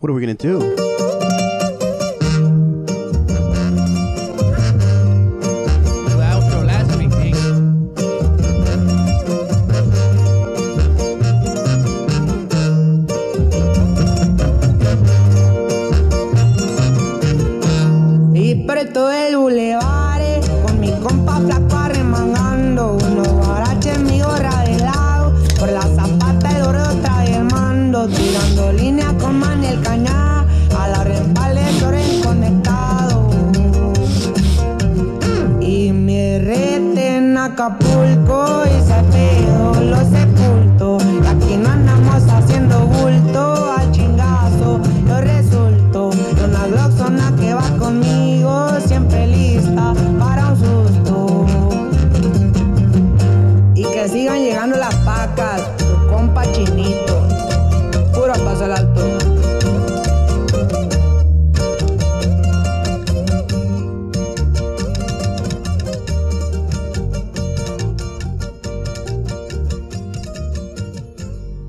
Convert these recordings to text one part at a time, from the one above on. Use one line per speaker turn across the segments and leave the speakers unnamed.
What are we going to do?
The outro last week, Nick.
Disperto el bulevar con mi compa flaco arremangando unos baraches en mi gorra de lado por la zapata el gordo trae el mando tirando líneas con man el cañá a la respalda el conectado y me rete en Acapulco y se pedo los sepultos. Y aquí no andamos haciendo bulto al chingazo. Yo resulto de una gloxona que va conmigo, siempre lista para un susto. Y que sigan llegando las pacas, tu compa chinito. Puro paso al alto.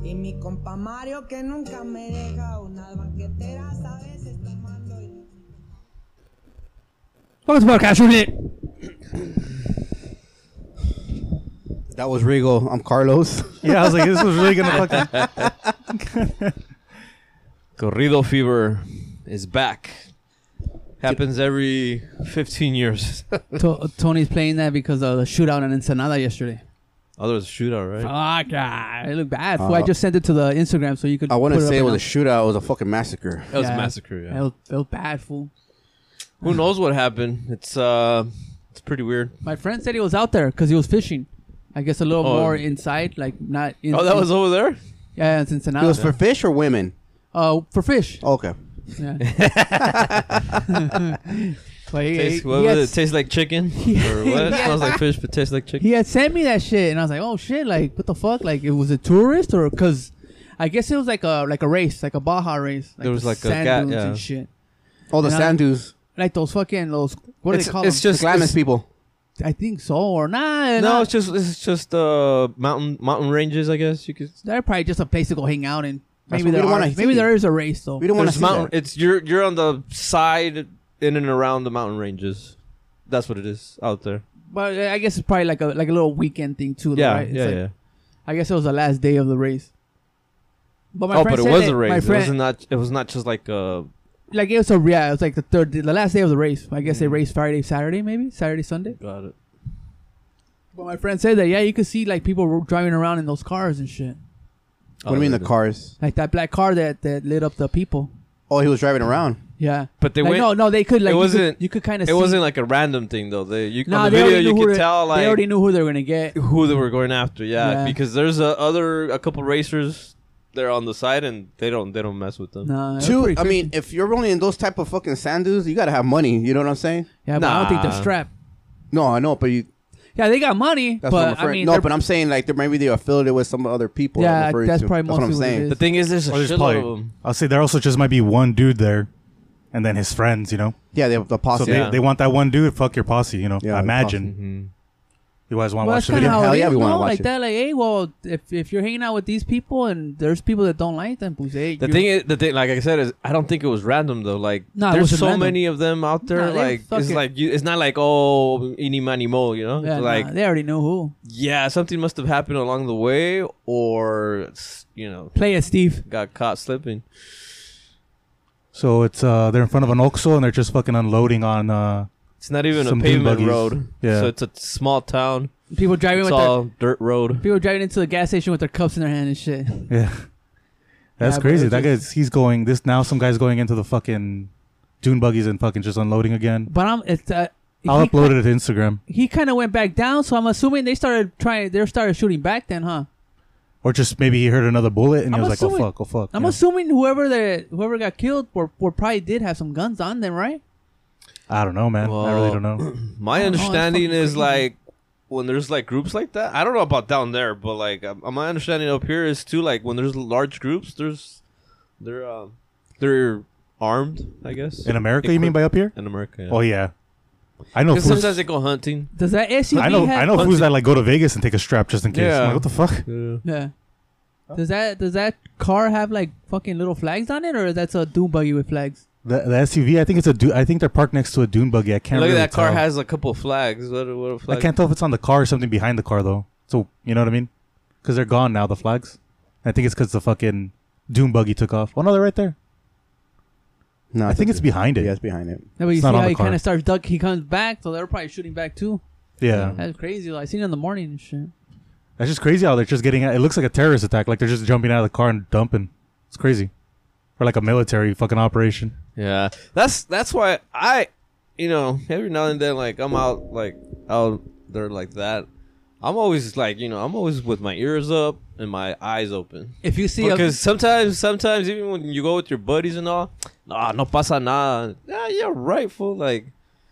Y mi compa Mario que nunca me deja unas banqueteras a veces tomando y...
Welcome to Podcast Roulette.
That was Regal. I'm Carlos.
Yeah, I was like, this was really gonna fucking.
Corrido fever is back. Happens every 15 years.
To- Tony's playing that because of the shootout in Ensenada yesterday.
Oh, there was a shootout, right?
Fuck, ah, it looked bad. Fool,
Uh,
I just sent it to the Instagram so you could.
I want to
put
say
up
it was
and
a
up.
shootout. It was a fucking massacre.
It was
Yeah.
a massacre. Yeah.
It was- it was bad, fool.
Who knows what happened? It's uh, it's pretty weird.
My friend said he was out there because he was fishing. I guess a little
Oh.
more inside, like not. In,
Oh, that was over there.
yeah, it's Ensenada.
It was for Oh. fish or women?
uh, for fish.
Okay.
Yeah. But he,
Tastes,
he
what
had,
was it? Tastes like chicken, or what?
Yeah.
Smells like fish, but tastes like chicken.
he had sent me that shit, and I was like, "Oh shit! Like, what the fuck? Like, it was a tourist or because I guess it was like a like a race, like a Baja race. Like
There was
the
like a
sand
ga-
dunes
yeah.
and shit,
Oh, the
Yeah.
sand dunes.
like those fucking those what do
it's,
they call
it's
them?
The
just
Glamis
it's-
people.
I think so or not?
No, it's just it's just uh mountain mountain ranges, I guess you could.
they're probably just a place to go hang out in.
That's
Maybe
what we
there
don't
are,
wanna
maybe
see.
there is a race though.
We don't want to
There's
see
mountain.
that.
It's you're you're on the side in and around the mountain ranges. That's what it is out there.
But I guess it's probably like a like a little weekend thing too. though,
Yeah,
right? It's
yeah,
like-
yeah.
I guess it was the last day of the race. But my
oh,
friend
but it
said
was
that-
a race.
My
it
friend,
was not. It was not just like uh
like it was a yeah, it was like the third, day, the last day of the race. I guess they
Mm.
raced Friday, Saturday, maybe Saturday, Sunday.
Got it.
But my friend said that yeah, you could see like people were driving around in those cars and shit,
What do you mean
Oh,
the cars?
like that black car that that lit up the people.
Oh, he was driving around.
Yeah,
But they
like,
went.
no, no, they could like you
it
could-
wasn't-
You could, kind of.
it wasn't like a random thing though. They you
Nah,
on the
they
video
already
you
knew who
could
they-
tell
they
like
already knew who they were gonna get.
who they were going after. Yeah,
Yeah.
because there's a other a couple racers there on the side and they don't they don't mess with them.
Nah, it was
Two.
pretty
I
crazy.
mean, if you're rolling in those type of fucking sand dunes, you gotta have money. You know what I'm saying?
yeah, but I don't think
nah.
they're strapped.
No, I know, but you.
Yeah, they got money,
That's what I'm
but
referring.
I mean,
no,
they're-
but I'm saying like there maybe they're affiliated with some other people.
Yeah,
I'm referring
that's
to.
probably
that's what I'm
mostly what it
saying.
is.
The thing is, there's a
Or there's
shitload
probably-
of them.
I'll say there also just might be one dude there, and then his friends, you know.
Yeah, they have the posse.
So
Yeah.
they, they want that one dude. Fuck your posse, you know.
Yeah,
I
the
imagine you guys want to
Well,
watch
that's
the
kind of
video.
how
Hell
it is,
yeah, we wanna
no?
watch
like
it.
that. Like, hey, well, if, if you're hanging out with these people and there's people that don't like them, who's hey,
The
you-
thing is, the thing, like I said, is I don't think it was random though. Like,
Nah, it
there's
wasn't
so
random.
many of them out there.
Nah, they
like, it's
fucking-
like you, it's not like oh, any money mo, you know?
yeah,
It's
nah,
like,
they already know who.
yeah, something must have happened along the way, or it's, you know,
Play it, Steve.
got caught slipping.
So it's uh they're in front of an Oxxo and they're just fucking unloading on uh
It's not even
Some
a
dune
pavement
buggies.
road.
Yeah.
So it's a small town.
People driving
It's
with their,
all dirt road.
people driving into the gas station with their cups in their hand and shit.
yeah.
Yeah,
That's
but
crazy.
it's
That
just-
guy's he's going this now some guy's going into the fucking dune buggies and fucking just unloading again.
But I'm it's uh,
I'll
he,
upload it to Instagram.
He kind of went back down, so I'm assuming they started trying. They started shooting back then, huh?
Or just maybe he heard another bullet and
I'm
he was
assuming-
like, Oh fuck, oh fuck.
I'm
you know?
assuming whoever the whoever got killed were, were probably did have some guns on them, right?
I don't know, man. I really
Well-
don't know.
My
don't know, it's
understanding
fucking
is
crazy.
like when there's like groups like that. I don't know about down there, but like um, my understanding up here is too like when there's large groups, there's they're um they're armed. I guess
In America, you mean by up here?
in America? Yeah.
Oh yeah. I know
Because
fools,
sometimes they go hunting.
Does that SUV?
I know
have
I know fools that like go to Vegas and take a strap just in case. I'm
Yeah.
like, what the fuck?
Yeah. Does that does that car have like fucking little flags on it, or that's a dune buggy with flags?
The, the SUV, I think it's a. Du- I think they're parked next to a dune buggy. I can't.
Look at
really
that car
tell.
has a couple flags. What, are- what are
I
flags?
can't tell if it's on the car or something behind the car though. So you know what I mean? Because they're gone now. The flags. I think it's because the fucking dune buggy took off. Oh no, they're right there.
No,
I think it's behind it.
Yeah,
Yeah.
it's behind it.
No, but you
It's
see
not on
how
the
he
car.
kind of starts duck. He comes back, so they're probably shooting back too. That's crazy. Like, I seen it in the morning and shit.
That's just crazy how they're just getting. Out. It looks like a terrorist attack. Like they're just jumping out of the car and dumping. It's crazy. Or like a military fucking operation.
Yeah, that's that's why I, you know, every now and then, like I'm out, like out there like that. I'm always like, you know, I'm always with my ears up and my eyes open
If you see uh,
because sometimes, sometimes even when you go with your buddies and all, nah, no pasa nada. Nah, you're right, fool. Like,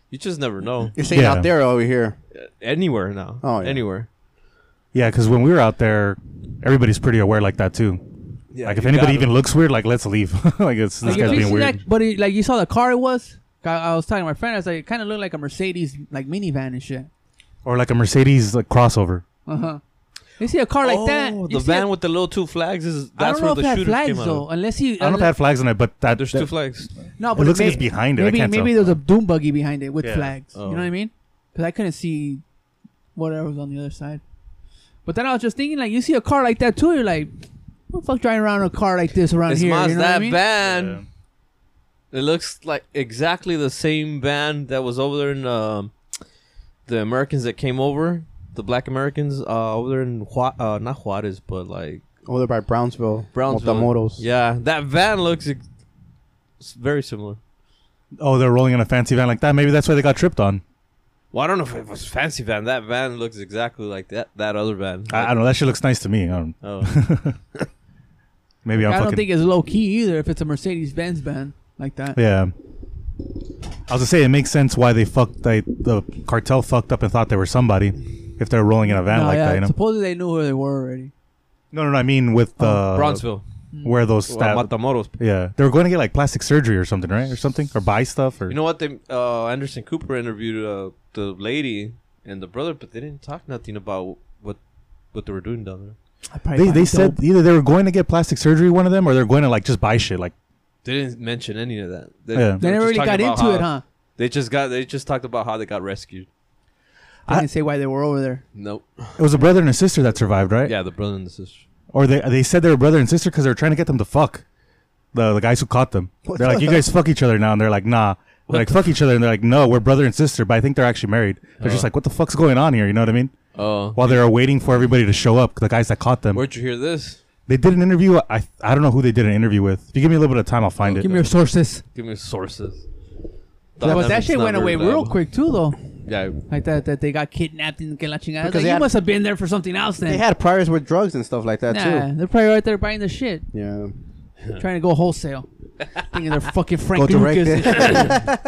you just never know.
You're saying
Yeah.
out there or over here.
Anywhere now.
Oh, yeah.
anywhere.
Yeah, because when we were out there, everybody's pretty aware like that too.
Yeah,
like if anybody even looks weird, like let's leave. like it's this
like, if
guy's
you
being
see
weird.
that, but it, like you saw the car it was. I, I was talking to my friend. I was like, it kind of looked like a Mercedes like minivan and shit.
Or like a Mercedes like crossover.
Uh huh. You see a car like that. you
Oh, the
see a-
van with the little two flags is
I
that's
don't know
where
if it
the
had
shooters
flags
came out.
though,
Of.
unless you.
I don't know if it had flags on it, but that
There's
that-
two flags.
No,
It
but
looks like
may-
it's behind it. I
Maybe
can't
maybe
tell.
there's a doom buggy behind it with
Yeah.
flags. You
Oh.
know what I mean? Because I couldn't see whatever was on the other side. But then I was just thinking, like, you see a car like that too, you're like, who the fuck driving around in a car like this around
It's
here?
Mazda
you know what I mean?
van.
Yeah.
It looks like exactly the same band that was over there in um the Americans that came over, the Black Americans uh, over there in Ju- uh, not Juarez, but like
Over there by Brownsville.
Brownsville.
Matamoros.
Yeah, that van looks ex- s- very similar.
Oh, they're rolling in a fancy van like that. Maybe that's why they got tripped on.
Well, I don't know if it was fancy van. That van looks exactly like that that other van.
I, I don't know. That shit looks nice to me. I don't,
oh.
maybe I'm
I don't
fucking.
think it's low key either if it's a Mercedes Benz van like that.
yeah. I was gonna say it makes sense why they fucked. They, the cartel fucked up and thought they were somebody. If they're rolling in a van
No,
like
yeah,
that, you know.
Supposedly they knew who they were already.
No, no, no. I mean with
Oh,
the
Bronzeville,
where those
Well,
uh, stab-
Matamoros.
Yeah, they were going to get like plastic surgery or something, right? Or something, or buy stuff, or
You know what? They uh, Anderson Cooper interviewed uh, the lady and the brother, but they didn't talk nothing about what what they were doing down there.
I probably
they
find
they
dope.
said either they were going to get plastic surgery, one of them, or they're going to like just buy shit. Like,
They didn't mention any of that. They,
Yeah.
they
were
never really
just
got
talking about
into it,
how-
huh?
They just got. They just talked about how they got rescued.
They
I-
didn't say why they were over there.
Nope.
it was a brother and a sister that survived, right?
Yeah, the brother and the sister.
Or they they said they were brother and sister because they were trying to get them to fuck the the guys who caught them.
What
they're like,
the-
you guys fuck each other now, and they're like, nah. They're like, fuck each other, and they're like, no, we're brother and sister. But I think they're actually married. They're just
Oh.
like, what the fuck's going on here? You know what I mean?
Oh,
While they're waiting for everybody to show up, the guys that caught them,
where'd you hear this?
they did an interview. I I don't know who they did an interview with. If you give me a little bit of time, I'll find it.
Give me your sources.
Give me sources.
but that
It's
shit
not
went
very
away real
reliable.
quick too, though.
Yeah,
Like that, that they got kidnapped in que la
Because
chingada. Like,
they
you
had-
must have been there for something else then.
They had priors with drugs and stuff like that
nah,
too.
they're probably right there buying the shit,
Yeah.
trying to go wholesale, thinking they're fucking
Go
Frank
direct
Lucas.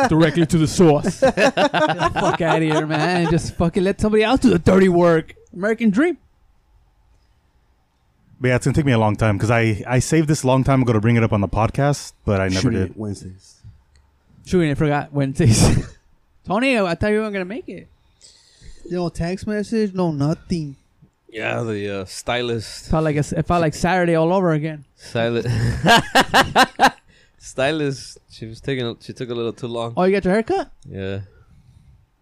it.
directly to the source. Get the fuck out of here, man! Just fucking let somebody else do the dirty work. American Dream.
But yeah, it's gonna take me a long time because I I saved this long time ago to bring it up on the podcast, but I never
Shooting
did.
it Wednesdays.
Shooting, I forgot Wednesdays. Tony, I thought you weren't gonna make it. No text message, no nothing.
yeah. The uh, stylist,
Felt like a, it felt like Saturday all over again.
stylist, stylist. She was taking. a- She took a little too long.
Oh, you got your haircut?
Yeah.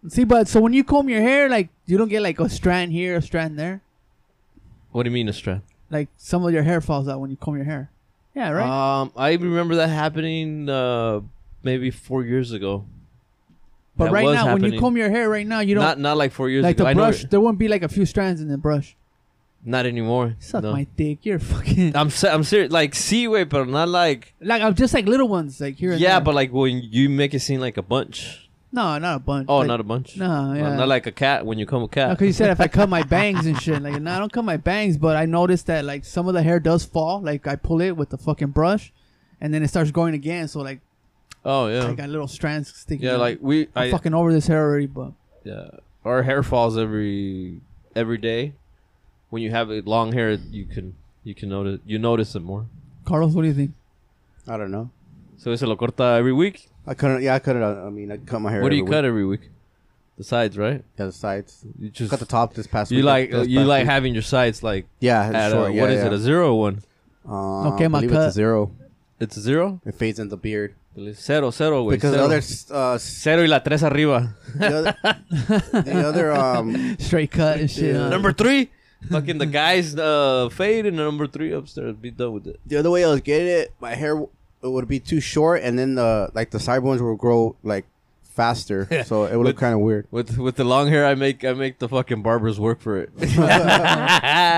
See, but so when you comb your hair, like you don't get like a strand here, a strand there.
What do you mean a strand?
Like some of your hair falls out when you comb your hair. Yeah, right.
Um, I remember that happening uh maybe four years ago.
but
that
right now,
was
when you
happening.
comb your hair, right now you don't
Not not like four years
like
ago.
the
I know
brush.
it-
There won't be like a few strands in the brush.
Not anymore.
Suck
no.
my dick. You're fucking
I'm se- I'm serious. Like see, wait, but not like.
like I'm just like little ones like here. And
Yeah,
there.
but like when you make it seem like a bunch.
no, not a bunch.
Oh,
like,
not a bunch.
no, yeah.
Well, not like a cat when you come a cat.
because you said if I cut my bangs and shit, like no, I don't cut my bangs, but I noticed that like some of the hair does fall. Like I pull it with the fucking brush, and then it starts growing again. So like
Oh yeah.
I got little strands sticking.
yeah,
out.
like we.
I'm
I,
fucking over this hair already, but
yeah. Our hair falls every every day. When you have it long hair, you can you can notice you notice it more.
Carlos, what do you think?
I don't know.
So it's a lo corta every week.
I couldn't. Yeah, I cut it. out. I mean, I cut my hair.
what do
every
you
week.
cut every week? The sides, right?
Yeah, the sides.
You just
Got the top this past
you
weekend,
like
this
you
past
like
week.
having your sides like
yeah,
at
sure,
a,
yeah,
what is
yeah.
it a zero or one?
Uh,
Okay,
I
my
believe
cut.
it's a zero.
It's a zero.
It fades in the beard
Cero, cero, güey.
because the
cero.
other s- uh, s-
Cero y la tres arriba.
the other, the other um
Straight cut and shit. uh,
Yeah.
huh?
Number three, fucking the guys uh, fade and number three upstairs. Be done with it.
the other way I was getting it, my hair w- it would be too short, and then the like the sideburns would grow like faster, so it would look
With-
kind of weird.
With with the long hair, I make I make the fucking barbers work for it. Fuck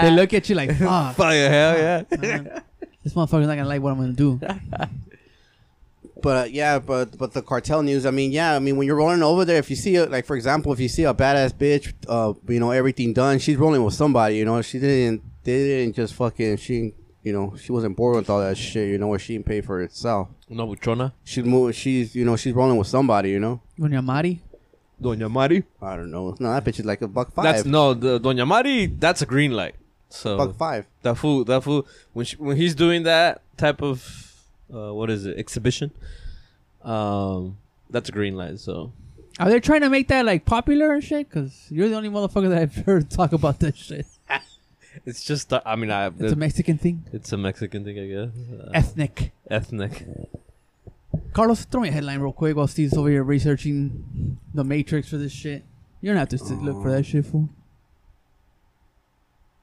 They look at you like, fuck.
hell yeah.
man. This motherfucker's not gonna like what I'm gonna do.
But uh, yeah, but but the cartel news. I mean, yeah, I mean when you're rolling over there, if you see a, like for example, if you see a badass bitch, uh, you know everything done, she's rolling with somebody. You know, she didn't they didn't just fucking she you know she wasn't bored with all that shit. You know, where she didn't pay for itself.
No buchona.
She moved. She's you know she's rolling with somebody. You know,
When you're Mari,
Doña Mari.
I don't know. No, that bitch is like a buck five.
That's no the Doña Mari. That's a green light. So
buck five.
that fool, that fool. When she, when he's doing that type of uh, what is it exhibition, um, that's a green light. So
are they trying to make that like popular and shit? Cause you're the only motherfucker that I've heard talk about that shit.
it's just I mean I
It's a Mexican thing,
it's a Mexican thing I guess uh,
ethnic.
ethnic.
Carlos, throw me a headline real quick while Steve's over here researching the Matrix for this shit. You don't have to sit, look for that shit, fool.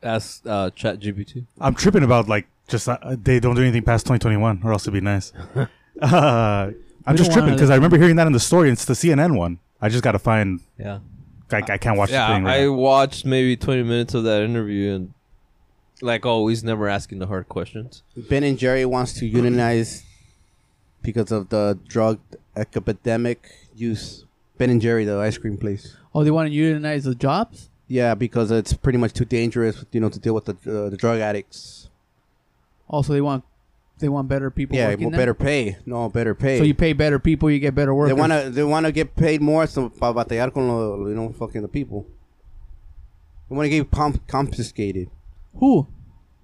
Ask uh, Chat GPT.
I'm tripping about like just uh, they don't do anything past 2021, or else it'd be nice. uh, I'm
We
just
don't
tripping
wanna-
because I remember hearing that in the story. and It's the CNN one. I just gotta find.
Yeah.
I, I can't watch the
Yeah,
thing right
I
now.
watched maybe 20 minutes of that interview and like always never asking the hard questions.
Ben and Jerry wants to unionize because of the drug epidemic use. Ben and Jerry, the ice cream place.
Oh, they want to unionize the jobs?
Yeah, because it's pretty much too dangerous, you know, to deal with the uh, the drug addicts.
Also, they want they want better people.
yeah,
working
well,
there?
better pay. No, better pay.
So you pay better people, you get better workers.
they wanna they wanna get paid more so para batallar con lo, you know fucking the people. They wanna get comp- confiscated.
who?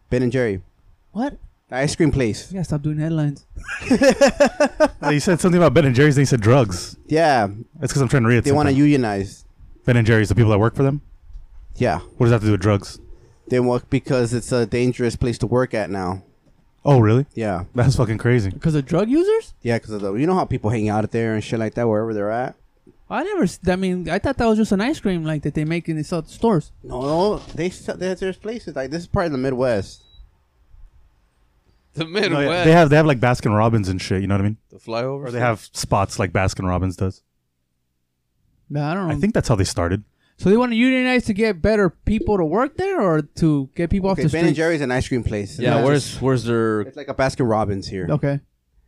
Ben and Jerry,
What?
the ice cream place.
Yeah, stop doing headlines.
Uh, you said something about Ben and Jerry's. Then you said drugs.
Yeah,
That's because I'm trying to read it.
they want to
sometime.
unionize.
Ben and Jerry's the people that work for them.
Yeah,
What does that have to do with drugs?
they work because it's a dangerous place to work at now.
Oh, really?
Yeah,
That's fucking crazy.
Because of drug users?
yeah, because the you know how people hang out there and shit like that wherever they're at.
I never. s- I mean, I thought that was just an ice cream like that they make and they sell at the stores.
No, no, they sell- there's there's places like this is part of the Midwest.
The
No,
Midwest.
Oh, yeah, They have they have like Baskin Robbins and shit. You know what I mean?
the flyover.
Or they have spots like Baskin Robbins does.
Nah, I don't know.
I think that's how they started.
so. They want to unionize to get better people to work there, or to get people
Okay,
off the
Ben and
street.
Jerry's an ice cream place.
Yeah,
It's
where's where's their?
It's like a Baskin Robbins here.
Okay.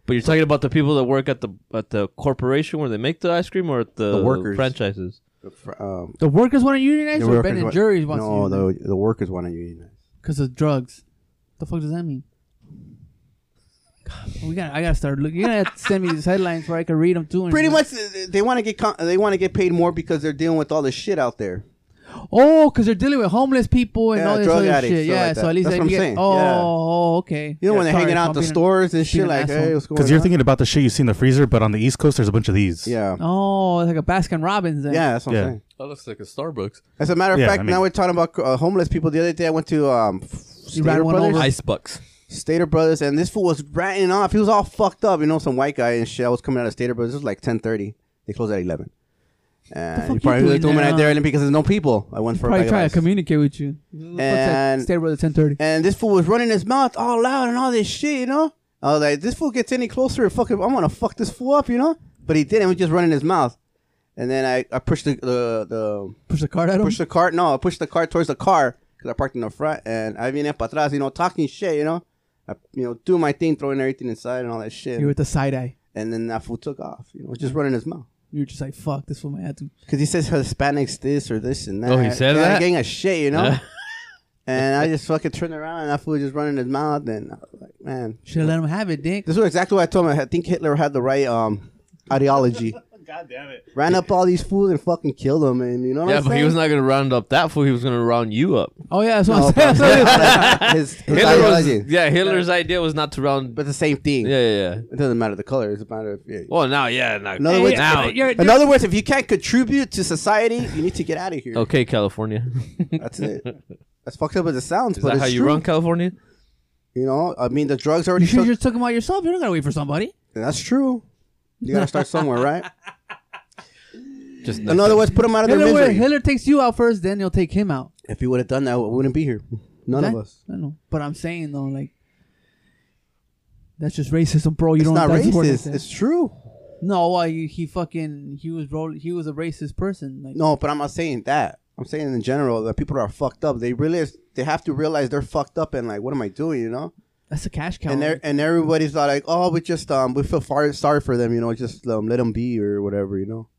But you're talking about the people that work at the at the corporation where they make the ice cream, or at the,
The workers.
franchises.
Fr- Um,
The workers want to unionize,
the
or
workers
Ben and
want-
Jerry's wants
No,
to
the the workers want to unionize.
because of drugs. The fuck does that mean? God, we got. I gotta start looking. You gotta have to send me these headlines where I can read them too. and
Pretty
shit.
much, uh, they want to get con- they want to get paid more because they're dealing with all this shit out there.
Oh, because they're dealing with homeless people and
Yeah,
all this
drug
other
addicts,
shit.
stuff
Yeah,
like
so
that.
at least
That's
I
what I'm
get.
saying,
Oh,
yeah.
oh, okay.
You know
Yeah,
when they're
sorry
hanging
if
out
I'm
at the
being-
stores and shit
being an
like,
asshole.
hey, what's going on?
Because you're thinking about the shit you see in the freezer, but on the East Coast, there's a bunch of these.
yeah,
Oh, it's like a Baskin Robbins. Then.
yeah, that's what
Yeah.
I'm saying.
That looks like a Starbucks.
As a matter of
Yeah,
fact,
I
now
mean-
we're talking about uh, homeless people. The other day, I went to um, Stater
ran one
Brothers,
over?
Ice bucks.
Stater Brothers, and this fool was ratting off. He was all fucked up, you know, some white guy and shit. I was coming out of Stater Brothers. It was like ten thirty. They closed at eleven.
fuck
And
you
you probably
doing
like, throwing
there,
out
huh?
there and because there's no people. I went for a
Probably
bag of
trying
ice.
to communicate with you. What's that?
And-
Stay brother ten thirty.
And this fool was running his mouth all loud and all this shit, you know? I was like, this fool gets any closer, fucking, I'm gonna fuck this fool up, you know? But he didn't, he was just running his mouth. And then I, I pushed the, the, the
Push the card at him.
push the cart, no, I pushed the cart towards the car, because I parked in the front, and I viene para atrás, you know, talking shit, you know? I, you know, doing my thing, throwing everything inside and all that shit.
You're with the side eye.
And then that fool took off, you know, just running his mouth.
You're just like fuck. This woman had to.
Because he says Hispanics this or this and that.
Oh, he said
And I'm
that?
getting a shit, you know?
Yeah.
and I just fucking turned around and that fool was just running his mouth, and I was like, man.
Should have let him have it, dick.
This is exactly what I told him. I think Hitler had the right um, ideology.
God damn it.
ran up all these fools and fucking killed them, and you know what
yeah,
I'm
but he
saying?
was not gonna round up that fool. He was gonna round you up.
Oh yeah, that's what
No,
I'm saying.
but- but his, his
Hitler was,
ideology.
yeah, Hitler's idea was not to round.
But the same thing.
Yeah, yeah. yeah.
It doesn't matter the color. It's a matter of. Yeah.
Well, now, yeah, now,
Another way-
now,
You're- you're-
In other words, if you can't contribute to society, you need to get out of here.
okay, California.
That's it. That's fucked up as it sounds,
Is
but
that
it's
how you
true.
run California?
You know, I mean, the drugs
You
already.
should
took-
just took them out yourself. You don't gotta wait for somebody.
That's true. You gotta start somewhere, right?
Just
In other words, put them out of
Hitler,
their
would-
misery.
Hitler takes you out first, then you'll take him out.
If he would have done that, we wouldn't be here. None of
That-
us.
I know, but I'm saying though, like that's just racism, bro. You
it's
don't.
not
that's the word I
racist.
said.
It's true.
no, why he, he fucking he was bro, he was a racist person. Like
No, but I'm not saying that. I'm saying in general that people are fucked up. They realize they have to realize they're fucked up and like, what am I doing? You know.
that's a cash cow.
Um,
and
like,
er- and everybody's not like, oh, we just um, we feel far- sorry for them, you know, just um, let them be or whatever, you know.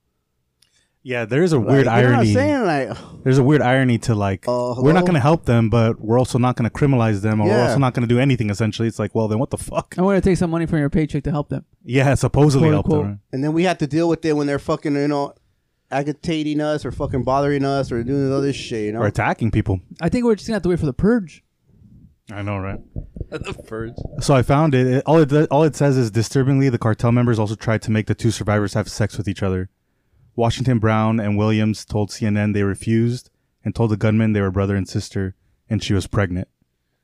Yeah, there is a
Like, you
weird
Know what I'm
irony.
saying like,
There's a weird irony to like
Uh,
we're
hello?
not going to help them, but we're also not going to criminalize them, or we're
Yeah.
also not going to do anything. Essentially, it's like, well, then what the fuck?
I'm gonna take some money from your paycheck to help them.
Yeah, supposedly
Quote,
help
unquote.
them.
and then we have to deal with it when they're fucking, you know, agitating us or fucking bothering us or doing all this shit, you know.
or attacking people.
I think we're just gonna have to wait for the purge.
I know, right?
the birds.
So I found it. it all it does- all it says is disturbingly, the cartel members also tried to make the two survivors have sex with each other. Washington Brown and Williams told CNN they refused, and told the gunman they were brother and sister, and she was pregnant.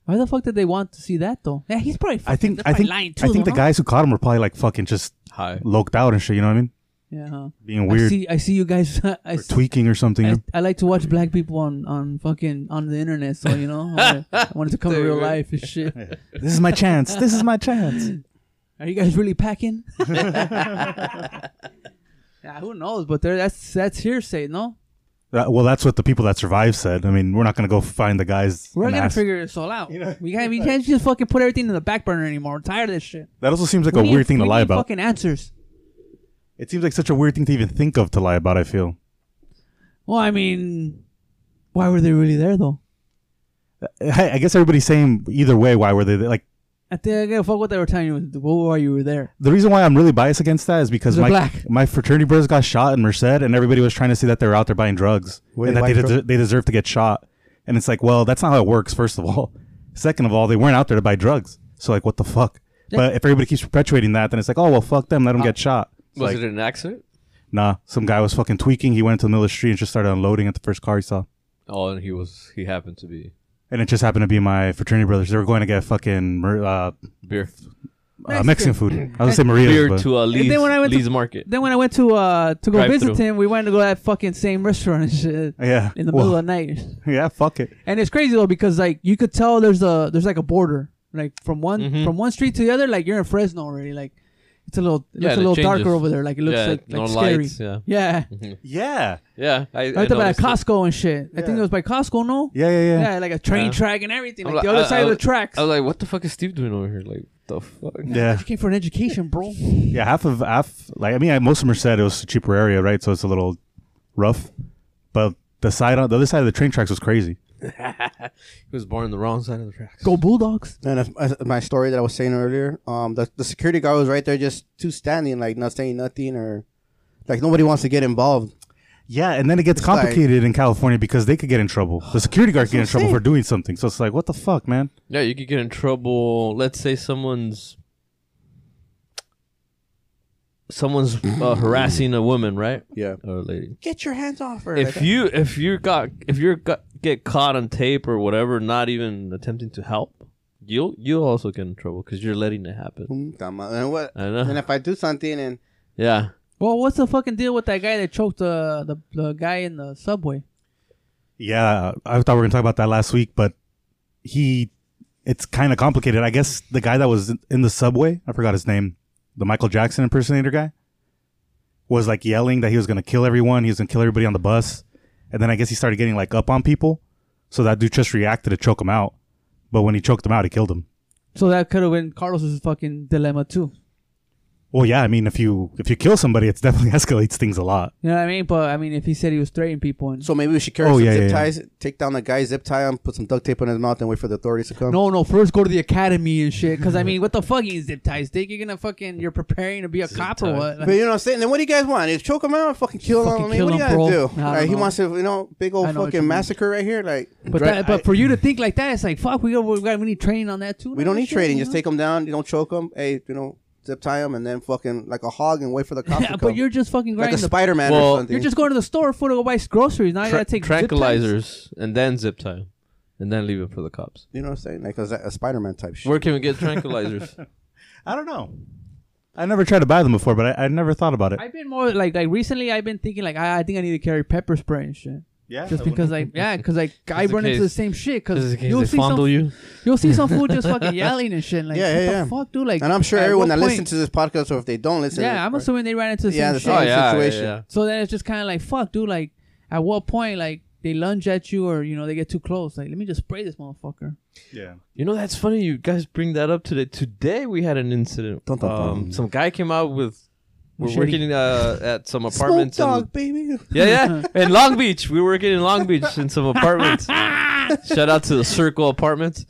Why the fuck did they want to see that though? Yeah, he's probably. Fucking,
I think
they're
I
probably
think
lying
I
to
think the
them,
guys who caught him were probably like fucking just
Hi.
loked out and shit. You know what I mean?
huh? Yeah. huh.
Being
I
weird,
see. I see you guys. I
or
see,
tweaking or something.
I, I like to watch black people on, on fucking on the internet, so you know, I wanted, I wanted to come to real
Dude.
life and shit.
this is my chance. This is my chance.
Are you guys really packing? yeah, who knows? But there, that's that's hearsay, no?
That- well, that's what the people that survived said. I mean, we're not gonna go find the guys.
We're
and
gonna
ask-
figure this all out. we can't we can't just fucking put everything in the back burner anymore. I'm tired of this shit.
That also seems like a
We need-
weird thing to
we
lie
need
about.
Fucking answers.
It seems like such a weird thing to even think of to lie about. I feel.
Well, I mean, why were they really there though?
I, I guess everybody's saying either way. Why were they there? like?
I think I give a fuck what they were telling you. What were you were there?
The reason why I'm really biased against that is because
They're
my
black.
my fraternity brothers got shot in Merced, and everybody was trying to say that they were out there buying drugs
Were
and
they
that they
buying
des- they deserve to get shot. And it's like, well, that's not how it works. First of all, second of all, they weren't out there to buy drugs. So like, what the fuck? But if everybody keeps perpetuating that, then it's like, oh well, fuck them,
Uh,
let them get shot. It's
Was
like,
it an accident?
Nah, some guy was fucking tweaking. He went into the middle of the street and just started unloading at the first car he saw.
Oh, and he was. He happened to be
And it just happened to be my fraternity brothers. They were going to get fucking mer- uh,
beer.
uh, Mexican food. I was gonna say Maria's,
Beer
but
to a Lee's,
then when I went to-
Lee's market.
Then when I went to uh to go
Drive
visit
through.
him, we went to go to that fucking same restaurant and shit
yeah,
in the
Well,
middle of the night.
yeah, fuck it.
And it's crazy though because like you could tell there's a there's like a border like from one
Mhm.
from one street to the other like you're in Fresno already like it's a little it
Yeah,
looks
and
a
it
little
changes.
darker over there like it looks
yeah,
like,
no
like scary
lights. Yeah, Mm-hmm.
yeah
Yeah,
yeah. I, I
right there by
noticed it.
Costco and shit I think it was by Costco no
yeah, yeah, yeah.
yeah like a train
Yeah.
track and everything
I'm
like the
like-
other
I-
side of the tracks
I was like, "What the fuck is Steve doing over here? Like, the fuck?"
Yeah,
you came for an education bro
yeah. Half of half, like I mean, I- most of them said it was a cheaper area, right? So it's a little rough. But the side on the other side of the train tracks was crazy.
He was born on the wrong side of the tracks.
go Bulldogs
And that's- that's my story that I was saying earlier, um, the, the security guard was right there, just too standing, like not saying nothing or like nobody wants to get involved.
Yeah, and then it gets
It's like-
complicated in California because they could get in trouble. The security guard could get in trouble for doing something. So it's like, what the fuck, man?
Yeah, you could get in trouble. Let's say someone's someone's uh, harassing a woman, right?
Yeah,
Or a Oh, lady.
get your hands off her.
If you if you got if you got get caught on tape or whatever, not even attempting to help, you'll you'll also get in trouble because you're letting it happen.
and what?
I
And
know.
if I do something and
Yeah.
well what's the fucking deal with that guy that choked the the, the guy in the subway
Yeah, I thought we were gonna talk about that last week, but he, it's kind of complicated. I guess the guy that was in the subway, I forgot his name, the Michael Jackson impersonator guy, was like yelling that he was gonna kill everyone. He was gonna kill everybody on the bus, and then I guess he started getting like up on people. So that dude just reacted to choke him out, but when he choked him out, he killed him.
so that could have been Carlos's fucking dilemma too
Well, yeah, I mean, if you if you kill somebody, it definitely escalates things a lot.
You know what I mean? But I mean, if he said he was threatening people and
So maybe we should carry
Oh,
some
yeah,
zip
yeah, yeah.
ties, take down the guy's zip tie, and put some duct tape in his mouth, and wait for the authorities to come.
no, no, first go to the academy and shit. Because I mean, what the fuck, you zip ties? Think you're gonna fucking you're preparing to be a cop or
tie.
what?
But you know what I'm saying? Then what do you guys want? Is choke him out, fucking kill him?
Fucking
I mean,
kill
what do you
him,
guys
bro.
do?
I don't
Like, he
know.
wants to, you know, big old
I know what you
fucking
mean.
massacre right here. Like,
but
dra-
that, but
I-
for you to think like that, it's like fuck. We we, we need training on that too.
we
now
don't
and
need
shit,
trading.
you
Just
know?
take him down. You don't choke him. Hey, you know, zip tie him, and then fucking like a hog and wait for the cops
Yeah,
to come.
but you're just fucking
like a
grinding the
Spider Man
Well,
or something.
You're just going to the store full of buy groceries. Now you
Tra-
gotta take zip ties.
tranquilizers and then zip tie, and then leave it for the cops.
you know what I'm saying? Like a, a Spider Man type shit.
Where can we get tranquilizers?
I don't know. I never tried to buy them before, but I, I never thought about it.
I've been more like like recently. I've been thinking like I, I think I need to carry pepper spray and shit.
yeah,
Just because like yeah, because like I
in
run into the
case-
same shit.
Just
Because
in case
you'll
they
see some
fondle you.
you'll see some fool just fucking yelling and shit. Like
Yeah,
what
yeah,
the
yeah.
fuck, dude. Like
and I'm sure
at
everyone
what
that
point-
listens to this podcast, or if they don't listen,
Yeah, I'm assuming they ran into the
Yeah,
same
the
shit.
same.
Oh yeah, yeah,
situation.
yeah.
So then it's just kind of like fuck, dude. Like at what point like they lunge at you or you know they get too close. Like let me just spray this motherfucker.
yeah.
You know that's funny. You guys bring that up today. Today we had an incident.
Dun, dun, dun.
Um, some guy came out with. We're
Machete.
working uh, at some
Smoke
apartments. in,
dog, baby.
yeah, yeah, in Long Beach. We were working in Long Beach in some apartments. Shout out to the Circle Apartments.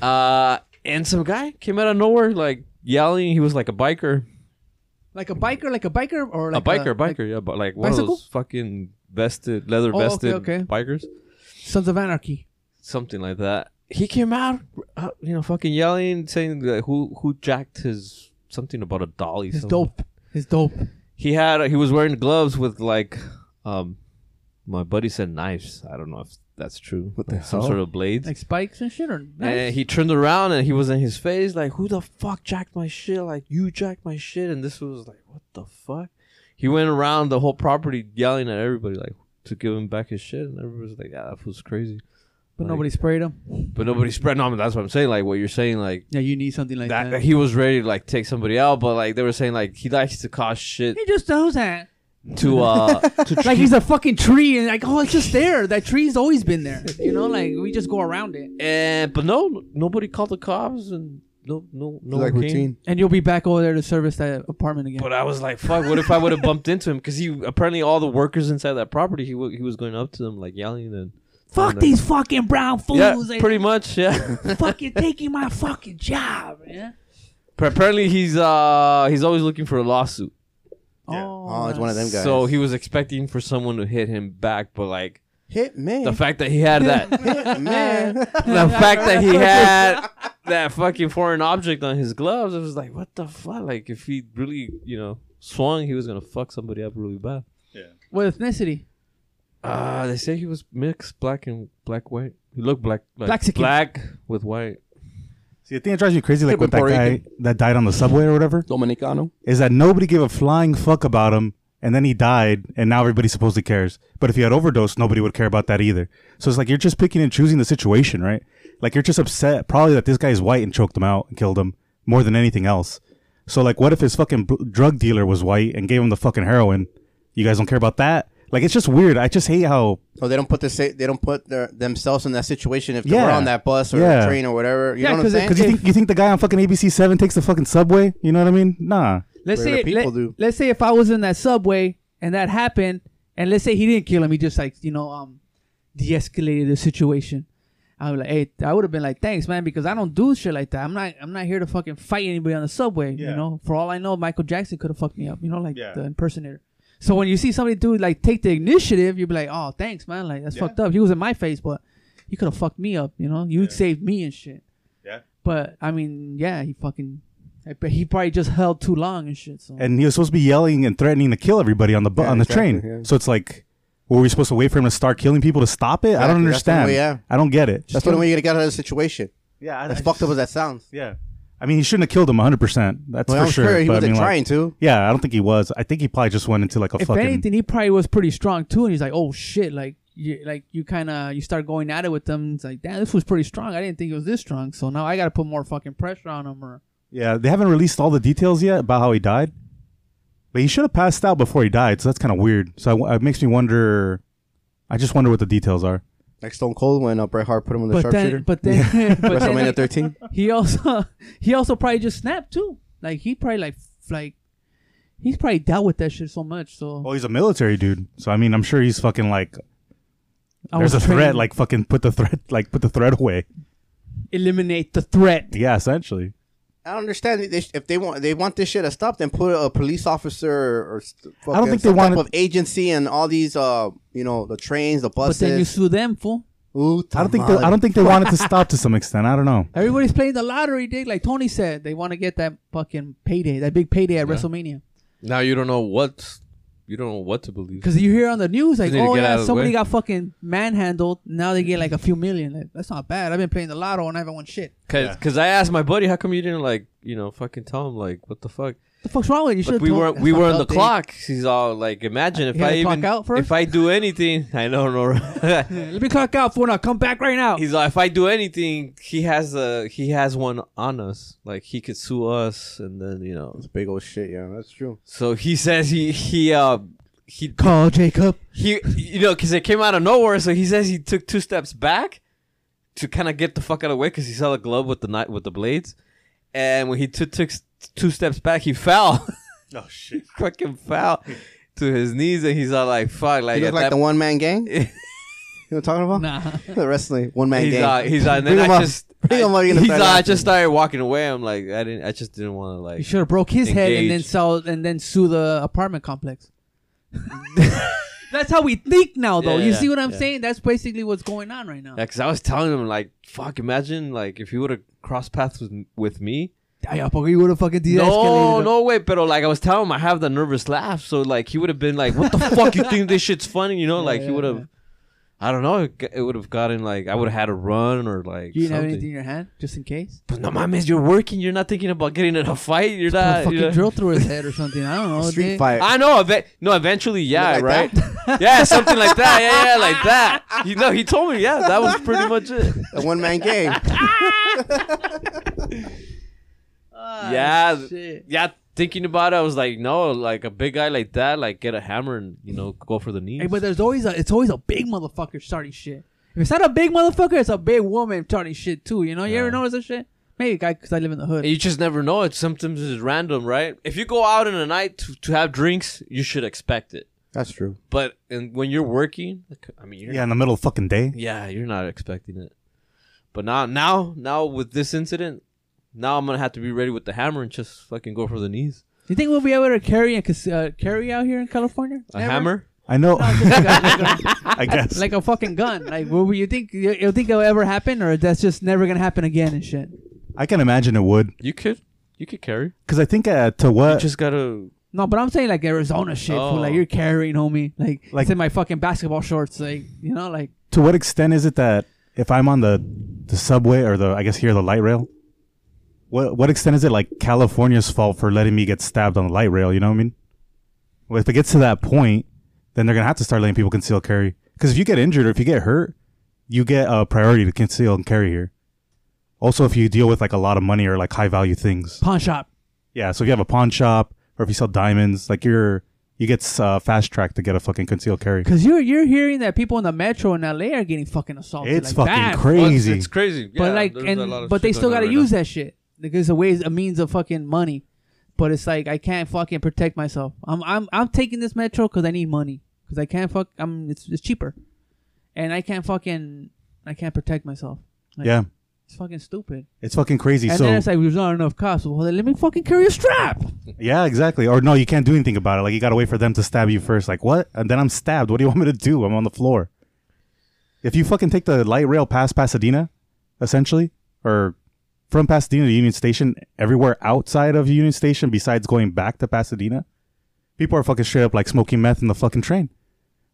Uh, and some guy came out of nowhere, like yelling. He was like a biker,
Like a biker, like a biker or like
a biker,
like
biker, yeah, but like one
Bicycle?
of those fucking vested, leather
Oh, okay,
vested
okay.
bikers.
Sons of Anarchy.
something like that. He came out, uh, you know, fucking yelling, saying that who who jacked his something about a dolly.
His
something.
dope. His dope.
He had he was wearing gloves with like, um, my buddy said knives. I don't know if that's true.
What the
Like Some
hell?
sort of blades.
Like spikes and shit or
And Eh, he turned around and he was in his face like, "Who the fuck jacked my shit? Like you jacked my shit." And this was like, "What the fuck?" He went around the whole property yelling at everybody like to give him back his shit, and everybody was like, "Yeah, that was crazy."
But
Like-
nobody sprayed him.
but nobody's spread. No, I mean, that's what I'm saying. Like what you're saying, like
Yeah, you need something like
that,
that.
he was ready to like take somebody out, but like they were saying, like he likes to cause shit
He just knows that.
to uh to
Like he's a fucking tree, and like, oh, it's just there. That tree's always been there. You know, like we just go around it.
and Eh, but no, nobody called the cops and no no no
Like
one came.
routine.
And you'll be back over there to service that apartment again.
But I was like, fuck, what if I would have bumped into him? Because he apparently all the workers inside that property, he w- he was going up to them like yelling and
Fuck
and,
these fucking brown fools.
Yeah,
They
pretty much, yeah.
fucking taking my fucking job, man.
but apparently he's uh he's always looking for a lawsuit.
Yeah.
Oh, it's one of them guys.
So he was expecting for someone to hit him back, but like
hit man.
the fact that he had that
hit man.
the fact that he had that fucking foreign object on his gloves, I was like, what the fuck? Like, if he really, you know, swung, he was gonna fuck somebody up really bad.
What ethnicity?
Uh they say he was mixed, black and black white. He looked black, like
Blaxican.
black with white.
See, the thing that drives you crazy, like
Hey,
with that
Puerto
guy that died on the subway or whatever,
Dominicano.
is that nobody gave a flying fuck about him, and then he died, and now everybody supposedly cares. But if he had overdosed, nobody would care about that either. So it's like you're just picking and choosing the situation, right? Like you're just upset, probably that this guy is white and choked him out and killed him more than anything else. So like, what if his fucking bl- drug dealer was white and gave him the fucking heroin? You guys don't care about that. Like it's just weird. I just hate how
So Oh, they don't put the sa- they don't put their, themselves in that situation if they were
Yeah.
on that bus or
Yeah.
train or whatever. You
Yeah,
know what I'm
'cause it-
saying?
because you think you think the guy on fucking ABC Seven takes the fucking subway. You know what I mean? Nah.
Let's
Regular
say
people
let,
do.
us say if I was in that subway and that happened, and let's say he didn't kill him, he just like you know um de-escalated the situation. I would like, hey, I would have been like, thanks, man, because I don't do shit like that. I'm not, I'm not here to fucking fight anybody on the subway. You
Yeah.
know, for all I know, Michael Jackson could have fucked me up. You know, like
Yeah.
the impersonator. So when you see somebody do like take the initiative, you'd be like, oh, thanks, man, like that's
Yeah.
fucked up. He was in my face, but you could have fucked me up. You know, you saved me and shit.
Yeah.
But I mean, yeah, he fucking. I bet he probably just held too long and shit. So
and he was supposed to be yelling and threatening to kill everybody on the bu-
Yeah,
on the
exactly,
train.
yeah.
So it's like, were we supposed to wait for him to start killing people to stop it? I don't
Exactly, that's the
understand.
way, yeah.
I don't get it.
That's the only way you gotta get out of the situation.
yeah,
As fucked up as that sounds.
Yeah, I mean, he shouldn't have killed him 100. percent That's
Well,
for
I'm
sure.
sure, he
but I
wasn't
mean, like-
trying to.
yeah, I don't think he was. I think he probably just went into like a
if
fucking.
anything, he probably was pretty strong too. And he's like, "Oh shit!" Like, you, like you kind of you start going at it with them. It's like, "Damn, this was pretty strong. I didn't think it was this strong." So now I got to put more fucking pressure on him. Or
yeah, they haven't released all the details yet about how he died, but he should have passed out before he died. So that's kind of weird. So I w it makes me wonder. I just wonder what the details are.
Like Stone Cold when uh, Bret Hart put him in the
but
sharpshooter.
then, but then, but then,
WrestleMania
like,
13.
he also he also probably just snapped too. Like he probably like f- like he's probably dealt with that shit so much. So
Oh, he's a military dude. So I mean, I'm sure he's fucking like
I
there's a
was
threat.
trained-
Like fucking put the threat. Like put the threat away.
eliminate the threat.
Yeah, essentially.
I don't understand. They sh- if they want, they want this shit to stop. Then put a police officer or, or st-
I don't
fucking
think they
some
want
type
it-
of agency and all these, uh, you know, the trains, the
But
buses.
then you sue them, fool.
Ooh,
I don't think. They, I don't think they wanted to stop to some extent. I don't know.
Everybody's playing the lottery, dig. Like Tony said, they want to get that fucking payday, that big payday at WrestleMania.
Now you don't know what you don't know what to believe.
Because you hear on the news, like,
They need to
oh
get out
yeah,
of the
somebody
way.
got fucking manhandled. Now they get like a few million. Like, that's not bad. I've been playing the lotto and I haven't won shit.
Cause, 'cause I asked my buddy, how come you didn't like, you know, fucking tell him like, what the fuck?
The fuck's wrong with you? you?
Like,
should've
we
told-
were
that's
we
fucked
were on the
up, dig.
clock. He's all like, imagine if
Uh, You had
I
to clock
even
out first?
if I do anything, I don't know. right?
Let me clock out, fool. Now come back right now.
He's like, if I do anything, he has a he has one on us. Like he could sue us, and then you know.
It's big old shit. Yeah, that's true.
So he says he he uh he
Call Jacob.
he you know because it came out of nowhere. So he says he took two steps back to kind of get the fuck out of the way because he saw the glove with the knife with the blades, and when he t- took s- two steps back, he fell.
Oh shit.
fucking foul to his knees, and he's all like, "Fuck!" Like,
You
at
look like
that-
the one man gang. you know what I'm talking about?
Nah.
The wrestling one man
he's
gang.
all, he's all, and
Bring
then
him
I
up.
just,
Bring him up,
I,
you're gonna
he's
start
all, I
laughing.
just started walking away. I'm like, I didn't, I just didn't want to
You
like.
should have broke his head and then
Engage.
sell and then sue the apartment complex. That's how we think now, though.
Yeah,
you
yeah,
see what I'm
yeah.
saying? That's basically what's going on right now.
Yeah, cause I was telling him like, fuck, imagine like if he would have crossed paths with with me.
Ay, ¿a poco you would have fucking
No,
de-escalated him?
no way. But like I was telling him, I have the nervous laugh, so like he would have been like, "What the fuck? You think this shit's funny?" You know, like he
yeah,
would have.
yeah.
I don't know. It, g- it would have gotten like I would have had a run or like.
You didn't have
something.
anything in your hand, just in case.
But no, mames, you're working. You're not thinking about getting in a fight. You're
Put a
not.
fucking
you know?
drill through his head or something. I don't know.
Street
dude.
fight.
I know. Eve- no, eventually, yeah,
Oh, like
right? yeah, something like that. Yeah, yeah, like that. You know, he told me, yeah, that was pretty much it.
The one man gang.
Ah,
yeah,
shit.
yeah. Thinking about it, I was like, no, like a big guy like that, like get a hammer and you know go for the knees.
Hey, but there's always a. It's always a big motherfucker starting shit. If it's not a big motherfucker, it's a big woman starting shit too. You know? You ever
Yeah.
notice that shit? Maybe guy, because I live in the hood.
you just never know. It's sometimes it's random, right? If you go out in a night to, to have drinks, you should expect it.
That's true.
But and when you're working, I mean, you're
Yeah, in the middle of fucking day.
Yeah, you're not expecting it. But now, now, now with this incident, now I'm gonna have to be ready with the hammer and just fucking go for the knees.
you think we'll be able to carry and cas- uh, carry out here in California?
A
Never?
hammer?
I know.
Like a- like a-
I guess.
like a fucking gun. Like, will you think you, you think it'll ever happen, or that's just never gonna happen again and shit?
I can imagine it would.
You could, you could carry.
Because I think uh, to what
You just gotta.
No, but I'm saying like Arizona shit. fool.
Oh.
Like you're carrying, homie. Like,
Like-
it's in my fucking basketball shorts. Like you know, like
to what extent is it that if I'm on the the subway or the I guess here the light rail, what what extent is it like California's fault for letting me get stabbed on the light rail? You know what I mean? Well, if it gets to that point, then they're gonna have to start letting people conceal carry. Because if you get injured or if you get hurt, you get a priority to conceal and carry here. Also, if you deal with like a lot of money or like high value things,
pawn shop.
yeah. So if you have a pawn shop or if you sell diamonds, like you're you get uh, fast tracked to get a fucking concealed carry.
Cause you're you're hearing that people in the metro in LA are getting fucking assaulted.
It's
like,
fucking
bad.
crazy.
Well, it's crazy.
But
Yeah,
like,
there's a lot
and
of
but they
shit
still
going
gotta
on right
use
now.
that shit. Like, it's a ways a means of fucking money. But it's like I can't fucking protect myself. I'm I'm I'm taking this metro because I need money. Because I can't fuck. I'm it's it's cheaper, and I can't fucking I can't protect myself. Like,
Yeah,
it's fucking stupid.
it's fucking crazy.
And
so
then it's like there's not enough cops. Well, then let me fucking carry a strap.
Yeah, exactly. Or no, you can't do anything about it. Like you gotta wait for them to stab you first. Like what? And then I'm stabbed. What do you want me to do? I'm on the floor. If you fucking take the light rail past Pasadena, essentially, or from Pasadena to Union Station, everywhere outside of Union Station, besides going back to Pasadena, people are fucking straight up like smoking meth in the fucking train.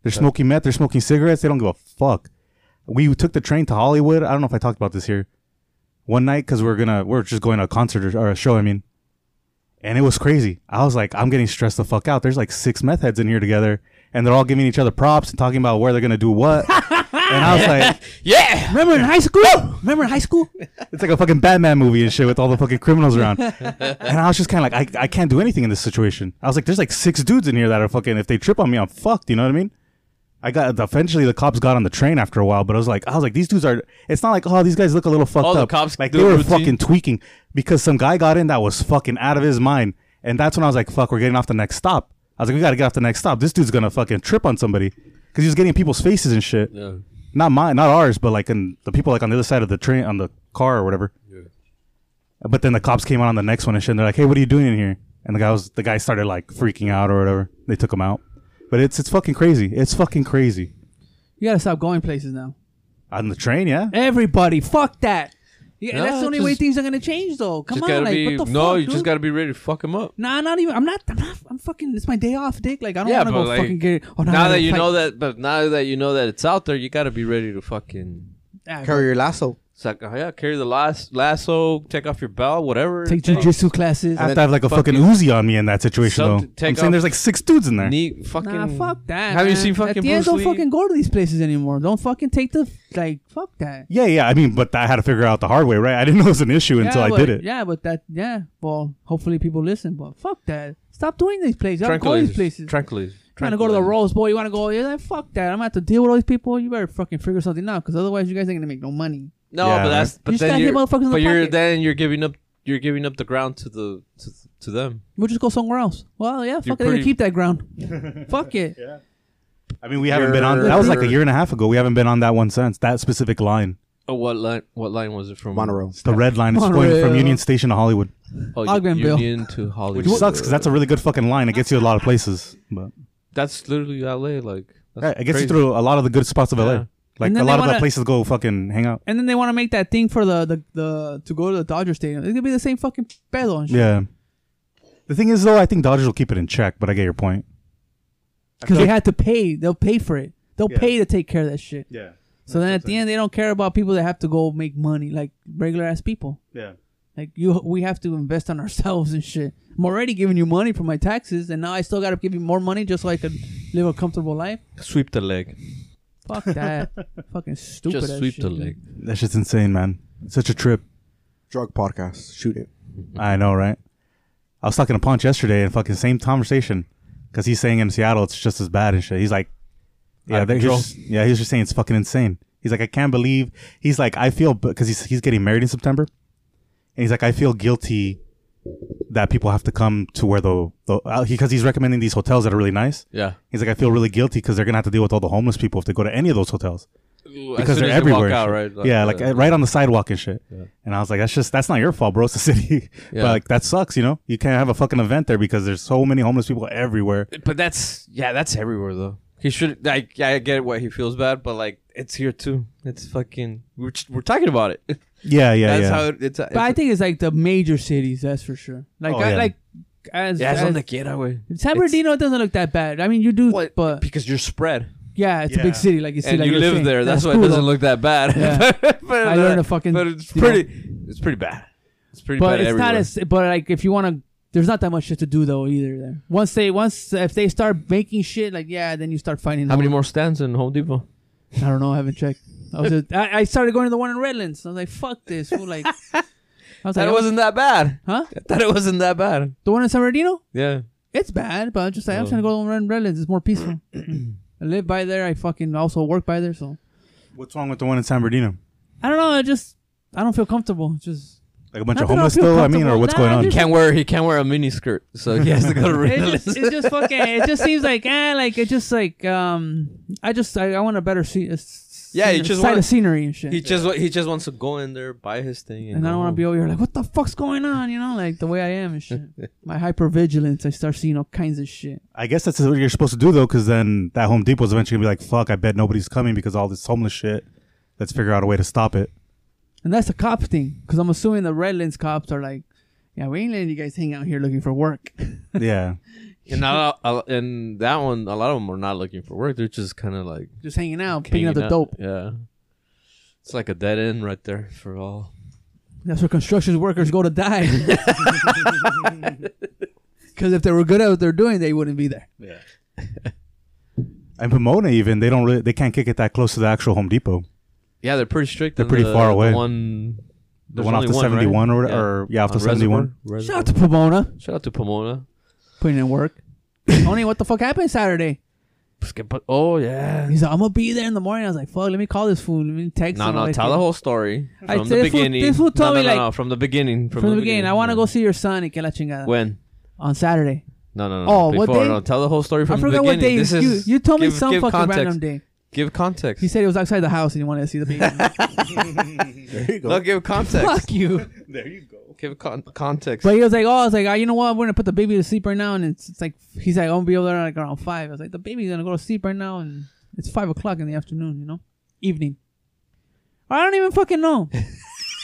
They're smoking meth. They're smoking cigarettes. They don't give a fuck. We took the train to Hollywood. I don't know if I talked about this here. One night because we're gonna we're just going to a concert or, or a show. I mean, and it was crazy. I was like, I'm getting stressed the fuck out. There's like six meth heads in here together, and they're all giving each other props and talking about where they're gonna do what. and I was like,
Yeah,
Remember in high school? Remember in high school?
it's like a fucking Batman movie and shit with all the fucking criminals around. and I was just kind of like, I, I can't do anything in this situation. I was like, there's like six dudes in here that are fucking. If they trip on me, I'm fucked. You know what I mean? I got eventually the cops got on the train after a while, but I was like, I was like, these dudes are. It's not like oh these guys look a little fucked
All the
up.
cops
like
do
they were
routine.
fucking tweaking because some guy got in that was fucking out of his mind, And that's when I was like, fuck, we're getting off the next stop. I was like, we got to get off the next stop. This dude's going to fucking trip on somebody because he was getting in people's faces and shit.
Yeah.
Not mine, not ours, but like in the people like on the other side of the train, on the car or whatever. But then the cops came out on the next one and shit. And they're like, "Hey, what are you doing in here?" And the guy was the guy started like freaking out or whatever. They took him out. But it's it's fucking crazy. It's fucking crazy.
You gotta stop going places now.
On the train, yeah.
Everybody, fuck that. Yeah,
Nah,
that's the only way
just-
things are gonna change, though. Come
Just
on,
gotta
like
be,
what the
no,
fuck,
you
dude?
just gotta be ready to fuck him up.
Nah, not even. I'm not. I'm not. I'm fucking. It's my day off, dick. Like I don't
Yeah,
want to
but
go
like
fucking get. Oh, no, I
now that
gotta
you
fight.
know that, but now that you know that it's out there, you gotta be ready to fucking
Ah,
Carry your lasso.
suck. oh, yeah, carry the las- lasso, take off your belt, whatever.
take jujitsu classes.
I have to have like a fucking,
fucking-
Uzi on me in that situation
Some-
though.
take
I'm saying
off-
there's like six dudes in there.
Knee, fucking.
Nah, fuck that.
Have you
man.
seen fucking
At the end,
Bruce
don't
Lee?
fucking go to these places anymore. Don't fucking take the like. Fuck that.
Yeah, yeah. I mean, but I had to figure out the hard way, right? I didn't know it was an issue until
yeah,
I
but,
did it.
Yeah, but that. Yeah. Well, hopefully people listen. But fuck that. Stop doing these places. I don't go to these places.
Tranquilizers. Tranquilizers.
Trying to go to the Rose Bowl. You want to go? Yeah, like, fuck that. I'm gonna have to deal with all these people. You better fucking figure something out, because otherwise you guys ain't gonna make no money.
No,
Yeah,
but that's
right.
but
You just
then
gotta
you're,
hit motherfuckers in
but
the
you're
pocket.
then you're giving up you're giving up the ground to the to, to them.
We'll just go somewhere else. Well, yeah, fuck it. They're
pretty-
gonna keep that ground. fuck it.
I mean, we haven't been on. That was like a year and a half ago. We haven't been on that one since. That specific line,
Oh, what line? What line was it from?
Monroe.
the red line, is going
Monorail.
from Union Station to Hollywood,
Oh, U-
Ogdenville.
Union to Hollywood.
which sucks because that's a really good fucking line. It gets you a lot of places, but
that's literally LA. Like
yeah,
that's
it gets
crazy.
you through a lot of the good spots of LA.
Yeah.
Like
And
a
then
lot
they
of the
wanna-
places go fucking hang out.
And then they want to make that thing for the, the, the to go to the Dodger Stadium. It's gonna be the same fucking pedo and shit.
Yeah. The thing is, though, I think Dodgers will keep it in check. But I get your point.
because they had to pay. They'll pay for it. They'll pay to take care of that shit.
Yeah.
So then at the end, they don't care about people that have to go make money, like regular ass people.
Yeah.
Like you, we have to invest on ourselves and shit. I'm already giving you money for my taxes, and now I still gotta give you more money just so I could live a comfortable life.
Sweep the leg.
Fuck that, fucking stupid.
Just
ass
sweep
shit,
the
dude.
leg.
That shit's insane, man. It's such a trip.
Drug podcast. Shoot it.
I know, right? I was talking to Punch yesterday and fucking same conversation because he's saying in Seattle it's just as bad and shit. He's like, yeah,
of
they're
control.
just, yeah, he's just saying it's fucking insane. He's like, I can't believe. He's like, I feel because he's he's getting married in September, and he's like, I feel guilty that people have to come to where the the because he's recommending these hotels that are really nice.
Yeah,
He's like, I feel really guilty because they're gonna have to deal with all the homeless people if they go to any of those hotels because
as soon
they're
as you
everywhere.
Walk out,
and shit.
right?
yeah, like uh, right on the sidewalk and shit. And I was like, that's just that's not your fault, bro. It's the city.
Yeah.
but like that sucks, you know. You can't have a fucking event there because there's so many homeless people everywhere.
But that's yeah, that's everywhere though. He should like yeah, I get why he feels bad, but like it's here too. It's fucking we're we're talking about it.
Yeah, yeah,
that's
yeah.
how it, it's.
But I think it's like the major cities, that's for sure. Like,
Oh,
I,
yeah.
like as,
yeah, it's
as-
on the getaway.
San Bernardino doesn't look that bad. I mean, you do,
What?
but
Because you're spread.
yeah, it's a
Yeah.
big city, like you see,
and
like
you
you're
live
saying.
there. That's, why it
cool,
doesn't
though.
look that bad.
Yeah.
but uh,
I learned a fucking-
But it's
you know.
pretty. It's pretty bad. It's pretty
But
bad
it's
everywhere.
not as. But like, if you want to, there's not that much shit to do though either. There. Once they once if they start making shit, like yeah, then you start finding.
How many
homeless-
more stands in Home Depot?
I don't know. I haven't checked. I was. Just, I, I started going to the one in Redlands. I was like, fuck this. fool, Like, I was like, "Oh,
That wasn't that bad.
huh?
I thought it wasn't that bad.
The one in San Bernardino?
Yeah.
It's bad, but I'm just like, I'm
Oh.
trying to go to the one in Redlands. It's more peaceful. I live by there. I fucking also work by there, so
What's wrong with the one in San Bernardino?
I don't know. I just I don't feel comfortable. It's Just
Like a bunch
Not
of
that I
homeless
feel
still? I mean, or
comfortable.
what's
Nah,
going on?
just-
Can't wear. He can't wear a mini skirt, so he has to go to
it
Ritalin.
just it's just fucking it just seems like eh, like it just like um I just I, I want a better see.
Yeah, you just
side
want-
of scenery and shit.
He just wa- he just wants to go in there, buy his thing, and,
and I
go
don't want
home.
to be over here like, what the fuck's going on? You know, like the way I am and shit. My hypervigilance, I start seeing all kinds of shit.
I guess that's what you're supposed to do though, because then that Home Depot's eventually gonna be like, fuck, I bet nobody's coming because all this homeless shit. Let's figure out a way to stop it.
And that's a cop thing, because I'm assuming the Redlands cops are like, yeah, we ain't letting you guys hang out here looking for work.
Yeah,
And, not a- a- and that one, a lot of them are not looking for work. They're just kind of like
just hanging out, picking up
hanging
the
out.
dope.
Yeah, it's like a dead end right there for all.
That's where construction workers go to die. Because if they were good at what they're doing, they wouldn't be there.
and Pomona even they don't really they can't kick it that close to the actual Home Depot.
Yeah, they're pretty strict.
They're
on
pretty
the-
far
the
away.
one,
The
there's
one off
only
the
right?
71 or,
Yeah.
or yeah, off the
On Reservoir.
71.
Reservoir.
Shout out to Pomona,
Shout out to Pomona.
putting in work. Tony, what the fuck happened Saturday?
Oh yeah.
He's like, I'm gonna be there in the morning. I was like, fuck, let me call this fool. Let me text
No,
him.
no,
Like,
tell the whole story
I- this
from the
fool-
beginning.
this fool told
no, no,
me,
no,
like-
no, from the beginning. From,
from the beginning. I want to
yeah.
go see your son. Y que la chingada.
When?
on Saturday.
No, no, no.
Oh, what
before,
day?
No, tell the whole story from
I
the
forgot
beginning.
what day.
This
you,
is,
you told me
give-
some
give
fucking
context.
random day.
Give context.
He said he was outside the house and he wanted to see the baby.
There you go.
no, give context.
Fuck you.
There you go.
Give con- context.
But he was like, oh, I was like, ah, you know what? We're gonna put the baby to sleep right now, and it's, it's like he's like, I'm gonna be over there like around five. I was like, the baby's gonna go to sleep right now, and it's five o'clock in the afternoon, you know, evening. I don't even fucking know.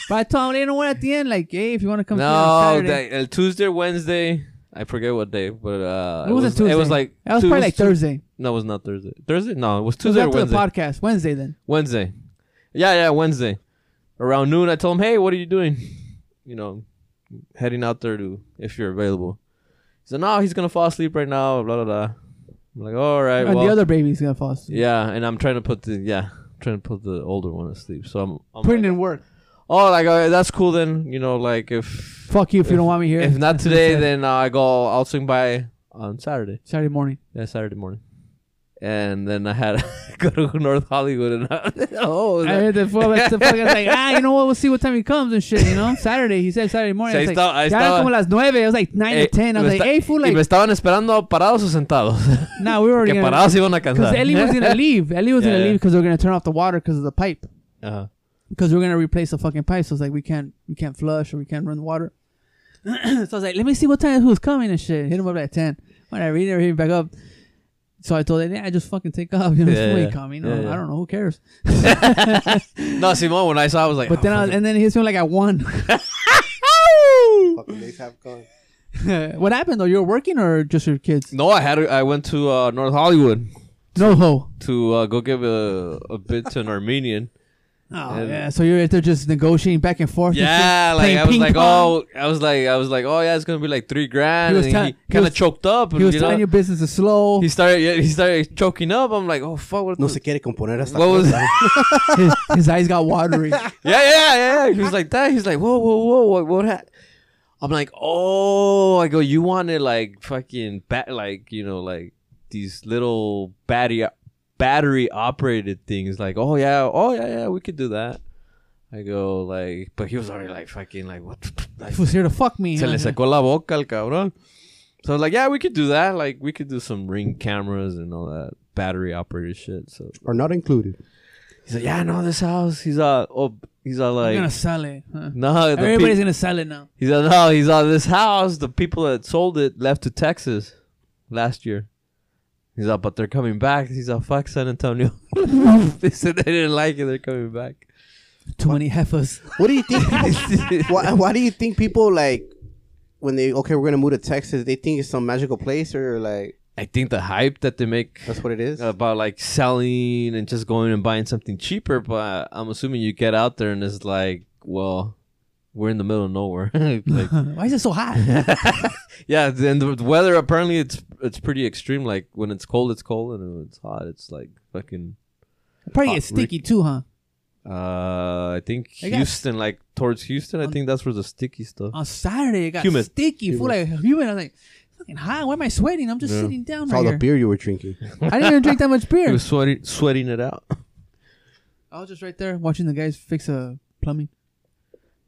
but I told him, you know what? At the end, like, hey, if you wanna come, see me on
no,
Saturday."
that, uh, Tuesday, Wednesday. I forget what day, but uh,
It wasn't Tuesday.
It was like
that was
Tu-
probably like
Tu-
Thursday.
No, it was not Thursday. Thursday? No, it was
It was
Tuesday or
after
Wednesday.
the podcast Wednesday then.
Wednesday. Yeah, yeah, Wednesday. Around noon, I told him, "Hey, what are you doing? You know, heading out there to if you're available." He said, "No, he's gonna fall asleep right now." Blah blah blah. I'm like, "All right,
and
well,
the other baby's gonna fall asleep.
yeah." And I'm trying to put the yeah, trying to put the older one to sleep. So I'm, I'm
Putting
like,
in work.
oh, like all right, that's cool. Then you know, like if
Fuck you if, you don't want me here.
if not
That's what he
today,
said.
then uh, I go. I'll swing by on Saturday.
Saturday morning.
Yeah, Saturday morning. And then I had go to North Hollywood and I, oh,
I heard the fuck, the fuck, I was like, ah, you know what? We'll see what time he comes and shit, you know? Saturday, he said Saturday morning.
Sí,
I was
estaba- ahí
like, ya eran
estaba.
como las nueve. It was like nine
Eh,
or ten. I
y
was
me
like,
esta-
hey, fool,
y me
like,
estaban esperando parados o sentados.
nah, we were already
que
gonna...
parados iban a cansar.
Because Ellie was gonna leave. Ellie was
Yeah,
gonna
yeah.
leave because they were gonna turn off the water because of the pipe.
Ajá.
Because we we're gonna replace the fucking pipe. So it's like, we can't, we can't flush or we can't run the water. so I was like, let me see what time who's coming and shit. Hit him up at ten. Whatever, he never hit me back up. So I told him, yeah, just fucking take off. You know,
Yeah,
yeah,
yeah.
coming.
Yeah, yeah.
I don't know. Who cares?
no, Simón, when I saw, I was like,
But
oh,
then, I was,
fuck it.
and then he hit me like at one.
Fucking days have gone.
what happened though? You were working or just your kids?
no, I had to- I went to uh, North Hollywood
No ho.
to uh, go give a, a bid to an Armenian.
Oh
And-
yeah. So you're they're just negotiating back and forth. and
Yeah,
shit,
like
playing
I was
ping
like,
pong.
oh, I was like, I was like, oh yeah, it's gonna be like three grand.
He was
and
tell-
he
he
kind of
was-
choked up.
He
And,
was
oh, you
telling
know,
your business is slow.
he started, yeah, he started choking up. I'm like, oh fuck, what?
No
the-
se quiere componer hasta
what was?
cosa.
his, his eyes got watery.
Yeah, yeah, yeah, yeah. He was like that. He's like, whoa, whoa, whoa, what, what? Ha-? I'm like, oh, I go, you wanted like fucking bat, like you know, like these little battery battery operated things. Like, oh yeah, oh yeah, yeah, we could do that. I go like, but he was already like fucking like what? Like,
he was here to fuck me.
se
huh?
le sacó la boca al cabrón. So I was like, yeah, we could do that. Like, we could do some ring cameras and all that battery operated shit. So
Are not included.
he's like, yeah, no, this house. He's all, oh, he's all
You're
like,
gonna sell it. huh?
no, the pe-
Everybody's gonna sell it now.
He's on no, he's on this house. The people that sold it left to Texas last year. He's like, but they're coming back. He's like, fuck San Antonio. they said they didn't like it. They're coming back.
Too many heifers.
What do you think? why, why do you think people like when they okay we're gonna move to Texas? They think it's some magical place or like
I think the hype that they make
that's what it is.
about like selling and just going and buying something cheaper, but I'm assuming you get out there and it's like, well, we're in the middle of nowhere. like,
Why is it so hot?
yeah, and the the weather apparently it's it's pretty extreme. Like when it's cold, it's cold, and when it's hot, it's like fucking.
Probably
Hot
it's sticky too, huh?
Uh, I think
I guess- Oh,
Houston, like towards Houston, I
On-
think that's where the sticky stuff.
On Saturday it got
Humid.
sticky, full like humid. I was like, fucking hot. Why am I sweating? I'm just
Yeah.
sitting down
It's all the
right here.
beer you were drinking.
I didn't even drink that much beer.
He was sweating, sweating it out.
I was just right there watching the guys fix a plumbing.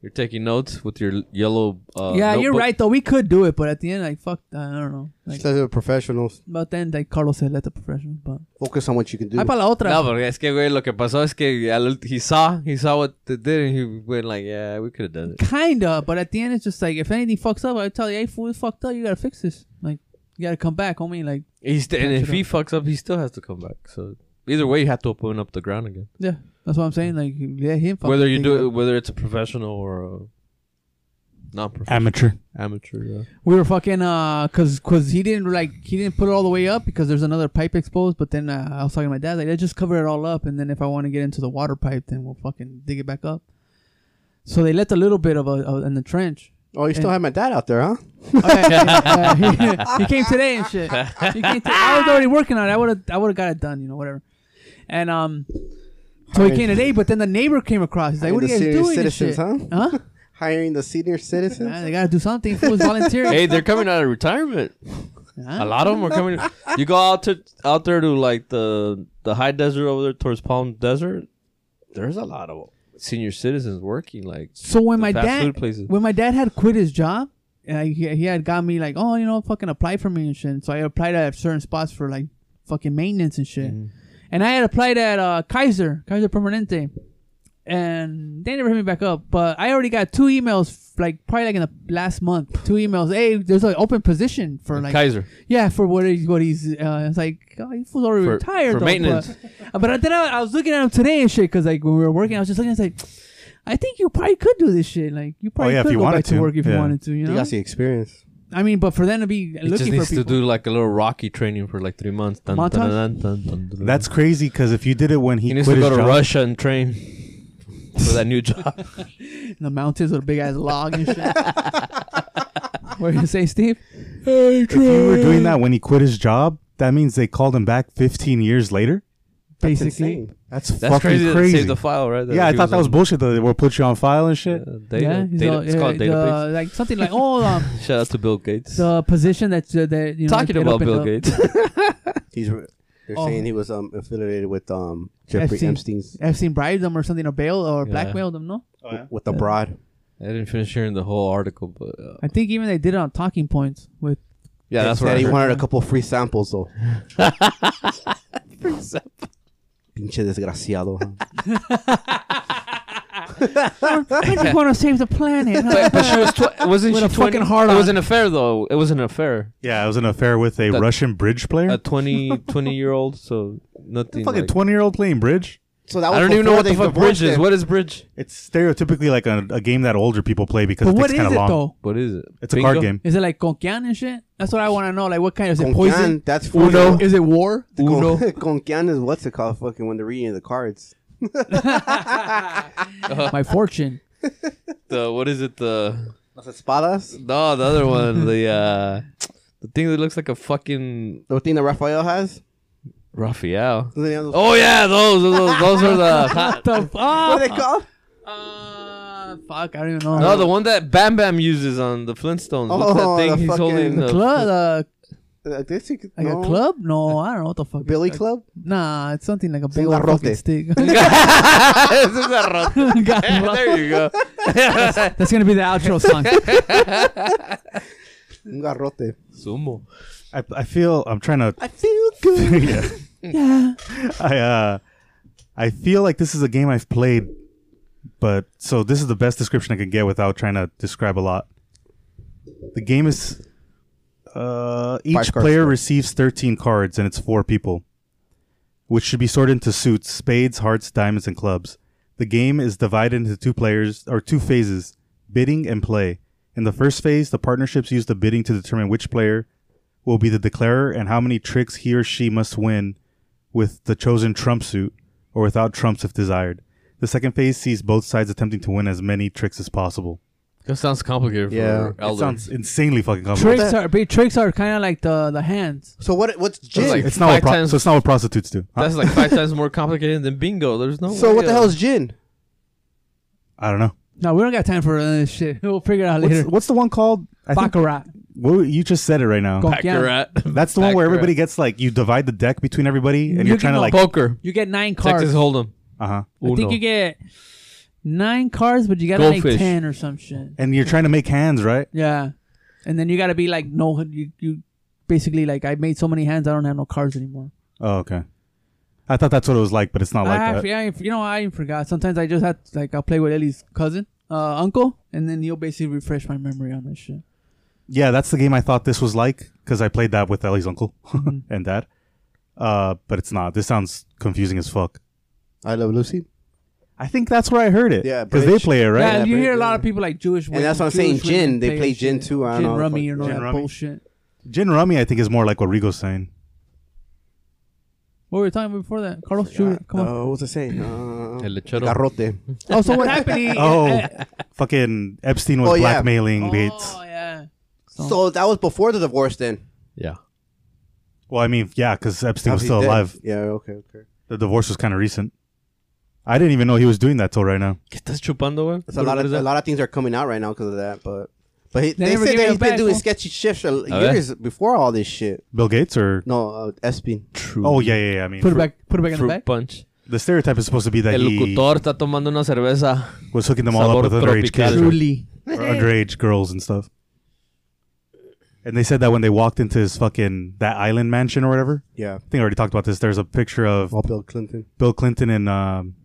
You're taking notes with your yellow. Uh,
yeah, you're
notebook.
right though. We could do it, but at the end, like fuck, I don't know. Like,
Instead of professionals,
about then, like Carlos said, let the professionals. But
focus on what you can do.
Ay, para la otra.
No, but es que güey, lo que pasó es que al ult- he saw he saw what they did and he went like, yeah, we could have done it.
Kinda, but at the end, it's just like if anything fucks up, I tell you, hey fool, it's fucked up. You gotta fix this. Like you gotta come back, homie. Like
He st- and
Catch
if
it
he fucks up, he still has to come back. So either way, you have to open up the ground again.
yeah, that's what I'm saying. Like let him. fucking
whether you
take
do
it
it,
up.
whether it's a professional or a non-professional
Amateur.
amateur. Yeah.
we were fucking uh, cause cause he didn't like he didn't put it all the way up because there's another pipe exposed. But then uh, I was talking to my dad like let's just cover it all up, and then if I want to get into the water pipe, then we'll fucking dig it back up. So they left a little bit of a, of in the trench.
oh, you still
and-
have my dad out there, huh?
Okay, yeah, he, he came today and shit. He came to- I was already working on it. I would have, I would have got it done, you know, whatever. And um, so he came today, but then the neighbor came across. He's like,
Hey,
"What are
the
you guys
senior
doing?"
citizens,
and shit? Huh?
Hiring the senior citizens.
Nah, they gotta do something. Fools volunteering.
hey, they're coming out of retirement.
Huh?
A lot of them are coming. You go out to out there to like the the high desert over there towards Palm Desert. There's a lot of senior citizens working. Like
So when
The
my
fast
dad,
food places.
when my dad had quit his job, and I, he, he had got me like, oh, you know, fucking apply for me and shit. So I applied at certain spots for like fucking maintenance and shit.
Mm-hmm.
And I had applied at uh, Kaiser, Kaiser Permanente, and they never hit me back up. But I already got two emails, like probably like in the last month, two emails. Hey, there's an open position for like
Kaiser.
yeah, for what he's what he's. Uh, it's like oh, he was already
For-
retired.
for
though,
maintenance.
But, but then I, I was looking at him today and shit because like when we were working, I was just looking. It's like I think you probably could do this shit. Like you probably
Oh, yeah, if
could
you
go
wanted
back to,
to.
work if you
Yeah.
wanted to. You
You
know,
got the experience.
I mean, but for them to be
He just
looking for
needs to
people,
do like a little Rocky training for like three months. Dun, dun,
Montage?
dun, dun, dun, dun, dun.
That's crazy because if you did it when he,
he needs
quit
to go
his
to
job,
Russia and train for that new job.
in the mountains with a big ass log and shit. what are you say, Steve?
if you were doing that when he quit his job, that means they called him back 15 years later.
Basically,
That's,
That's
fucking
crazy.
crazy.
that they saved the file, right?
yeah, I
he
thought that was
on-
bullshit that they will put you on file and shit.
uh, data,
yeah, he's
data,
all-
it's called
yeah,
data.
the- like something like oh, um,
Shout out to uh, Bill Gates.
the position that uh, that you know
Talking
it
about
opened
Bill
up.
Gates.
He's re- they're
Oh.
saying he was um affiliated with um Jeffrey
Epstein.
Epstein's
I've seen bribed them or something, or bail or
Yeah.
blackmailed them. No,
with the broad.
I didn't finish hearing the whole article, but uh,
I think even they did it on Talking Points with
yeah, that's
said
what I
he
heard.
wanted a couple free samples though. Pinche desgraciado. huh?
I just want to save the planet.
But, but she was tw- wasn't
With
she
a fucking
20
hard
It
on.
was an affair though. It was an affair.
Yeah, I was in an affair with a
That-
Russian bridge player.
A 20, 20 year old, so nothing.
fucking
like-
20 year old playing bridge.
So that
I don't even know
before
what the
they
fuck
divorced
bridge is.
him.
What is bridge?
It's stereotypically like a, a game that older people play because
but
it
what is
takes kind
it
of long.
though?
What is it?
It's a card
Bingo?
game.
Is it like concan and shit? That's what I want to know. Like what kind? Is it
Con
poison?
Can, that's for
Uno? Is it war?
Uno.
Con, Con Can is what's it called? Fucking when they're reading the cards.
My fortune.
The what is it? The
Las espadas.
no, the other one. The uh, the thing that looks like a fucking
The thing that Raphael has.
Raphael.
What are
Oh yeah, those those, those are the.
What the
they
fuck?
called?
Uh, fuck, I don't even know.
No, the one that Bam Bam uses on the Flintstones. What's
Oh,
that thing
the
he's holding?
fucking-
The
club. Uh,
Uh, this you could-
like
no.
a club? No, I don't know what the fuck. it's
Billy
like.
Club.
Nah, it's something like a big
un
old fucking
garrote.
stick.
This is a rot- there you go.
That's gonna be the outro song.
Un garrote.
Sumo.
I, I feel I'm trying to.
I feel good.
yeah.
yeah.
I uh, I feel like this is a game I've played, but so this is the best description I can get without trying to describe a lot. The game is uh, each
Five cards,
player
though.
receives 13 cards and it's four people, which should be sorted into suits, spades, hearts, diamonds, and clubs. The game is divided into two players or two phases: bidding and play. In the first phase, the partnerships use the bidding to determine which player will be the declarer and how many tricks he or she must win with the chosen trump suit or without trumps if desired. The second phase sees both sides attempting to win as many tricks as possible.
That sounds complicated. For
Yeah.
elder.
It sounds insanely fucking complicated.
Tricks are big. Tricks are kind of like the the hands.
So what? What's gin?
That's like
It's not what
five
pro-
times-
so it's not what prostitutes do. Huh?
That's like five times more complicated than bingo. There's no.
so
way
what the
of-
hell is gin?
I don't know.
No, we don't got time for uh, shit. We'll figure it out
What's,
later.
what's the one called? I think-
Baccarat.
well, you just said it right now.
Go-
Baccarat?
That's the one where
Baccarat.
everybody gets like you divide the deck between everybody and
You
you are
can
trying to
go
like
poker.
You get nine cards.
Texas Hold'em.
uh huh
I think you get nine cards, but you gotta make
Goldfish.
ten or some shit.
and you're trying to make hands right.
Yeah, and then you gotta be like, no, you you basically like I made so many hands, I don't have no cards anymore.
Oh okay. I thought that's what it was like, but it's not like
I,
that.
yeah, if- you know, I even forgot. Sometimes I just had like I'll play with Ellie's cousin, uh, uncle, and then he'll basically refresh my memory on this shit.
Yeah, that's the game I thought this was like because I played that with Ellie's uncle
Mm-hmm.
and dad. Uh, but it's not. This sounds confusing as fuck. Ah,
I love Lucy.
I think that's where I heard it.
Yeah,
because they
bridge.
play it right.
Yeah,
Yeah,
you
but-
hear a lot of people like Jewish. women-
that's what I'm saying,
Jewish
gin.
women
They play
that
gin
shit.
too. I don't
Gin
know,
rummy,
fuck
you know
gin
that
rummy.
bullshit.
Gin Rummy, I think, is more like what Rigo's saying.
What were we talking about before that, Carlos? shoot, come on.
Uh, what was I saying? Uh,
El lechero.
garrote.
Oh, so what happened? He,
Oh, fucking Epstein was
Oh, yeah.
blackmailing
oh,
Gates.
yeah. So,
So that was before the divorce, then.
Yeah.
Well, I mean, yeah, because Epstein was
Obviously
still
dead.
alive.
Yeah. Okay. Okay.
The divorce was kind of recent. I didn't even know he was doing that till right now.
¿Qué estás chupando, güey?
It's a lot of a lot of things are coming out right now because of that, but. But he, they
never
said
gave
that
him
he's been
back,
doing
huh?
sketchy shifts a-
yeah?
years before all this shit.
Bill Gates or
No, uh, Espin.
True.
oh yeah, yeah, yeah. I mean,
put it back. Put it back in the
Fruit
back.
punch.
the stereotype is supposed to be that
El
he
locutor está tomando una cerveza.
was hooking them all up
Sabor
with
tropical.
underage kids,
True.
or
Truly.
underage girls and stuff. And they said that when they walked into his fucking that island mansion or whatever.
Yeah.
I think I already talked about this. There's a picture of
Well, Bill Clinton,
Bill Clinton in um,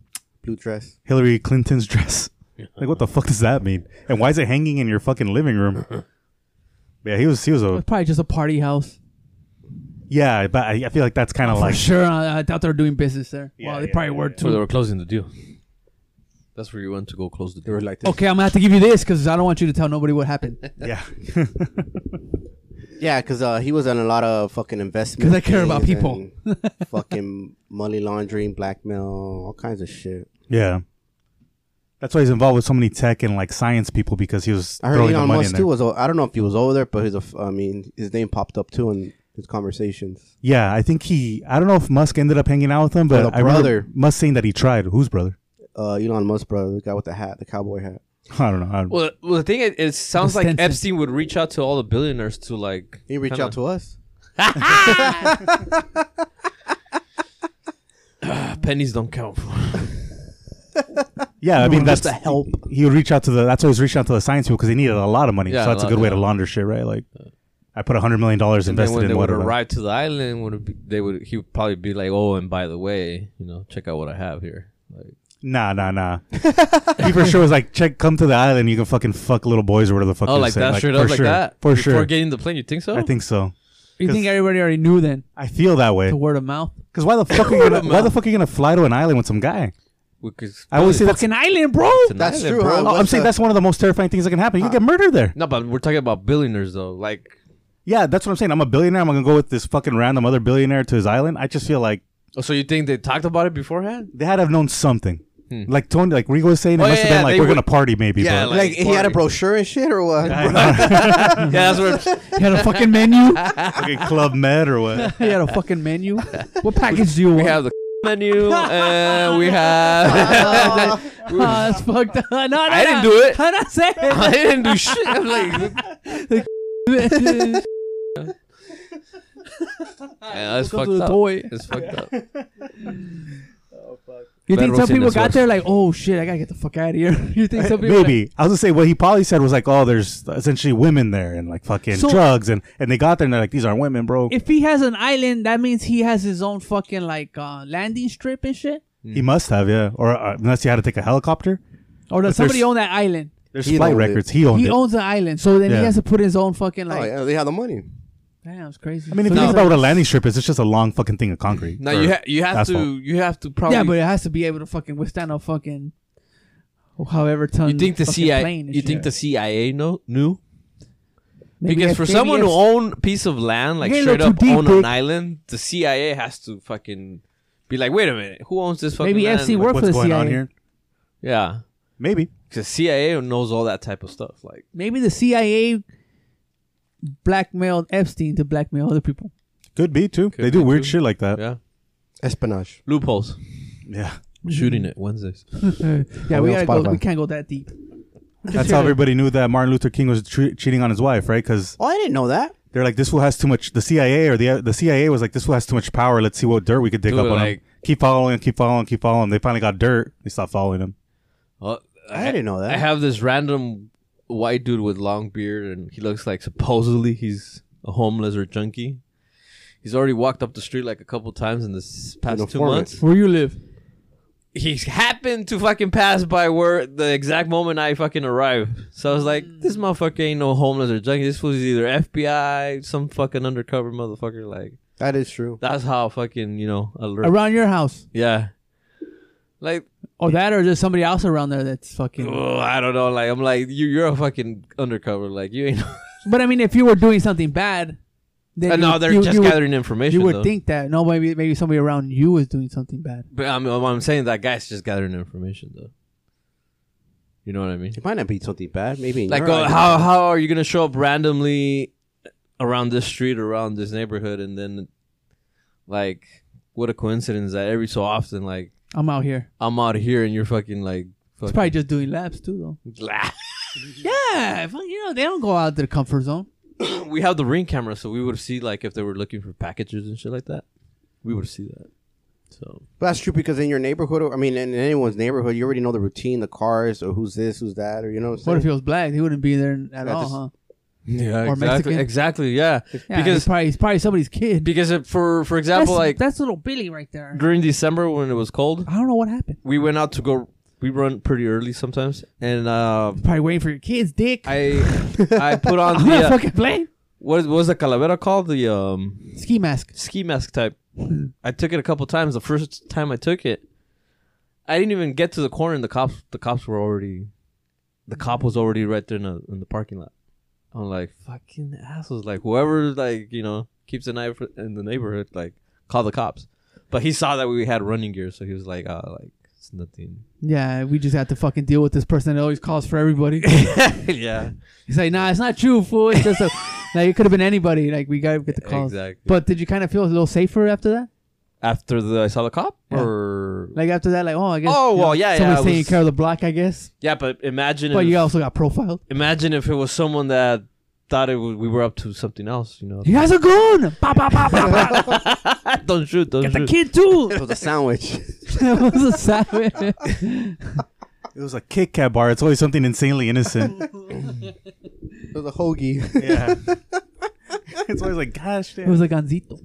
blue dress.
Hillary Clinton's dress. Like, what the fuck does that mean? And why is it hanging in your fucking living room? Yeah, he was he was a
It's probably just a party house.
yeah, but I, I feel like that's
Oh,
kind of
For
like
sure, I, I doubt they're doing business there.
Yeah,
well, they
yeah,
probably
yeah,
were
yeah.
So they
too.
were closing the deal. That's where you went to go close the
They
deal.
were like this.
Okay, I'm gonna have to give you this because I don't want you to tell nobody what happened.
yeah.
Yeah, because uh, he was on a lot of fucking investment.
'Cause I care about
things
people.
and fucking money laundering, blackmail, all kinds of shit.
Yeah. That's why he's involved with so many tech and like science people because he was
I heard
throwing the
Elon
money in
Musk
there.
too was. o- I don't know if he was over there, but his. I mean, his name popped up too in his conversations.
yeah, I think he. I don't know if Musk ended up hanging out with him, but
the
I remember
brother.
Musk saying that he tried. Whose brother?
Uh, Elon Musk, brother, the guy with the hat, the cowboy hat.
I don't know. I don't-
Well, well, the thing it, it sounds like
Stenson.
Epstein would reach out to all the billionaires to like.
He reached out to us.
pennies don't count.
yeah, I mean that's
just to help.
He would reach out to the. That's why he's reaching out to the science people because he needed a lot of money.
Yeah,
so that's
a
a good
lot,
way
yeah.
to launder shit, right? Like, I put a hundred million dollars
and then
invested
when they
in
would
whatever.
arrive to the island, would it be, they would he would probably be like, oh, and by the way, you know, check out what I have here. Like,
Nah, nah, nah. he for sure was like, check, come to the island. You can fucking fuck little boys or whatever the fuck.
oh,
he
like
said.
that, straight up,
for
like
sure,
that,
for
Before
sure.
getting the plane, you think so?
I think so.
You
'Cause-
think everybody already knew then?
I feel that way.
The word of mouth.
Because why the fuck are you gonna, why the fuck are you gonna fly to an island with some guy?
we could.
I always say that's
Fucking island, bro.
an
That's
island,
true,
bro.
huh?
Uh.
Oh, I'm
What's
saying
the-
that's one of the most terrifying things that can happen. You can get murdered there.
No, but we're talking about billionaires though. Like,
Yeah, that's what I'm saying. I'm a billionaire. I'm gonna go with this fucking random other billionaire to his island. I just feel like
oh, so you think they talked about it beforehand?
they had to have known something. Like Tony, like Rigo was saying, it
Hmm. Oh, yeah,
must have
yeah,
been like
they
we're
would-
gonna party maybe.
Yeah,
but
Like,
Like, he had a
party.
brochure and shit, or what?
yeah, that's what.
He had a fucking menu.
fucking club med or what?
He had a fucking menu. What package do you
We
want?
have the menu, and we have.
Oh, that's fucked up. No, no,
I didn't do it.
I'm not saying.
I didn't do shit. I'm like,
it.
yeah, that's
Welcome
fucked
to the
up.
toy.
It's fucked up.
You
Better
think some
seen
people
this
got
worse.
there like, oh shit, I gotta get the fuck out of here. you think some people
Maybe I was gonna say what he probably said was like, oh, there's essentially women there and like fucking
So-
drugs and and they got there and they're like, these aren't women, bro.
if he has an island, that means he has his own fucking like uh, landing strip and shit.
he must have, yeah, or uh, unless he had to take a helicopter.
Or does
If there's-
somebody own that island?
There's
He
flight
owned it.
records. He owned
He
it.
owns the island, so then
Yeah.
he has to put his own fucking like.
oh yeah, they had the money.
Damn, it's crazy.
I mean, if
So
you think
he's
about
like-
what a landing strip is, it's just a long fucking thing of concrete.
Now
Or
you ha- you have to
asphalt.
you have to probably.
yeah, but it has to be able to fucking withstand a fucking however ton.
you think the
fucking
CIA
plane and
you
shit.
think the CIA know knew
Maybe
because
if-
for
maybe
someone
if-
to own a piece of land like
You ain't
straight
look
up
too deep,
own
dude.
an island, the CIA has to fucking be like, wait a minute, who owns this fucking
Maybe
land?
FC
Like,
work for
what's
the
going
CIA.
on here?
Yeah,
Maybe.
because CIA knows all that type of stuff. Like
Maybe the CIA blackmailed Epstein to blackmail other people.
Could be too.
Could
they do
be,
weird
too.
shit like that.
yeah,
Espionage.
loopholes.
Yeah.
Shooting it Wednesdays.
yeah,
Oh,
we
we on
gotta go.
Spotify.
We can't go that deep.
That's how everybody knew that Martin Luther King was tre- cheating on his wife, right? Because
Oh, I didn't know that.
they're like, this fool has too much. The CIA or the the CIA was like, this fool has too much power. Let's see what dirt we could dig
Dude,
up on
like-
him. Keep following, keep following, keep following. They finally got dirt. They stopped following him.
Oh,
I didn't know that.
I have this random white dude with long beard, and he looks like supposedly he's a homeless or junkie. He's already walked up the street like a couple times in this past two
informant.
months.
Where you live?
he's happened to fucking pass by where the exact moment I fucking arrived. So I was like, this motherfucker ain't no homeless or junkie. This was either FBI, some fucking undercover motherfucker. Like
That is true.
that's how fucking you know alert.
Around your house,
yeah. Like
or that, or just somebody else around there that's fucking.
oh, I don't know. Like I'm like you. You're a fucking undercover. Like you ain't.
But I mean, if you were doing something bad, then
no,
you-
they're
you-
just
you would-
gathering information.
You would
though.
think that no, maybe maybe somebody around you was doing something bad.
But I'm, I'm saying that guy's just gathering information though. You know what I mean?
It might not be something bad. Maybe in
like
your
uh,
eyes.
how how are you gonna show up randomly around this street around this neighborhood and then like what a coincidence that every so often like
I'm out here.
i'm out of here and you're fucking like
It's
fucking
probably just doing laps too, though. Yeah, fuck, you know they don't go out of their comfort zone.
we have the ring camera so we would see like if they were looking for packages and shit like that we would see that so
But that's true because in your neighborhood, or- I mean, in anyone's neighborhood, you already know the routine, the cars, or who's this, who's that, or you know. What I'm
What if
saying?
he was black? He wouldn't be there at
Yeah,
all,
just-
huh?
Yeah,
Or
exactly.
Mexican.
Exactly. Yeah,
Yeah, he's
because
probably he's probably somebody's kid.
because it, for for
that's,
example, like
that's little Billy right there.
during December when it was cold,
I don't know what happened.
we went out to go. We run pretty early sometimes, and uh,
Probably waiting for your kids, dick. I,
I I put
am
on the
not
uh,
fucking playing.
what was the calavera called the um
Ski mask.
ski mask type.
Hmm.
I took it a couple times. The first time I took it, I didn't even get to the corner, and the cops the cops were already the cop was already right there in the, in the parking lot. I'm like fucking assholes. Like whoever like you know keeps an eye for, in the neighborhood, like call the cops. But he saw that we had running gear, so he was like, uh, like it's nothing.
Yeah, we just have to fucking deal with this person that always calls for everybody.
yeah,
He's like, nah, it's not true, fool. It's just a, like it could have been anybody. Like we got to get the calls.
exactly.
But did you kind of feel a little safer after that?
after the I saw the cop
Yeah.
or
Like after that, like oh, I guess.
Oh, well, yeah, yeah,
Someone's
I
taking
was-
care of the block, I guess.
yeah, but imagine
But
if,
you also got profiled.
imagine if it was someone that thought it w- we were up to something else, you know.
He has a gun. Pop, pop, pop, pop, pop.
don't shoot, don't
Get the
shoot.
kid too.
It was a sandwich.
that was a savage.
It was a Kit Kat bar. It's always something insanely innocent.
it was a hoagie.
yeah. It's always like, gosh,
It
damn.
was a ganzito.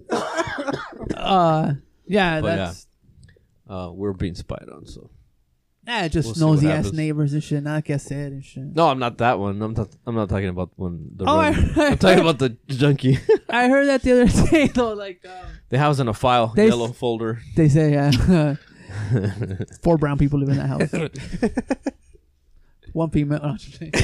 uh, yeah,
But
that's
Uh, we're being spied on, so
yeah. eh, just
We'll see what
nosy ass
happens.
neighbors and shit. Not like I said and shit.
no, I'm not that one. I'm not. I'm not talking about one. The
Oh, I
run-
heard,
I'm talking about the junkie.
I heard that the other day though. Like um,
they have us in a file,
They s-
yellow folder.
they say, uh, four brown people live in that house.
Oh,
One female. oh, I'm just kidding.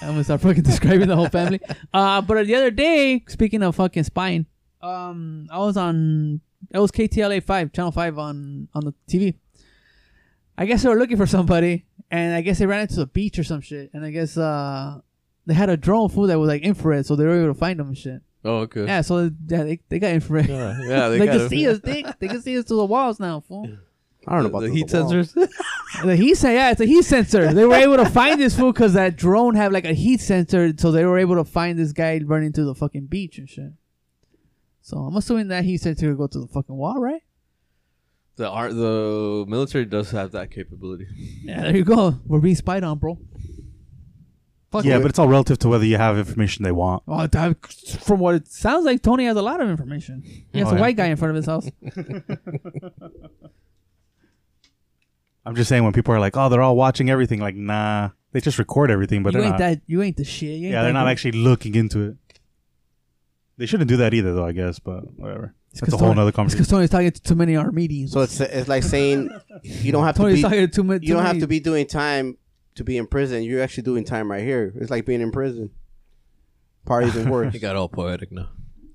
I'm gonna start fucking describing the whole family. Uh, but the other day, speaking of fucking spying, um, I was on it was KTLA five, channel five on on the TV. I guess they were looking for somebody, and I guess they ran into the beach or some shit, and I guess uh, they had a drone fool that was like infrared, so they were able to find them and shit.
Oh, okay.
Yeah, so yeah, they, they got infrared.
Yeah, yeah,
they,
they, got
can
it.
see us. They, they can see us through the walls now, fool.
I don't know
The,
about
the
the
heat
wall.
sensors.
The heat sensor. Yeah, it's a heat sensor. They were able to find this fool because that drone had like a heat sensor, so they were able to find this guy running to the fucking beach and shit. So I'm assuming that heat sensor would go to the fucking wall, right?
the art, the military does have that capability.
Yeah, there you go. We're being spied on, bro. Fuck
Yeah,
it.
but it's all relative to whether you have information they want.
Oh, that- from what it sounds like, Tony has a lot of information. He has
Oh,
a
yeah.
white guy in front of his house.
I'm just saying when people are like, oh, they're all watching everything. Like, nah, they just record everything, but
you
they're
ain't
not.
that. You ain't the shit. You ain't
yeah, they're
that
not
good.
actually looking into it. They shouldn't do that either, though. I guess, but whatever. That's a
'cause
whole
Tony-
nother
It's
conversation.
because Tony's talking to too many our meetings.
So it's it's like saying you don't have to
Tony's
be
talking to too many.
you don't have to be doing time to be in prison. You're actually doing time right here. It's like being in prison. Parties and work.
It got all poetic now.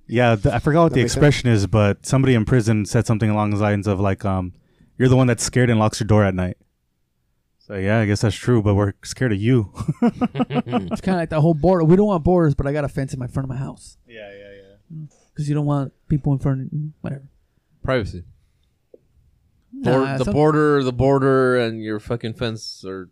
Yeah, th- I forgot what the
makes
expression is, but somebody in prison said something along the lines of like, um, "You're the one that's scared and locks your door at night." So yeah, I guess that's true, but we're scared of you.
It's kind of like the whole border. We don't want borders, but I got a fence in my front of my house
yeah, yeah, yeah.
because you don't want people in front. of Whatever.
Privacy.
Nah,
Bor- the
some-
border, the border, and your fucking fence are.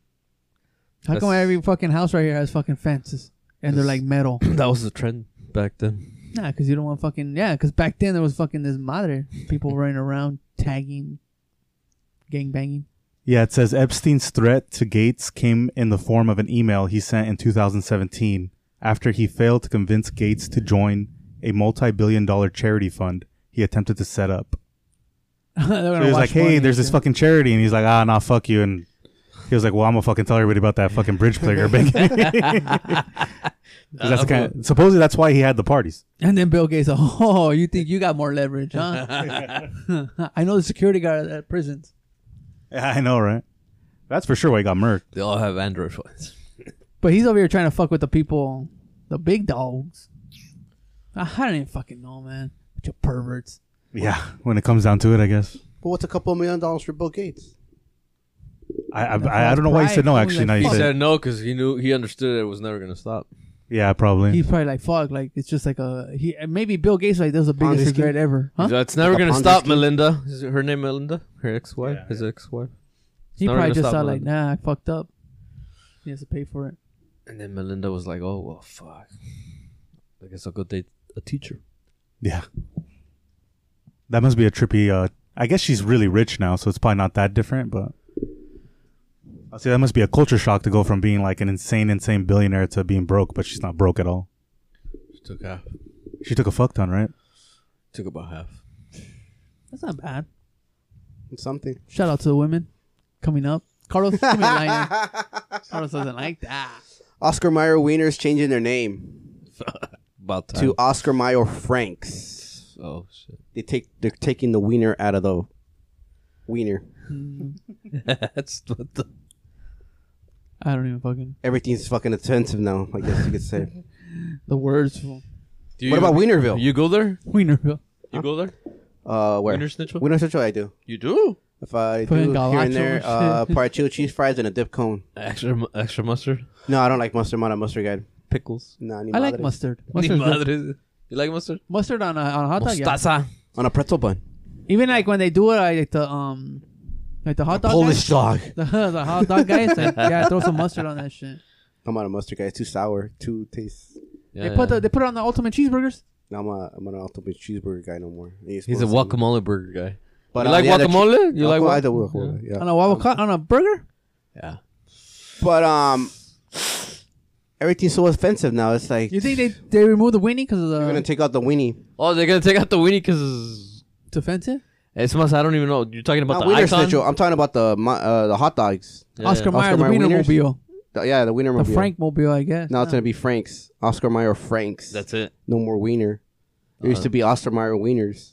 How come
that's-
every fucking house right here has fucking fences and they're
That's-
like metal?
that was the trend back then.
nah, because you don't want fucking yeah. Because back then there was fucking this madre. People running around tagging, gang banging.
Yeah, it says Epstein's threat to Gates came in the form of an email he sent in 2017 after he failed to convince Gates to join a multi-billion dollar charity fund he attempted to set up.
They're gonna
So he
watch
was like, "Hey,
money
there's
and
this
shit.
fucking charity," and he's like, "Ah, nah, fuck you." And he was like, "Well, I'm gonna fucking tell everybody about that fucking bridge player." Because that's the kind. Of, supposedly that's why he had the parties.
And then Bill Gates, oh, you think you got more leverage, huh? I know the security guard at prisons.
I know, right? That's for sure why he got murked.
They all have Android phones.
But he's over here trying to fuck with the people, the big dogs. I I don't even fucking know, man. Bunch of perverts.
Yeah, when it comes down to it, I guess.
but what's a couple of million dollars for Bill Gates?
I I, I, I don't know why he said no. Actually, now you
He
said
said no because he knew he understood it was never gonna stop.
yeah, probably.
He's probably like, fuck, like it's just like a he. and Maybe Bill Gates like that was the
Ponzi
biggest
scheme?
regret ever, huh?
He's like, It's never
Like a
gonna
Ponzi
stop,
scheme?
Melinda. Is it her name Melinda? Her ex-wife,
Yeah,
his ex-wife.
He
not
probably
gonna
just
stop
thought
him.
like, nah, I fucked up. He has to pay for it.
And then Melinda was like, "Oh well, fuck. I guess I'll go date a teacher."
Yeah, that must be a trippy. Uh, I guess she's really rich now, so it's probably not that different. But I say that must be a culture shock to go from being like an insane, insane billionaire to being broke, but she's not broke at all.
Took half.
She took a fuck ton, right?
Took about half.
That's not bad.
Something.
Shout out to the women coming up. Carlos, give me a line. Carlos doesn't like that.
Oscar Mayer Wieners changing their name
About time.
to Oscar Mayer Franks.
Oh shit.
They take they're taking the wiener out of the wiener.
That's what the
I don't even fucking
Everything's fucking offensive now. I guess you could say.
the words. From
Do
What about Wienerville?
You go there?
Wienerville.
You go there?
Uh, where
Wiener Schnitzel?
Wiener Schnitzel, I do.
You do?
If I
Put in
do here
galacho
and there,
and
uh,
shit.
parchil cheese fries and a dip cone.
Extra mu- extra mustard?
No, I don't like mustard. I'm not a mustard guy.
Pickles.
Nah, ni
I like
madre.
mustard.
Ni
Mustard's good.
madres. You like mustard?
Mustard on a on a hot dog. Yeah.
Mostaza.
on a pretzel bun.
Even like when they do it, I like the um, like the hot dog.
Polish
guys,
dog.
the, the hot dog guys. Like, yeah, throw some mustard on that shit.
I'm not a mustard guy. It's too sour. Too taste.
Yeah,
they put
yeah.
the, they put it on the ultimate cheeseburgers.
No, I'm a, I'm not an ultimate cheeseburger guy no more.
He's a guacamole burger guy.
But
you
uh,
like
yeah, the
guacamole?
che-
you
guacamole?
like guacamole?
I do guacamole, yeah.
On a avocado, on a burger.
Yeah.
But um, everything's so offensive now. It's like
You think they they remove the weenie because of
you're
uh,
gonna
the
take out the weenie.
Oh, they're gonna take out the weenie because
it's offensive?
it's must. I don't even know. You're talking about
Not
the
wiener
icon.
schnitzel. I'm talking about the mu- uh, the hot dogs.
Yeah.
Oscar Mayer,
Oscar
the
Mayer
Wiener
wieners?
Mobile,
The- yeah, the wiener.
the Frank Mobile, I guess.
Now it's gonna be Franks. Oscar Mayer Franks.
That's Uh. it.
no more wiener. There used to be Oscar Mayer wieners.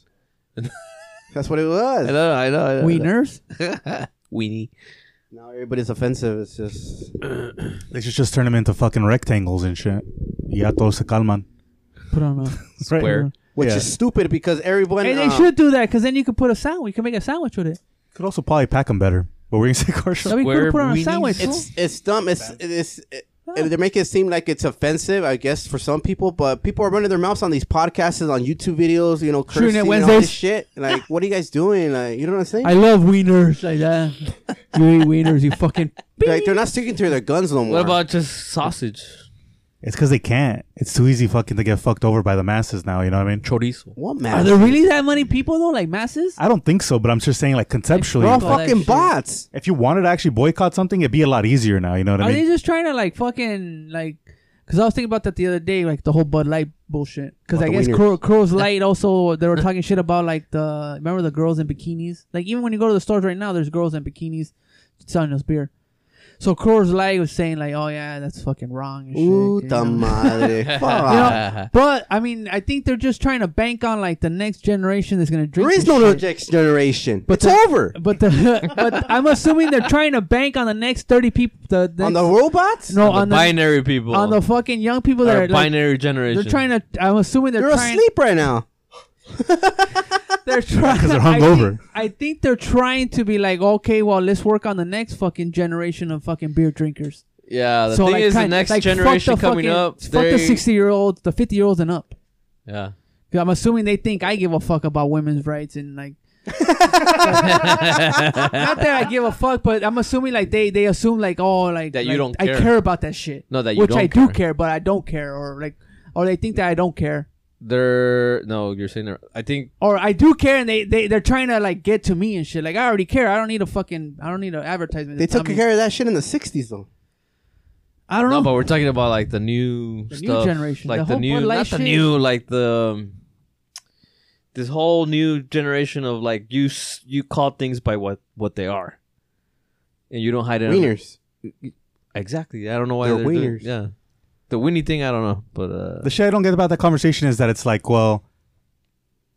That's what it was.
I know. I know. I know.
wieners.
Weenie.
Now everybody's offensive. It's just
They should just turn them into fucking rectangles and shit. Ya todos se calman.
Put on a.
Square.
which
Yeah.
is stupid because everyone.
hey, they
uh,
should do that because then you could put a sandwich. You can make a sandwich with it.
Could also probably pack them better. But we're gonna say
That'd
Carson.
be cool to
Square
put on a
weenies?
sandwich.
It's it's dumb. It's it's. It, they make it seem like it's offensive, I guess, for some people. But people are running their mouths on these podcasts, on YouTube videos, you know,
Shooting
cursing
at
and all
Wednesdays.
this shit. Like, what are you guys doing? Like, you know what I'm saying?
I love wieners like that. you eat wieners, you fucking.
like, they're not sticking to their guns no more.
What about just sausage?
It's because they can't. It's too easy fucking to get fucked over by the masses now. You know what I mean?
Chorizo.
what
Are
man?
there really that many people though? Like masses?
I don't think so, but I'm just saying like conceptually.
We're all
all
All that
fucking
shit.
bots?
if you wanted to actually boycott something, it'd be a lot easier now. You know what I
Are they
mean?
just trying to like fucking like? Because I was thinking about that the other day, like the whole Bud Light bullshit. Because
About
I
the
guess
wieners.
Crow, Crow's Light also they were talking shit about like the remember the girls in bikinis. Like even when you go to the stores right now, there's girls in bikinis selling us beer. So Crow's Light was saying like, oh yeah, that's fucking wrong. And shit,
Ooh,
you
the
know?
madre.
You
Fuck.
Ah.
know, but I mean, I think they're just trying to bank on like the next generation that's gonna drink.
There is
this
no
shit.
next generation.
But
it's
the-
over.
But the but I'm assuming they're trying to bank on the next thirty people. The next,
On the robots?
no
on
on
the
the,
binary people.
on the fucking young people that
Our
are like,
binary generation.
they're trying to. I'm assuming they're
They're
trying.
asleep right now.
They're trying
they're
I think-
hungover.
I think they're trying to be like, okay, well, let's work on the next fucking generation of fucking beer drinkers.
Yeah, the
so
thing
like,
is, the
kind-
next
like, fuck
generation
the
coming
fucking-
up.
fuck the
they-
sixty year olds, the fifty year olds and up.
Yeah.
'Cause I'm assuming they think I give a fuck about women's rights and like. Not that I give a fuck, but I'm assuming like they they assume like oh like
That you
like,
don't
I
care.
care about that shit.
No, that you
which
don't
I
care.
do care, but I don't care, or like or they think that I don't care,
They're no, you're saying they're. I think
or I do care, and they they they're trying to like get to me and shit. Like I already care. I don't need a fucking I don't need an advertisement.
They
to tell
took
me.
care of that shit in the 60s, though.
I don't
no,
know.
but we're talking about like the new
The new
stuff,
generation,
like
the
the,
whole
new,
Bud Light
not the
shit.
new, like the um, this whole new generation of like you s- you call things by what what they are, and you don't hide it. under-
Wieners.
Exactly. I don't know why
They're
they're, doing-
wieners.
yeah, the weenie thing. I don't know, but uh,
The shit I don't get about that conversation is that it's like, well,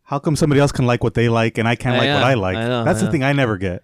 how come somebody else can like what they like and I can't
I
like what
know,
I like?
I know,
That's
I
the
know.
thing I never get.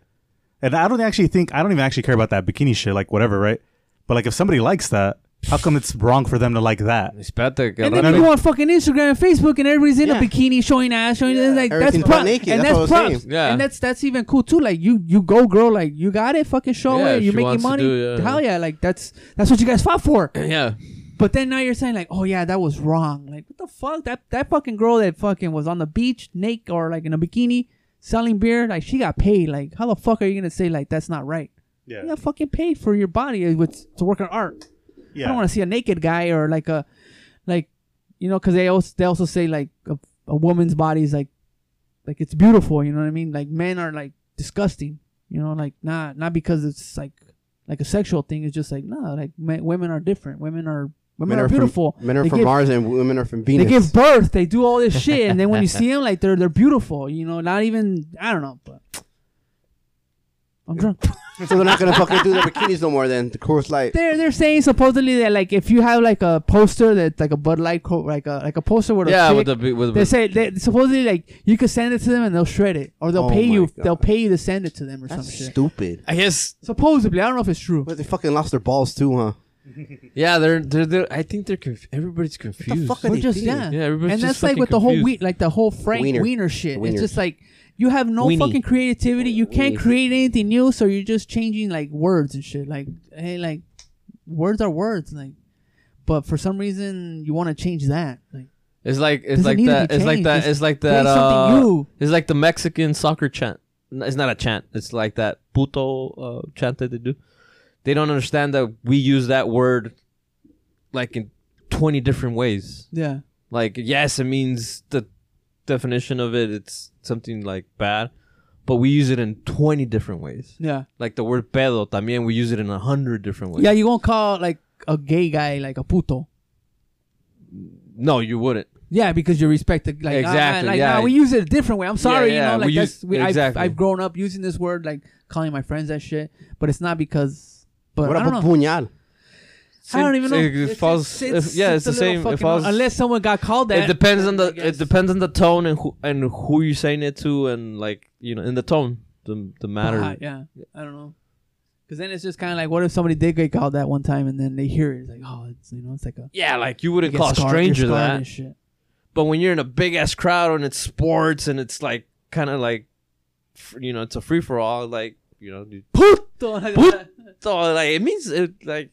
And I don't actually think I don't even actually care about that bikini shit, like whatever, right? But like if somebody likes that, how come it's wrong for them to like that?
espérate,
and
cabrón.
then you go on fucking Instagram and Facebook, and everybody's in
Yeah.
a bikini showing ass, showing like that's
Everything's
props,
naked,
and
that's
that's,
what I was
props,
saying. Yeah.
and that's that's even cool too. Like you, you go, girl, like you got it, fucking show
Yeah,
it,
if
you're
she
making
wants to
money,
do it, yeah.
hell yeah, like that's that's what you guys fought for.
yeah,
But then now you're saying like, oh yeah, that was wrong. Like what the fuck? That that fucking girl that fucking was on the beach naked or like in a bikini selling beer, like she got paid. Like how the fuck are you gonna say like that's not right? You got fucking paid for your body uh, with to work on art. I don't want to see a naked guy or like a, like, you know, because they also they also say like a, a woman's body is like, like it's beautiful. You know what I mean? Like men are like disgusting. You know, like not not because it's like like a sexual thing. It's just like no, like men, women are different. Women are Women are beautiful.
From, men are
They
from
give-
Mars and women are from Venus.
They give birth. They do all this shit, and then when you see them, like they're they're beautiful. You know, not even I don't know, but I'm drunk.
so they're not gonna fucking do their bikinis no more. Then the course light.
They're they're saying supposedly that like if you have like a poster that like a Bud Light co- like a like a poster with a
yeah,
chick,
with the big- with
they
with,
say they, supposedly like you could send it to them and they'll shred it or they'll
Oh
pay
my
you
God.
they'll pay you to send it to them or
That's
some shit.
stupid.
I guess
Supposedly, I don't know if it's true.
But they fucking lost their balls too, huh?
yeah, they're they're, they're I think they're conf- everybody's confused.
fuck are
We're
they
just
doing?
yeah,
Yeah, everybody's
and
just
that's like
fucking
with the whole
confused.
wheat, like the whole Frank Wiener,
Wiener.
shit.
Wiener.
It's just like you have no
Weenie.
fucking creativity. You can't
Weenie.
create anything new, so you're just changing like words and shit. Like hey, like words are words, like. But for some reason, you want to change that. Like,
It's like it's
Doesn't
like
need to
that.
be
It's like
changed.
that.
Just
It's like
create
that.
something
uh,
new.
It's like the Mexican soccer chant. N- It's not a chant. It's like that puto uh, chant that they do. They don't understand that we use that word like in twenty different ways.
yeah,
Like yes, it means the definition of it. It's something like bad, but we use it in twenty different ways.
yeah,
Like the word pedo, también we use it in a hundred different ways.
yeah. You won't call like a gay guy like a puto.
No, you wouldn't.
Yeah, because you respect the like.
Exactly,
Exactly. like,
yeah.
nah, we use it a different way. I'm sorry,
yeah,
you know, like
we
that's
use-
we,
exactly.
I've, I've grown up using this word, like calling my friends that shit. But it's not because. But
What
I don't know.
about puñal?
I don't even know.
It, it falls. if- yeah, it's,
a
the
little
same. It
fucking-
falls.
unless someone got called that.
it depends on the
I guess.
it depends on the tone and who and who you're saying it to and like you know in the tone the the
But
matter
I- yeah, I don't know. Because then it's just kind of like, what if somebody did get called that one time and then they hear it? It's like, oh, it's you know, it's like a
yeah like you wouldn't
get
call a
scarred-
stranger
get scarred and
that
shit.
but when you're in a big ass crowd and it's sports and it's like kind of like f- you know it's a free for all like you know you-
Puto.
so like it means it like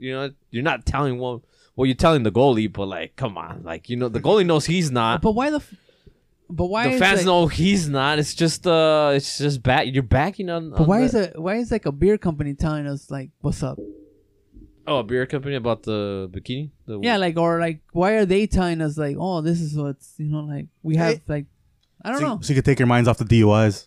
you know you're not telling one well you're telling the goalie but like come on like you know the goalie knows he's not
but why the? F- but why
the
is
fans
like-
know he's not it's just uh it's just back you're backing on
But
on
why
the-
is a why is like a beer company telling us like what's up?
Oh, a beer company about the bikini. The
Yeah, like or like why are they telling us like oh this is what's you know like we have like I don't
So,
know.
you- so you could take your minds off the DUIs.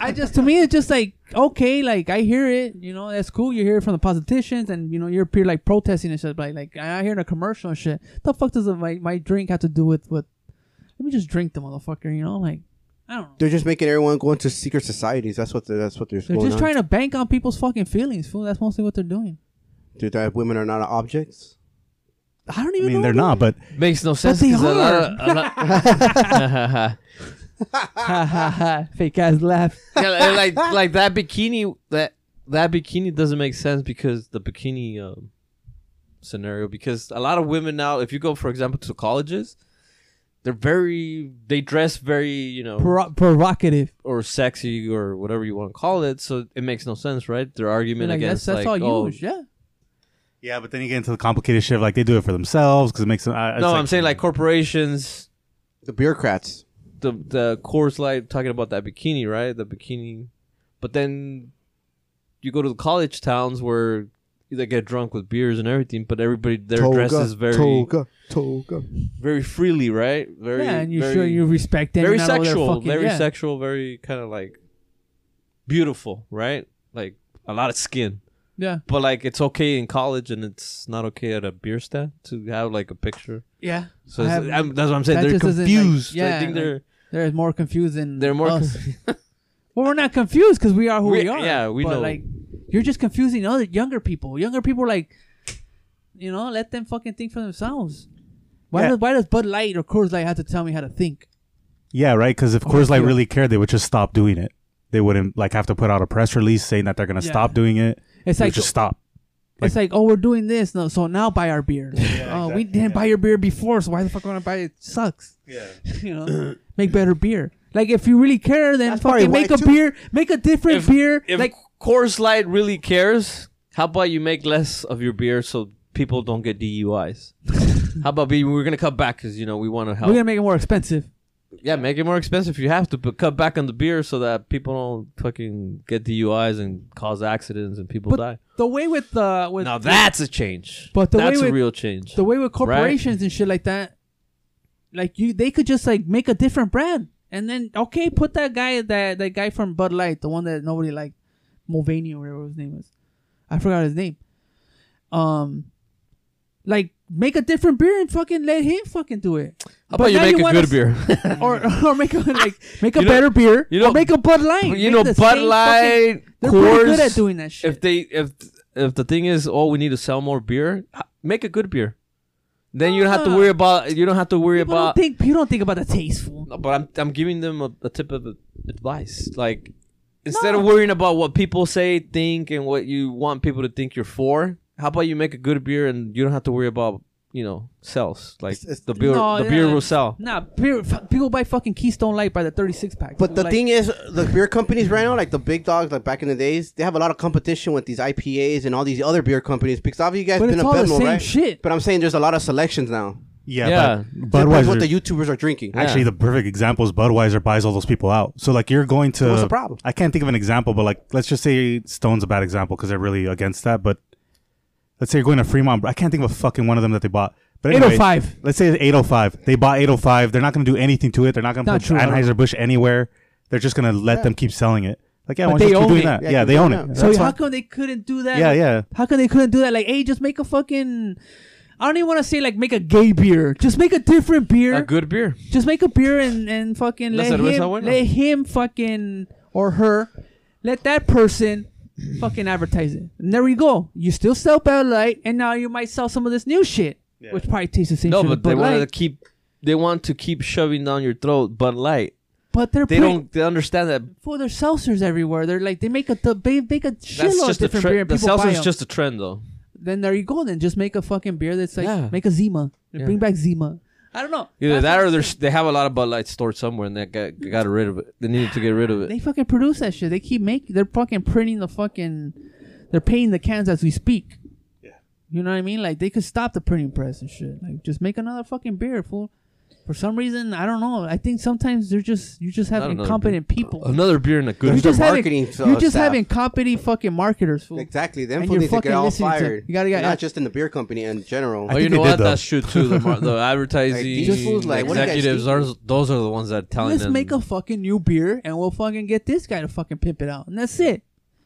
I just to me it's just like okay, like I hear it, you know, that's cool. You hear it from the politicians, and you know you're up here like protesting and shit. But like I hear in a commercial and shit. The fuck does my my drink have to do with with? Let me just drink the motherfucker, you know, like I don't know.
They're just making everyone go into secret societies. That's what they're, that's what they're.
They're just trying to bank on people's fucking feelings, fool. That's mostly what they're doing.
Dude, that women are not objects.
I don't
I
even.
mean,
know
they're not, but
makes no sense.
they
'cause a lot
are.
of- a lot-
Ha ha ha! Fake ass laugh.
Yeah, like like- like that bikini that that bikini doesn't make sense because the bikini um, scenario because a lot of women now if you go for example to colleges they're very they dress very you know
Pro- provocative.
or sexy or whatever you want to call it so it makes no sense right their argument
Like, that's
against
that's
like
all
oh,
you. Yeah.
yeah. But then you get into the complicated shit. Like they do it for themselves because it makes them. I, it's
no
like,
I'm saying like corporations
The bureaucrats.
the the Coors Light talking about that bikini, right? The bikini, but then you go to the college towns where they get drunk with beers and everything, but everybody their dress is very
toga, toga.
very freely, right? Very
yeah, and you
very,
sure you respect them.
very
you're not over there
sexual,
fucking-
very
yeah.
sexual, very kind of like beautiful, right? Like a lot of skin.
Yeah,
But like it's okay in college, and it's not okay at a beer stand to have like a picture.
yeah.
So
I
it's-
have-
I'm, that's what I'm saying.
that
They're
just doesn't, like-
confused.
yeah, Oh,
I think
like-
they're
They're more confused than
they're more.
us.
confused.
well, we're not confused because we are who we,
We-
are.
yeah, we
but
know.
Like, you're just confusing other younger people. Younger people are like, you know, let them fucking think for themselves. Why
Yeah.
does why does Bud Light or Coors Light have to tell me how to think?
yeah, right. Because if
Oh,
Coors Light
yeah.
really cared, they would just stop doing it. They wouldn't like have to put out a press release saying that they're gonna
Yeah.
stop doing it.
It's
They would
like
just stop.
it's like oh we're doing this no, so now buy our beer. oh we didn't buy your beer before, so why the fuck are we gonna buy it? Sucks.
Yeah.
you know, make better beer. Like if you really care, then
That's
fucking
probably
make
why,
a
too.
beer, make a different
if,
beer.
If
like
Coors Light really cares, how about you make less of your beer so people don't get DUIs? how about we, we're gonna cut back because you know we want to help.
we're gonna make it more expensive.
yeah, make it more expensive if you have to, but cut back on the beer so that people don't fucking get DUIs and cause accidents and people
But
die.
The way with the with
Now that's a change.
But the
that's
way
a
we-
real change.
the way with corporations and shit like that, like you, they could just like make a different brand and then okay, put that guy that that guy from Bud Light, the one that nobody liked, Mulvaney or whatever his name is, I forgot his name. Um, Like make a different beer and fucking let him fucking do it.
How
But
about you
now
make a
want
good
us-
beer?
or or make a like make a
You know-
better beer.
you know-
or make a Bud Light.
you
Make
know,
the
Bud
same
Light,
fucking- they're pretty
Coors,
good at doing that shit.
if they if if the thing is, oh, we need to sell more beer, h- make a good beer. Then you don't have to
Ah.
worry about you don't have to worry
People
about.
don't think you don't think about the taste. fool.
No, but I'm I'm giving them a, a tip of advice. Like instead of
No.
worrying about what people say, think, and what you want people to think you're for, how about you make a good beer and you don't have to worry about you know sales. Like
It's- it's-
the beer,
No,
the
yeah.
beer will sell.
Nah, beer, fu- people buy fucking Keystone Light by the thirty six pack.
But the
Like,
thing is, the beer companies right now, like the big dogs, like back in the days, they have a lot of competition with these IPAs and all these other beer companies. Because obviously, you guys
But
been
it's
a
all the
Bedmo,
same
right?
shit.
But I'm saying there's a lot of selections now.
Yeah,
Yeah.
But
That's
Budweiser.
what the YouTubers are drinking.
Yeah.
actually, the perfect example is Budweiser buys all those people out. So like you're going to.
So what's the problem?
I can't think of an example, but like let's just say Stone's a bad example because they're really against that. But let's say you're going to Fremont. I can't think of a fucking one of them that they bought. But anyway,
805.
Let's say it's 805. They bought 805. They're not going to do anything to it. They're not going to
Not
put
true, I don't-
Anheuser Busch anywhere. They're just going to let them keep selling it. Like yeah,
But
why don't
they
you keep
own
doing
it.
that?
Yeah,
Yeah,
keep
they
doing
own
that.
it.
so
That's
how
fine.
come they couldn't do that?
Yeah, yeah.
How come they couldn't do that? Like, hey, just make a fucking. I don't even want to say like make a gay beer. Just make a different beer.
A good beer.
just make a beer and, and fucking
La
let
cerveza
him,
buena.
let him fucking or her let that person fucking advertise it. And there you go. You still sell Bud Light, and now you might sell some of this new shit, which probably tastes the same.
No,
shit as
but they
Bud
want to
Light.
keep. They want to keep shoving down your throat Bud Light.
But they're
They
pretty-
don't. They understand that
Well, there's seltzers everywhere. They're like they make a th- they make a
that's
shitload of
just a
different beer. And
trend. The
people buy
seltzer is
'em.
just a trend, though.
then there you go. Then just make a fucking beer that's like
Yeah.
make a Zima.
Yeah.
Bring back Zima. I don't know.
Either
That's
that
what
or
I'm
they're,
saying.
they have a lot of Bud Light stored somewhere, and they got got rid of it. They needed to get rid of it.
They fucking produce that shit. They keep making. They're fucking printing the fucking. They're painting the cans as we speak. Yeah. You know what I mean? Like they could stop the printing press and shit. Like just make another fucking beer, fool. For some reason, I don't know. I think sometimes they're just you just have
Not another
incompetent people.
Another beer and a
You
good.
Uh, There's their
just having
marketing,
you
uh,
just
staff.
have incompetent fucking marketers, fool.
Exactly. Them
And
fools
you're
need to get
fucking
all
listening to-
fired.
you gotta get-
not just in the beer company in general.
Oh,
I
you
think
know
they
what?
did, though.
That's true too. The, mar- the
Like,
advertising
these fools, like, what do you guys
executives
think?
are those are the ones that are telling
Let's
them.
make a fucking new beer and we'll fucking get this guy to fucking pimp it out, and that's it.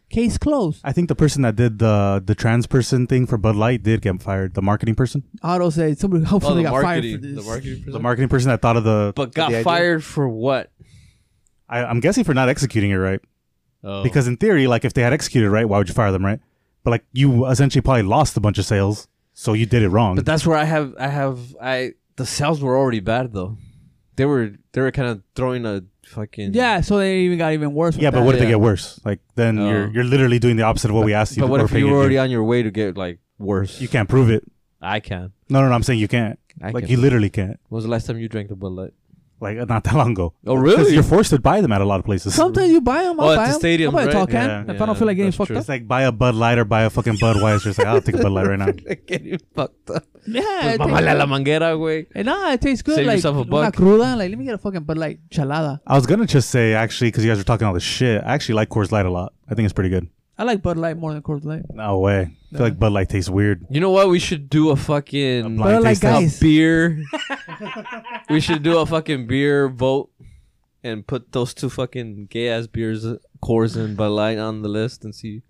Case closed.
I think the person that did the the trans person thing for Bud Light did get fired. The marketing person,
Auto said somebody
oh,
hopefully
the
got
marketing,
fired for this.
the marketing,
the
person.
marketing person that thought of the.
but got
idea.
fired for what?
I, I'm guessing for not executing it right.
Oh.
Because in theory, like if they had executed right, why would you fire them, right? But like you essentially probably lost a bunch of sales, so you did it wrong.
but that's where I have, I have, I the sales were already bad though. They were, they were kind of throwing a fucking
Yeah, so they even got even worse. with
yeah,
that.
but what if
Yeah.
they get worse? Like then
Oh.
you're you're literally doing the opposite of what we asked you.
But what
or
if
paying
you were
to do.
already on your way to get like worse?
You can't prove it.
I can.
No, no, no. I'm saying you can't.
I
like
can.
you literally can't.
When was the last time you drank the Bud Light?
Like not that long ago.
Oh,
'Cause
really?
You're forced to buy them at a lot of places.
Sometimes you buy them. I'll
Oh, at
buy
the
'em.
stadium,
I'll buy
right?
a tall can
Yeah.
if I don't feel like getting
That's
fucked
true.
up.
It's like buy a Bud Light or buy a fucking Budweiser. It's like I'll take a Bud Light right now.
Getting fucked up.
Yeah, it
Mamá
tastes,
la manguera, güey.
Eh, nah, it tastes good.
Save
like
yourself a
una
buck.
cruda. Like let me get a fucking Bud Light chalada.
I was gonna just say actually because you guys are talking all this shit. I actually like Coors Light a lot. I think it's pretty good.
I like Bud Light more than Coors Light.
No way. I feel like Bud Light tastes weird.
You know what? We should do a fucking
Blind
Bud Light
taste
guys.
test.
beer. we should do a fucking beer vote and put those two fucking gay ass beers, Coors and Bud Light, on the list and see.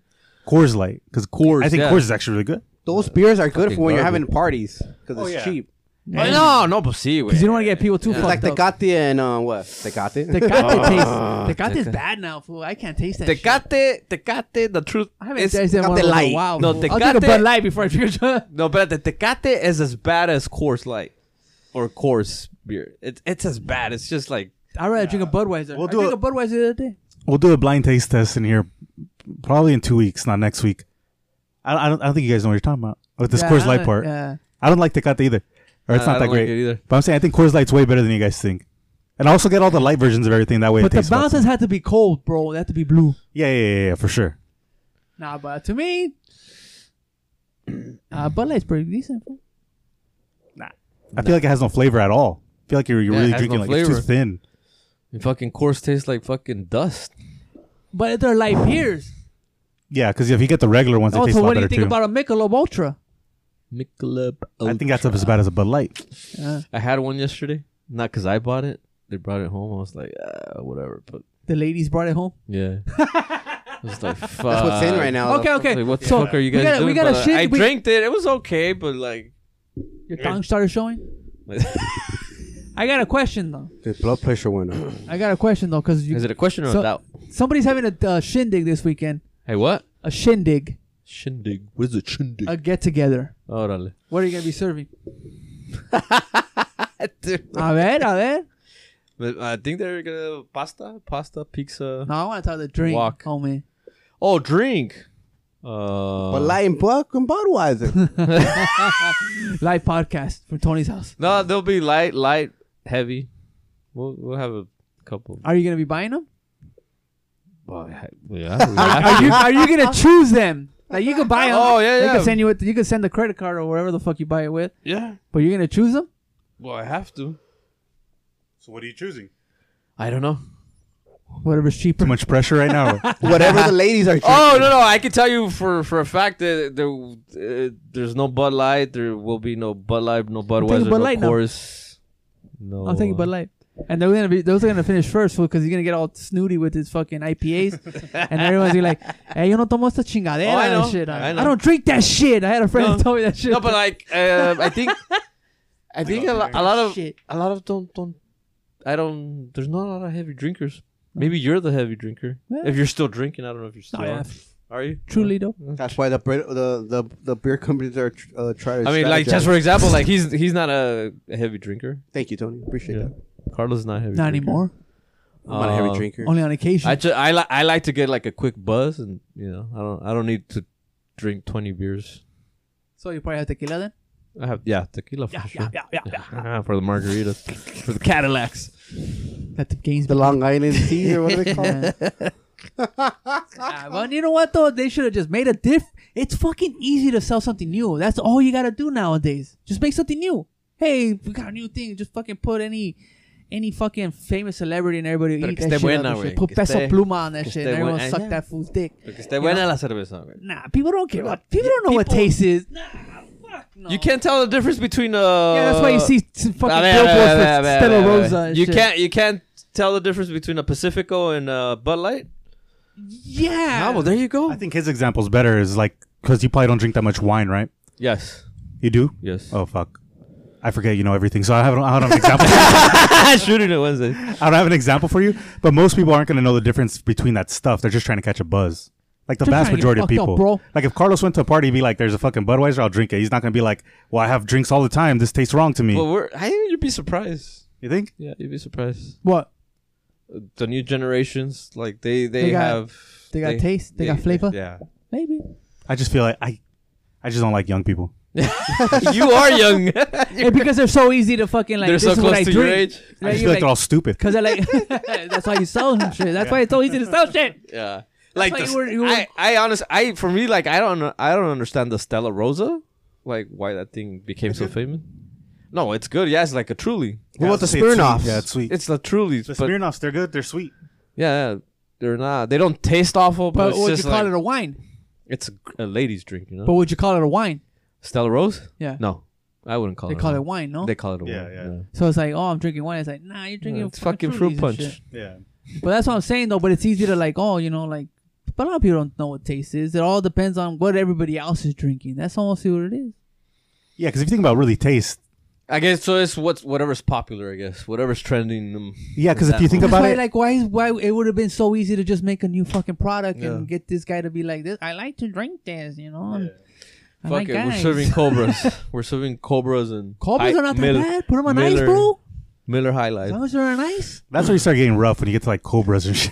Coors Light because
Coors,
I think
yeah.
Coors is actually really good.
Those beers are good for when you're
garbage.
having parties because it's
yeah.
cheap.
Oh, no, no, but see,
Because you don't want to get people too
Yeah.
It's
fucked
like
up.
Tecate and uh, what? Tecate.
Tecate tastes. Tecate is
Teca-
bad now, fool. I can't taste that. shit.
Tecate, Tecate, the truth.
I haven't
is-
tasted
Tecate
one of those in
Light.
a while.
No,
fool. I'll take a
Tecate-
Bud Light before I drink a.
No, but the Tecate is as bad as Coors Light or Coors beer. It, it's as bad. It's just like
I'd rather drink a Budweiser.
We'll
I
do
drink
a-
a Budweiser the other day.
We'll do a blind taste test in here, probably in two weeks, not next week. I, I don't. I don't think you guys know what you're talking about with this
Yeah,
Coors
I
Light
don't-
part.
yeah. Uh,
I don't like Tecate either, or it's
I-
not
I don't
that
like
great.
it either.
But I'm saying I think Coors Light's way better than you guys think. And I also get all the light versions of everything. That way,
But
it
the
tastes
mountains had to be cold, bro. They had to be blue.
Yeah, yeah, yeah, yeah, for sure.
Nah, but to me, uh, Bud Light's pretty decent. fool.
I feel like it has no flavor at all. I feel like you're, you're
Yeah, it
really
has
drinking
no
like it's too
flavor.
thin.
fucking Coors tastes like fucking dust.
But if they're light beers.
Yeah, because if you get the regular ones, it
Oh,
tastes
so
a lot
what do you
better
think
too.
about a Michelob Ultra?
Michelob.
I think that's as bad as a Bud Light.
Uh,
I had one yesterday. Not because I bought it. They brought it home. I was like, uh, whatever. But
the ladies brought it home.
yeah, I was like, fuck.
That's what's in right now.
Oh, Okay, okay.
Like, what the
So,
fuck are
we
you guys
gotta- we
doing?
gotta
But, uh,
shake-
I
we-
drank it. It was okay, but like,
Your tongue started showing. I got a question though.
His blood pressure went up.
I got a question though, cause you,
Is it a question or
So-
a doubt?
somebody's having a uh, shindig this weekend.
Hey, what?
A shindig,
Shindig. What is a shindig?
a get together.
Órale.
What are you gonna be serving? A ver, a ver.
But I think they're gonna pasta, pasta, pizza.
No, I want to talk the drink,
Walk.
homie.
Oh, drink. Uh,
but Lion Buck and Budweiser.
Live podcast from Tony's house.
no, they'll be light, light, heavy. We'll we'll have a couple.
Are you gonna be buying them?
Well, I- yeah, we have
Are
to.
you are you gonna choose them? Like you could buy them.
Oh, yeah,
They
yeah.
can send you with, you can send the credit card or wherever the fuck you buy it with.
yeah.
But you're gonna choose them.
Well, I have to.
So what are you choosing?
I don't know.
Whatever's cheaper.
Too much pressure right now.
Whatever the ladies are.
Oh no, no, I can tell you for for a fact that there uh, there's no Bud Light. There will be no Bud Light, no
taking
Budweiser,
Bud
no
Light now.
Coors. No.
I'm thinking
uh,
Bud Light. And they're gonna be those are gonna finish first because he's gonna get all snooty with his fucking IPAs, and everyone's gonna be like, "Hey, you no tomo esta chingadera
Oh, I know.
and shit." I,
I know.
I don't drink that shit. I had a friend
No.
that told me that shit.
No, but like uh, I think I think a, lo- a lot of
Oh, Shit.
a lot of don't don't I don't. There's not a lot of heavy drinkers. Maybe you're the heavy drinker
Yeah.
if you're still drinking. I don't know if you're still.
No, yeah,
are. Are you?
truly though.
That's why the Brit- the the, the beer companies are tr- uh, trying. to
I mean, like
strategize.
just for example, like he's he's not a, a heavy drinker.
Thank you, Tony. Appreciate
Yeah.
that.
Carlos is not a heavy.
Not
drinker.
anymore.
I'm not a heavy
Uh,
drinker.
Only on occasion.
I ju- I li- I like to get like a quick buzz, and you know, I don't I don't need to drink twenty beers.
so you probably have tequila then.
I have yeah tequila for
Ah,
sure. Ah,
yeah, yeah, yeah.
for the margaritas, for the Cadillacs.
That the games.
The Long Island tea or what do they call it?
Yeah. Ah, but you know what though? They should have just made a diff. It's fucking easy to sell something new. That's all you gotta do nowadays. Just make something new. Hey, we got a new thing. Just fucking put any, any fucking famous celebrity and everybody
Pero
eat
que
that
esté
shit,
buena,
up and shit.
güey.
Put
Que
peso
esté-
pluma on that
que
shit.
esté
And everyone
buena. Eh,
suck
Yeah.
that fool's dick.
Que esté
You
buena
know?
la cerveza. güey.
Nah, people don't care. About, people don't know what
People-
taste is. Nah, fuck no.
You can't tell the difference between uh.
Yeah, that's why you see some fucking
A ver, a
billboards
ver, a
with
ver,
Stella
a ver.
Rosa. and
You
shit.
can't you can't tell the difference between a Pacifico and uh, Bud Light.
Yeah.
Ah, well, there you go.
I think his example's better is like because you probably don't drink that much wine, right?
yes,
You do?
yes.
Oh fuck, I forget. You know everything, so I have I don't have an example.
Ah, shooting it Wednesday.
I don't have an example for you. But most people aren't going to know the difference between that stuff. They're just trying to catch a buzz. Like the
They're
vast
trying to get
majority of
fucked up,
people,
bro.
Like if Carlos went to a party, he'd be like, "There's a fucking Budweiser, I'll drink it." He's not going to be like, "Well, I have drinks all the time. This tastes wrong to me."
Well, we're, I think you'd be surprised.
you think?
Yeah, you'd be surprised.
What?
the new generations like they they,
They got-
have
they got taste, they got flavor.
yeah
Maybe.
I just feel like I, I just don't like young people.
you are young
Yeah, because they're so easy to fucking like.
they're
this
so
is what
close
I
to
drink.
your age
I
Like,
just
you're
feel like,
like-
they're all stupid.
Cause I like that's why you sell them shit. That's why it's so easy to sell shit.
yeah like
why
the,
you were- you were-
I, I honest I for me like I don't know- I don't understand the Stella Rosa like why that thing became so famous no it's good yeah it's like a truly
What about the
Yeah, it's sweet.
Smirnoffs?
Yeah, it's sweet.
it's the truly
the
but
Smirnoffs, they're good. They're sweet.
yeah yeah, they're not they don't taste awful but,
But
it's
would you
just
call
like,
it a wine?
it's a, a lady's drink you know
But would you call it a wine?
Stella Rose
Yeah.
no I wouldn't call
They
it
call
a
it wine, no?
they call it a
Yeah,
wine,
yeah.
so it's like, oh, I'm drinking wine. It's like, nah, you're drinking
Yeah, it's fucking
fruities
fruit
and
punch
shit.
Yeah.
But that's what I'm saying though. But it's easy to like, oh, you know, like, but a lot of people don't know what taste is. It all depends on what everybody else is drinking. That's almost what it is.
Yeah, because if you think about really taste,
I guess so. It's what's whatever's popular. I guess whatever's trending. Um,
yeah, because if
That
you think
one.
about
That's why,
it,
like, why is why it would have been so easy to just make a new fucking product
Yeah.
and get this guy to be like this. I like to drink this, you know. and I
fuck
like
it, we're
guys."
serving cobras. we're serving cobras and
Cobras
Hi-
are not that
Mil-
bad. Put them on ice,
Miller-
bro.
Miller
As
highlight.
long as they're on ice.
that's where you start getting rough when you get to like cobras and shit.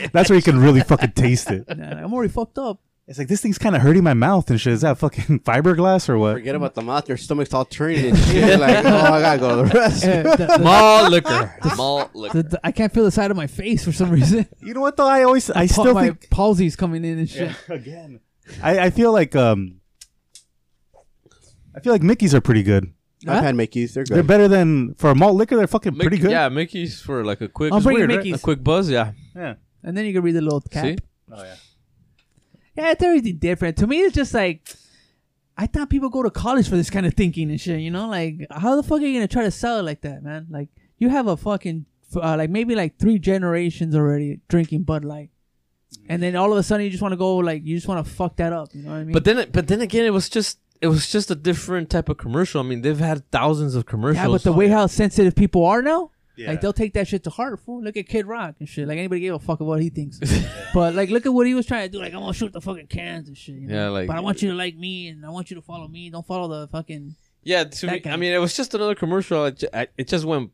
that's where you can really fucking taste it.
Nah, I'm already fucked up.
It's like this thing's kind of hurting my mouth and shit. Is that fucking fiberglass or what?
Forget about the mouth. Your stomach's all turning and shit. like, oh, I gotta go to the
Eh,
restroom.
the- the-
Malt liquor. Malt liquor.
the- the- I can't feel the side of my face for some reason.
You know what though? I always, I
Pa-
still
my
think
palsy's coming in and shit.
again. I, I feel like um, I feel like Mickey's are pretty good.
I've had Mickey's. They're
They're
good.
better than for a malt liquor. They're fucking pretty
Mickey-
good.
Yeah, Mickey's for like a quick.
I'm
it's
bringing
weird, right?
Mickey's.
A quick buzz. Yeah.
yeah.
And then you can read the little cap.
See.
Oh,
Yeah, it's everything different. To me, it's just like I thought people go to college for this kind of thinking and shit. You know, like how the fuck are you gonna try to sell it like that, man? Like you have a fucking f- uh, like maybe like three generations already drinking Bud Light, and then all of a sudden you just want to go like you just want to fuck that up. You know what I mean?
But then, it- but then again, it was just it was just a different type of commercial. I mean, they've had thousands of commercials.
Yeah, but the way how sensitive people are now,
Yeah.
like they'll take that shit to heart. Fool, look at Kid Rock and shit. Like anybody gave a fuck about what he thinks. but like, look at what he was trying to do. Like, I'm gonna shoot the fucking cans and shit. you know?
Yeah, like-
But I want you to like me and I want you to follow me. Don't follow the fucking.
Yeah, to
That
me,
kind
I
of-
mean, it was just another commercial. It ju- I- It just went.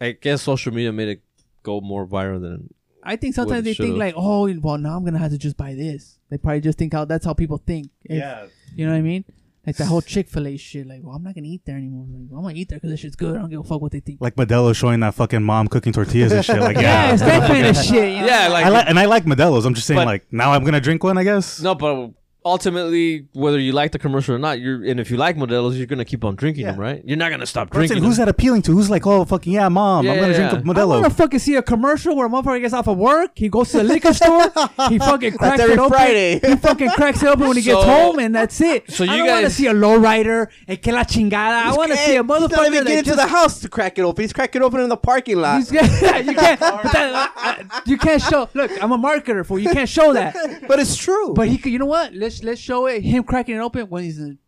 I guess social media made it go more viral than.
I think
What it
sometimes they
should've.
think like, oh, well, now I'm gonna have to just buy this. They probably just think how that's how people think. If- You know what I mean? Like that whole Chick Fil A shit. Like, well, I'm not gonna eat there anymore. Like, well, I'm gonna eat there because this shit's good. I don't give a fuck what they think.
Like Modelo showing that fucking mom cooking tortillas and shit. Like,
yeah,
yeah.
it's that kind of shit. You know?
Yeah, like,
I like and I like Modelo's. I'm just saying,
But-
like now I'm gonna drink one. I guess.
no, but ultimately, whether you like the commercial or not, you're and if you like Modelo's, you're gonna keep on drinking
Yeah.
them, right? You're not gonna stop
But I'm
drinking.
saying, who's
them.
that appealing to? Who's like, oh fucking yeah, mom, I'm
Yeah,
gonna
yeah,
drink
yeah.
a
I want
Modelo.
to fucking see a commercial where a motherfucker gets off of work, he goes to the liquor store, he fucking cracks
every
it open.
Friday.
He fucking cracks it open when he gets
So-
home, and that's it.
so
I
you
don't want to
guys-
see a lowrider, and que la chingada. I want to see a
Hey, He's not
motherfucker
even
that
getting to
just
the house to crack it open. He's cracking it open in the parking lot.
He's- yeah, you can't. But that, I, I- you can't show. Look, I'm a marketer, fool. You can't show that.
but it's true.
But he could. You know what? Let's let's show it. Him cracking it open when he's in,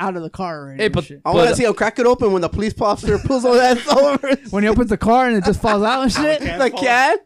out of the car. Or
Hey, but
shit.
I want
but-
to see him crack it open when the police officer pulls all that over.
when he opens the car and it just falls out and shit.
the cat.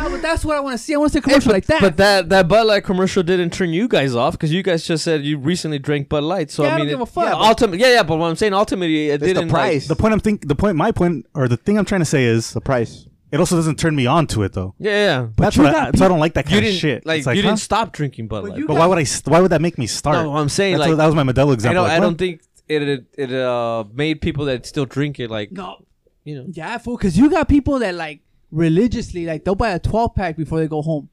no, but that's what I want to see. I want to see a commercial like that.
But that that Bud Light commercial didn't turn you guys off because you guys just said you recently drank Bud Light. So
Yeah, I
I
don't
mean,
give
it-
a fuck.
Yeah, ultimately, yeah, yeah. But what I'm saying, ultimately, it
It's
didn't
the
like-
price.
The point I'm think the point my point or the thing I'm trying to say is
the price.
it also doesn't turn me on to it though.
yeah, yeah.
But that's what
you
I,
got
that's why I don't like that
you
kind of
didn't
shit.
like
It's like
you
huh?
didn't stop drinking Bud Light.
you
But why would I? st- Why would that make me start?
No, what I'm saying,
That's
like-
what- that was my Modelo
I
example.
don't.
Like,
I
what?
don't think it it, it uh, made people that still drink it like
no,
you know.
yeah, fool. Because you got people that like religiously, like they'll buy a 12 pack before they go home,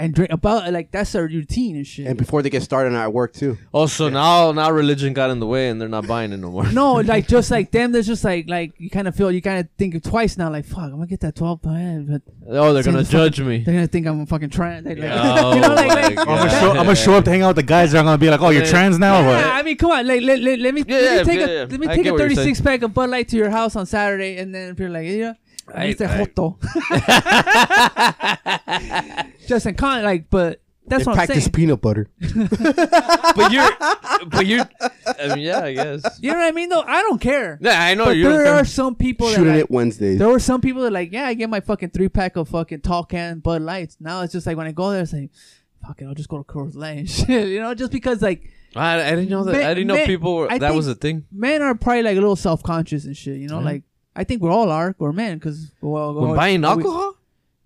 and drink about like that's their routine and shit.
And before they get started, I work too.
Oh, so now now religion got in the way and they're not buying it no more.
No, like just like them, there's just like like you kind of feel you kind of think twice now. Like fuck, I'm gonna get that twelve pound, but
Oh, they're gonna
Same fucking-
judge me.
they're gonna think I'm fucking trying. Like,
Oh,
you know, like,
my
like
God.
I'm gonna,
Yeah.
show, I'm gonna show up to hang out with the guys. that are gonna be like, "Oh, you're
Yeah.
trans now." or
yeah,
what?
I mean, come on, like let, let, let me
Yeah,
let me
yeah,
take
yeah, yeah.
a let me
I
take
get
a
what you're saying.
36 pack of Bud Light to your house on Saturday, and then if you're like, yeah, I need
I-
that joto. Just in con, like, but that's what I'm saying.
peanut butter.
but you're, but you're. I mean, yeah, I guess.
you know what I mean? Though I don't care.
Yeah, I know
but
you.
there are
Are...
some people that
Shooting
like,
it Wednesdays.
There were some people that like, yeah, I get my fucking three pack of fucking tall can Bud Lights. Now it's just like when I go there, it's like, fuck it, I'll just go to Coors Light and shit. You know, just because like
I, I didn't know that.
Me-
I didn't know
me-
people were.
I
that
think-
was a thing.
men are probably like a little self conscious and shit. You know,
Yeah.
like I think we all are. We're men because well,
When
well,
buying
we-
alcohol,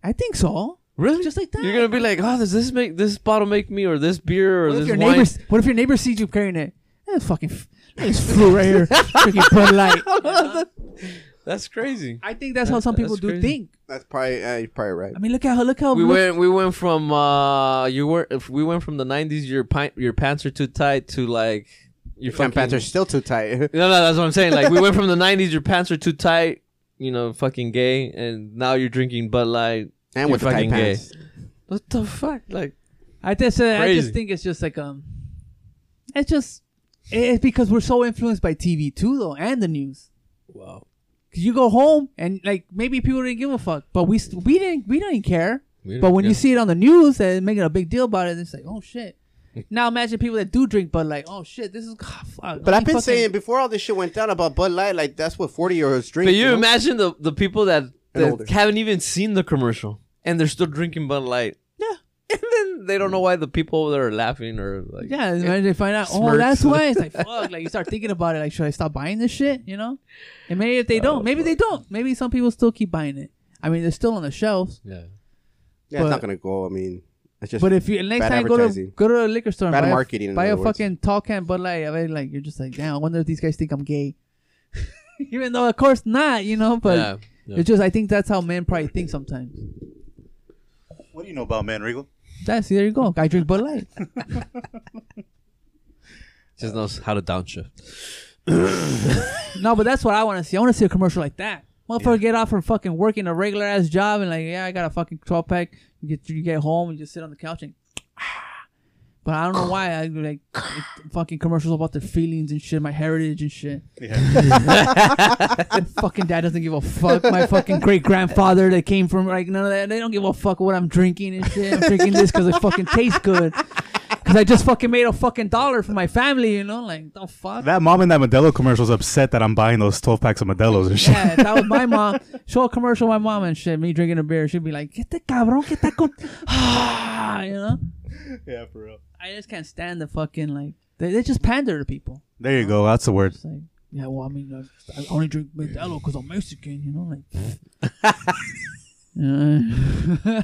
I think so.
really,
Just like that.
you're gonna be like, oh, does this make this bottle make me or this beer or
what if
this
your
wine?
neighbor? What if your neighbor sees you carrying it? That's fucking. f- Look at this fool right here, freaking Bud Light.
That's crazy.
I think that's how some people
That's
do
crazy.
think.
That's probably uh, you're probably right.
I mean, look at how look how
We
look-
went. We went from. uh You were. If we went from the '90s, your pint, your pants are too tight to like your
Your
fucking-
pants are still too tight.
No, no, that's what I'm saying. Like we went from the '90s, your pants are too tight, you know, fucking gay, and now you're drinking Bud Light.
and with
You're
the tight
fucking gay.
pants.
What the fuck? Like,
I just uh, I
Crazy.
just think it's just like um, it's just it's because we're so influenced by TV too though and the news.
wow,
Cause you go home and like maybe people didn't give a fuck, but we st- we didn't we didn't care.
We
but
didn't
when you
care.
see it on the news and making a big deal about it, it's like oh shit. now imagine people that do drink, but like oh shit, this is ah, fuck.
But
I
I've been
fucking-
saying before all this shit went down about Bud Light, like that's what forty year olds drink.
but you
know?
imagine the the people that, that
older.
haven't even seen the commercial and they're still drinking Bud Light.
Yeah.
and then they don't know why the people that are laughing or like,
Yeah, imagine they find out. Oh,
Smirks.
that's why. It's like fuck. Like you start thinking about it. Like, should I stop buying this shit? You know? And maybe if they don't, maybe they don't. Maybe some people still keep buying it. I mean, they're still on the shelves.
yeah.
yeah, it's
but-
not gonna go. I mean, it's just.
But if you next
Bad
time go to
advertising.
go to a liquor store, and
Bad
buy
marketing,
a,
in
buy a
other words.
fucking tall can Bud Light. I mean, like you're just like, damn. I wonder if these guys think I'm gay. Even though, of course, not. You know, but
yeah. yeah.
it's just I think that's how men probably think sometimes.
What do you know about man, Regal?
That's there you go. I drink Bud Light.
just knows how to downshift.
no, but that's what I want to see. I want to see a commercial like that. Motherfucker, get off from fucking working a regular ass job and like, yeah, I got a fucking twelve pack. You get you get home and just sit on the couch and. But I don't know why I like it- fucking commercials about their feelings and shit, my heritage and shit. my fucking dad doesn't give a fuck. My fucking great grandfather that came from like none of that. They don't give a fuck what I'm drinking and shit. I'm drinking this because it fucking tastes good. because I just fucking made a fucking dollar for my family. You know, like the fuck.
That mom in that Modelo commercial is upset that I'm buying those 12 packs of Modelos and shit.
yeah, that was my mom. Show a commercial with my mom and shit. Me drinking a beer, she'd be like, "Get the cabrón, get that con," you know.
yeah, for real.
I just can't stand the fucking like they, they just pander to people.
There you go. That's the word.
It's like, yeah, well, I mean, I, I only drink Modelo because I'm Mexican, you know, like. Yeah.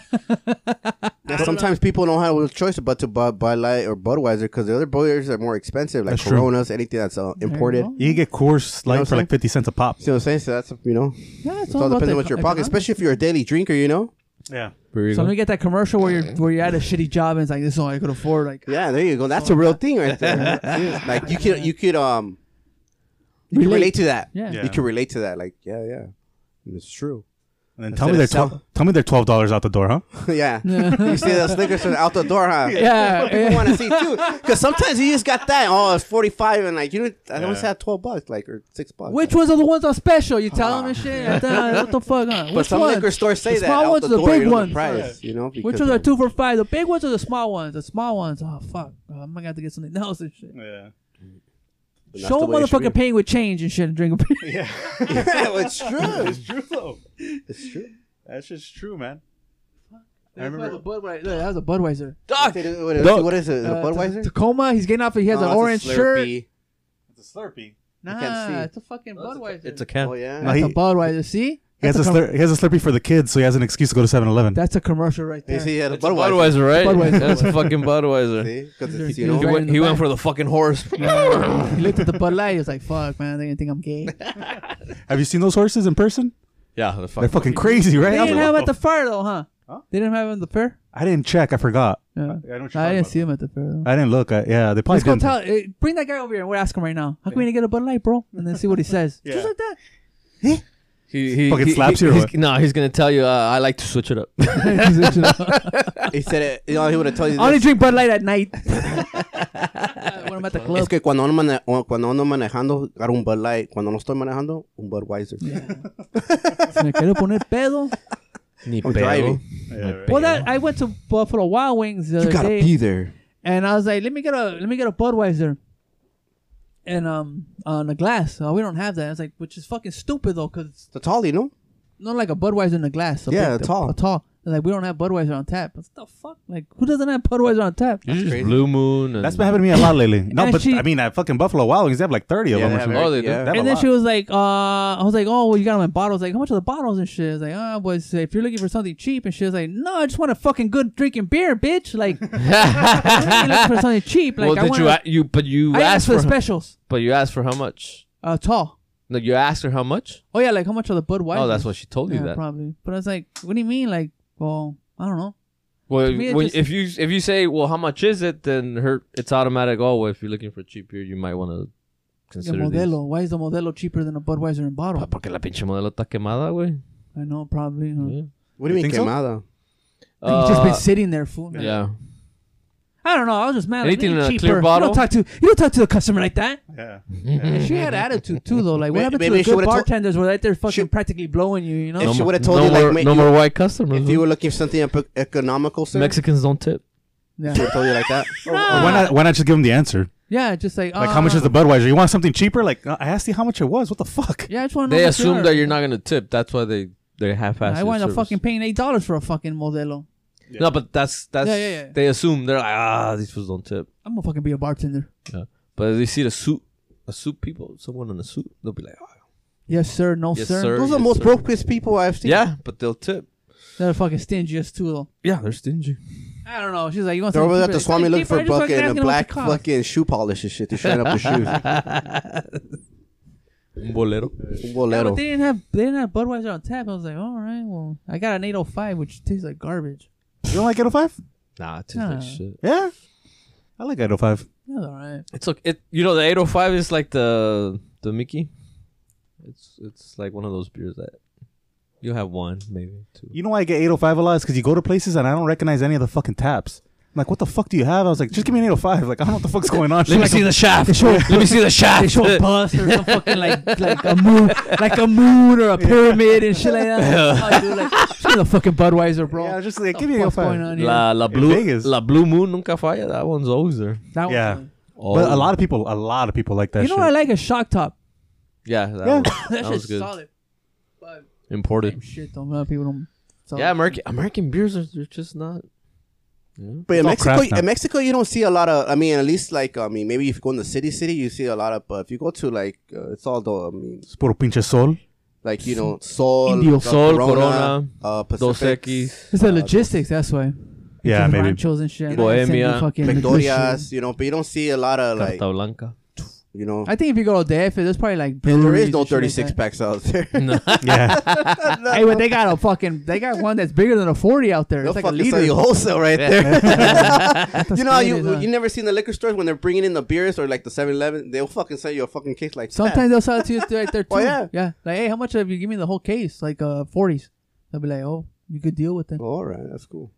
Yeah, sometimes people don't have a choice but to buy Bud Light or Budweiser because the other beers are more expensive, like
That's true.
Coronas, anything that's uh,
you
imported.
go.
You
You can get Coors Light
what I'm
for like
saying?
50 cents a pop.
see what I'm saying? So that's you know,
yeah, it's
it all
all about
depends
the
on what your
economic-
pocket, especially if you're a daily drinker. You know?
Yeah.
So let me get that commercial where you're where you're at a shitty job and it's like this is all I could afford. Like
Yeah, there you go. That's a real thing right there. Yeah, Oh. like you could you could um you
Relate.
relate. relate to that.
Yeah.
Yeah.
You can relate to that. Like yeah, yeah, it's true.
And then tell me,
Instead
they're
of sell-
12, tell me they're $12 out the door, huh?
yeah, you see those Snickers are out the door, huh?
Yeah,
That's what people want to see too. Because sometimes you just got that. Oh, it's forty five, and like you don't. I always
Yeah.
had twelve bucks, like or six bucks.
Which ones are the ones on special? You tell them and shit. I tell 'em, what the fuck? Huh?
Ah. But
Which
some
ones?
liquor stores say
The
that
small
out
ones
the
or the
door,
big
you know,
ones?
the price, you know.
Which
because
ones are
of-
two for five? The big ones or the small ones? The small ones. Oh fuck! Oh, I'm gonna have to get something else and shit.
Yeah.
That's
Show
the
a
way it should
motherfucker paying with change and shit and drink a beer.
be. yeah, it's true.
It's true, though.
It's true.
That's just true, man. I
That was
remember.
a Budweiser. That was a Budweiser.
What is it? What is it? What is it? A
Uh,
Budweiser?
Tacoma. He's getting off. He has
Oh,
an
it's a
orange shirt.
Slurpee.
It's a Slurpee.
Nah,
can't see.
it's a fucking Budweiser.
It's a can.
Oh yeah.
No,
That's
he,
a Budweiser. See,
he has a
That's a
slur, he has a Slurpee for the kids, so he has an excuse to go to 7 Eleven.
that's a commercial right
You
there.
see, he had a
It's a
Budweiser.
Budweiser, right?
Budweiser.
That's a fucking Budweiser.
Because
He
you know.
He
Right
went,
in
he
the
went
back.
for the fucking horse.
he looked at the Bud Light. He was like, "Fuck, man, they're gonna think I'm gay." they
Have you seen those horses in person?
yeah, the
They're
fucking.
fucking crazy, right? I, was
didn't
like,
have him
what
at
the
the fair though, huh?
Huh?
They didn't have him at the fair.
f- I didn't check. I forgot.
Yeah,
I know what you're
I
talking
didn't
about.
see him at the fair. Though.
I didn't look. I, yeah, they probably
Let's go
didn't.
tell. eh, Bring that guy over here and we'll ask him right now. How can we get a Bud Light, bro? And then see what he says.
Yeah.
Just like that.
He, he,
Fucking
he-
slaps
he-
you or
he's-
what?
No, he's gonna tell you. Uh, I like to switch it up.
He said it. You know, he would have told you.
I only
This.
drink Bud Light at night. when I'm at the
Es
club.
que cuando no mane- cuando ando manejando, agarro un Bud Light. Cuando no estoy manejando, un Budweiser.
Si me quiero poner pedo.
Ni
I'm
pedo.
driving.
Yeah, right.
Well, that I went to Buffalo Wild Wings the
You
other
gotta
day,
be there.
and I was like, "Let me get a let me get a Budweiser." And um, on a glass, oh, we don't have that. I was like, which is fucking stupid though, because it's
It's tall, you know.
not like a Budweiser in a glass. a
Yeah,
big-
a tall.
a tall. They're Like we don't have Budweiser on tap. What the fuck? Like who doesn't have Budweiser on tap?
You're just
crazy.
Blue Moon. And
That's been happening to me a lot lately. No, but
Actually-
I mean, at fucking Buffalo Wild Wings, they have like 30 of
Yeah,
them.
they
Or
have
something.
Oh,
every-
they do?
yeah.
They have
And
a
then
lot.
she was like, uh, I was like, oh, well, you got them in bottles. Like, how much are the bottles and shit? I was like, ah, oh, boys, if you're looking for something cheap and she was like, no, I just want a fucking good drinking beer, bitch. Like, I'm looking for something cheap. Like,
well,
I
did
want
you a- you? But you
I
asked
asked for
for
the specials.
but you asked for how much?
Uh, tall.
No, you asked her how much?
Oh yeah, like how much are the Budweiser?
oh, that's what she told
yeah,
you that.
probably. But I was like, what do you mean? Like, well, I don't know.
Well,
To me, it
when-
just-
if you if you say, well, how much is it? Then her, it's automatic. Oh, well, if you're looking for cheap beer, you might want to
The
consider
Modelo. Why is the Modelo cheaper than a Budweiser in
these. Pa-
bottle?
Porque la pinche Modelo está quemada, güey.
I know, probably. Huh?
Yeah.
What do you mean
You think so?
quemada?
You've just been
Uh,
sitting there, fool.
yeah.
I don't know. I was just mad.
Anything
like,
in a
"Ain't cheaper.
clear bottle?
You don't talk to you don't talk to the customer like that.
Yeah.
She had
Mm-hmm.
attitude too, though. Like, what
May-
happened
maybe
to
she
the good
would've told-
bartenders were right there
She-
fucking practically blowing you, you know?
If she
mo-
would've told
no
you, like,
more,
ma-
no
you-
more white customers.
If
huh?
you were looking for something epo- economical, sir,
Mexicans don't tip.
Yeah.
she would told you like that.
Or why not? Why not just give them the answer?
yeah, just uh, like,
Like, how much
Oh.
is the Budweiser? You want something cheaper? Like, uh, I asked you how much it was. What the fuck?
Yeah, I just want to know.
They
how much
assume
they
that
are.
you're not gonna tip. That's why they they half-ass.
I
your
wind up
service.
fucking paying eight dollars for a fucking Modelo.
No, but that's that's
Yeah, yeah, yeah.
they assume they're like ah these fools don't tip.
I'm gonna fucking be a bartender.
But they see the suit, a suit people, someone in a suit, they'll be like, oh,
Yes, sir. No,
yes,
sir.
sir.
Those are
yes,
the most
sir.
brokest people I've seen.
Yeah, but they'll tip.
They're fucking stingy as too, though.
Yeah, they're stingy.
I don't know. She's like, you want
They're over there at the Swami
something cheaper?
looking
It's
for
like,
a
cheaper, I just
bucket and a
fucking ask
black
you how much it
fucking shoe polish and shit to shine up the shoes.
Un bolero.
Un
costs. Yeah,
bolero.
but they didn't have they didn't have Budweiser on tap. I was like, all right, well, I got an 805, which tastes like garbage.
You don't like 805?
Nah, it tastes
Nah.
like shit.
Yeah. I like 805.
That's all right.
It's okay. It you know the 805 is like the the Mickey. It's it's like one of those beers that you have one maybe two.
oh You know why I get 805 a lot? It's because you go to places and I don't recognize any of the fucking taps. like, what the fuck do you have? I was like, just give me an 805. Like, I don't know what the fuck's going on. She's
Let me
like,
see the shaft. Let me see the
They
shaft.
show a bust or some fucking like like a moon, like a moon or a pyramid and shit like that. Oh, dude, like, show me the fucking Budweiser, bro.
Yeah, just like,
What
give
the
me an
fuck's going
805.
on here?
La, la,
In
blue,
Vegas.
la blue moon nunca falla. That one's always there.
That one's
Yeah.
fun.
Oh.
But a lot of people, a lot of people like that
You know
shit.
what I like? A shock top.
Oh, Yeah, that,
Yeah.
One,
That,
that was
shit's
good.
solid. But damn
Imported.
shit, though, man, people don't. sell
Yeah,
it.
American American beers are they're just not. Yeah.
But in
It's all craft
Mexico,
now.
in Mexico, you don't see a lot of. I mean, at least like I mean, maybe if you go in the city, city, you see a lot of. But if you go to like, uh, it's all the. I mean,
It's puro pinche sol.
like you know, Sol,
Indio.
uh,
Sol, Corona,
uh,
Dos
Pacific,
Equis.
It's the logistics. That's why.
Yeah,
Because
maybe.
Ranchos and shit.
Bohemia,
Send you fucking
Victorias, you know. But you don't see a lot of like,
Carta Blanca.
you know,
I think if you go to DF, there's probably like
and there
breweries
is no
and shit like
36
that.
packs out there.
Yeah.
Hey, but they got a fucking. They got one that's bigger than a forty out there.
They'll
it's like a
fucking
liter.
sell you wholesale right there. you know, how
That's
you
good, huh?
you never seen the liquor stores when they're bringing in the beers or like the 7-Eleven, they'll fucking sell you a fucking case like that.
Sometimes they'll sell it to you right there too.
Oh, yeah.
yeah. Like, hey, how much have you? Give me the whole case, like uh forties. They'll be like, oh, you could deal with them.
All right, that's cool.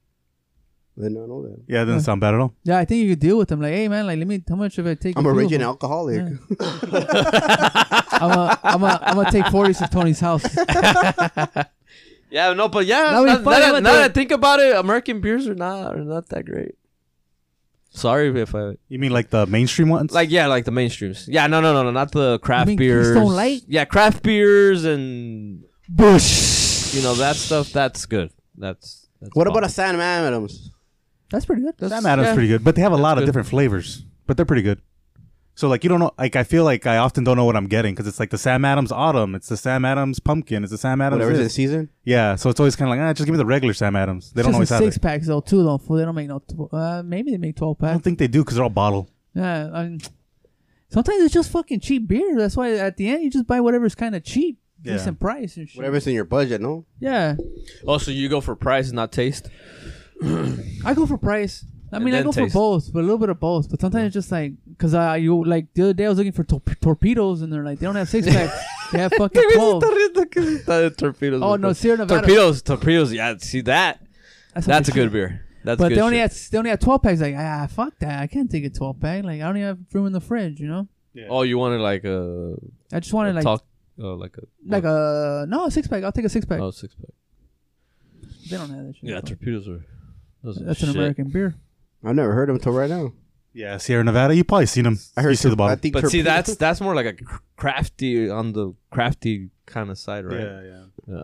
Then I know that.
Yeah, it doesn't sound bad at all.
Yeah, I think you could deal with them. Like, hey, man, like, let me. How much of I take?
I'm a
you?
raging alcoholic.
Yeah. I'm a, I'm a, I'm gonna take forties to Tony's house.
Yeah, no, but yeah,
That would be
now,
funny,
now,
but
now
the-
that I think about it, American beers are not are not that great. Sorry if I
You mean like the mainstream ones?
like yeah, like the mainstreams. Yeah, no, no, no, no, not the craft
mean
beers.
Keystone Light?
Yeah, craft beers and
Bush.
you know that stuff. That's good. That's, that's
What about
fine.
a Sam Adams?
That's pretty good.
Sam Adams
yeah.
pretty good, but they have a lot of
good.
different flavors, but they're pretty good. So like you don't know, like I feel like I often don't know what I'm getting because it's like the Sam Adams Autumn, it's the Sam Adams Pumpkin, it's the Sam Adams.
Whatever's in
This.
season.
Yeah, so it's always kind of like ah, just give me the regular Sam Adams. They
It's
don't always
just in
have
six
it.
packs though too though. Fool, They don't make no. Tw- uh, maybe they make twelve
I
packs.
don't think they do because they're all bottle.
Yeah, I mean, sometimes it's just fucking cheap beer. That's why at the end you just buy whatever's kind of cheap,
Yeah.
decent price and shit.
Whatever's in your budget, no?
Yeah,
Oh, so you go for price, not taste.
I go for price. I
And
mean, I
then
go
taste.
for both, but a little bit of both. But sometimes it's just like, cause I you like the other day I was looking for tor- torpedoes and they're like they don't have six packs, they have fucking twelve.
torpedoes.
Oh no, Sierra Nevada.
torpedoes, torpedoes. Yeah, see that.
not
That's a good
shit.
beer. That's
But
good
they only
shit.
had they only had twelve packs. Like ah, fuck that. I can't take a twelve pack. Like I don't even have room in the fridge. You know,
Oh, you wanted like a,
I just
a
wanted like
talk, oh, like a
like a no six pack. I'll take a six pack.
oh six pack.
They don't have that shit.
Yeah, torpedoes are. those are
that's an
shit.
American beer.
I've never heard of them till right now.
Yeah, Sierra Nevada, you probably seen them.
I heard
you see the
Tur- I
bottle.
think
But see,
Torpedo-
that's that's more like a cr- crafty on the crafty kind of side, right?
Yeah, yeah.
Yeah.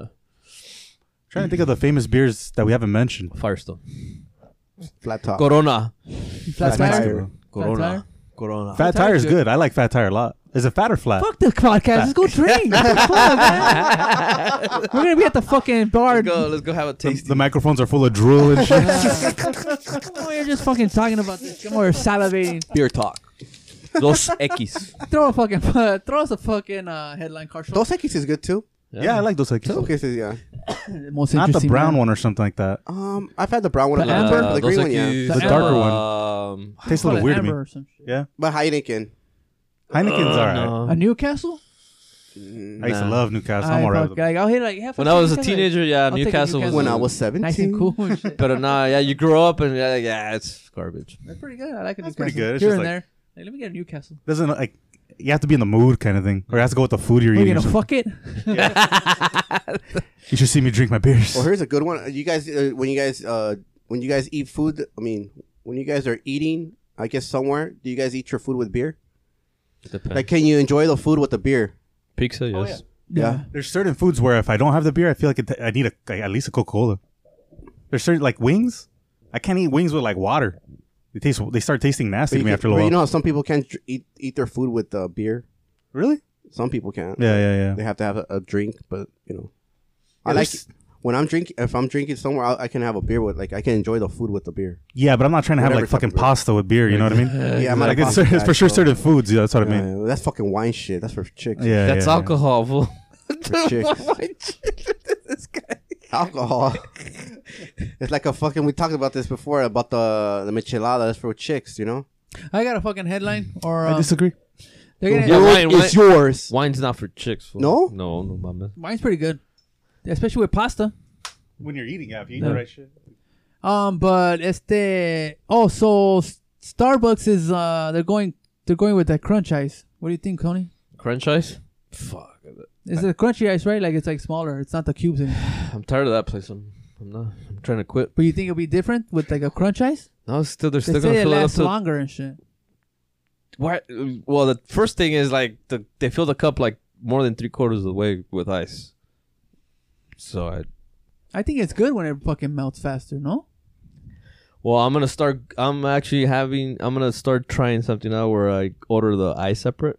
Trying to think of the famous beers that we haven't mentioned.
Firestone.
flat top.
Corona.
Flat
Flat
tire.
tire.
Corona.
Tire?
Corona.
Fat
Tire
Tire
is
is good. I like Fat Tire a lot. Is it fat or flat?
Fuck the podcast. Let's go drink. What the fuck, man? We're gonna be at the fucking bar.
Let's go. Let's go have a
The,
taste.
the microphones are full of drool and shit.
We're just fucking talking about this. Come on, we're salivating.
Beer talk. Dos X.
Throw a fucking, throw us a fucking uh, headline card.
Dos Equis is good too.
yeah, I like those. Like,
Dos Equis is, yeah.
Most
not the
interesting
brown
man.
one or something like that.
Um, I've had the brown one.
The
The,
amber?
amber,
Uh,
the green one, yeah.
The darker
one.
Um,
Tastes a
Call
little
it
weird to
Amber
me.
or some shit.
Yeah,
But Heineken.
Heineken's
Oh,
alright.
A Newcastle?
Mm,
I used to
Nah.
love Newcastle.
I
I'm alright
fuck,
with them.
like, I'll hit like half
When I was a
Newcastle,
teenager, yeah,
I'll take a
Newcastle was.
Newcastle.
When I was
like,
17.
nice and cool. and shit.
But uh, nah, yeah, you grow up and yeah, yeah, it's garbage.
That's pretty good. I like a Newcastle.
pretty good. It's
Here
just
and
like-
there. Like, let me get a Newcastle.
Doesn't like you have to be in the mood kind of thing, or it has to go with the food you're
Are you
eating. or
gonna
something.
fuck it?
you should see me drink my beers.
Well, here's a good one. You guys, uh, when you guys, uh, when you guys eat food, I mean, when you guys are eating, I guess somewhere, do you guys eat your food with beer?
Depends.
Like, can you enjoy the food with the beer?
pizza, yes.
Yeah.
There's certain foods where if I don't have the beer, I feel like it, I need a, like, at least a Coca Cola. There's certain like wings. I can't eat wings with like water. They taste. They start tasting nasty
But
to
you,
me
can-
after a
but
while.
you know how some people can't dr- eat eat their food with uh, beer.
really?
Some people can't.
Yeah, yeah, yeah.
They have to have a, a drink, but you know, I
Yeah,
like
there's-
when I'm drinking. If I'm drinking somewhere, i I can have a beer with. Like, I can enjoy the food with the beer.
Yeah, but I'm not trying to have
Whatever
like fucking
type of-
pasta with beer. You know what I mean?
Yeah, I'm not
like
a
it's,
pasta
it's
guy,
for sure
so-
certain foods. Yeah, that's what I mean.
Uh, that's fucking wine shit. That's for chicks.
Yeah,
That's
yeah, yeah.
alcohol. fool.
chicks. alcohol. it's like a fucking. We talked about this before about the the michelada. That's for chicks, you know.
I got a fucking headline or
I
um,
disagree.
they're gonna
Yeah, wine- wine-
yours.
Wine's not for chicks. Fool.
No?
no, no, my man.
Mine's pretty good, especially with pasta.
When you're eating, yeah, if you eat
No.
right shit.
Um, but este oh so S- Starbucks is uh they're going they're going with that crunch ice. What do you think, Coney?
Crunch ice? Fuck.
Is it crunchy ice, right? Like it's like smaller. It's not the cubes. Anymore.
I'm tired of that place. I'm, I'm not. I'm trying to quit.
But you think it'll be different with like a crunch ice?
No, it's still they're
They
still
say
gonna
it
fill it up
lasts
to
longer and shit.
Why? Well, the first thing is like the, they fill the cup like more than three quarters of the way with ice. So I,
I think it's good when it fucking melts faster. No,
well, I'm gonna start. I'm actually having. I'm gonna start trying something out where I order the ice separate.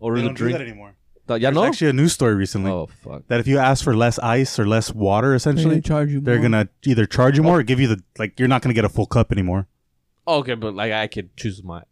Order
They
the
don't do
drink.
that anymore.
Th- yeah,
There's
no.
actually a news story recently
Oh fuck.
that if you ask for less ice or less
they're
water,
gonna
essentially,
charge you.
they're
more.
gonna either charge you more or give you the like. You're not gonna get a full cup anymore.
Okay, but like I could choose my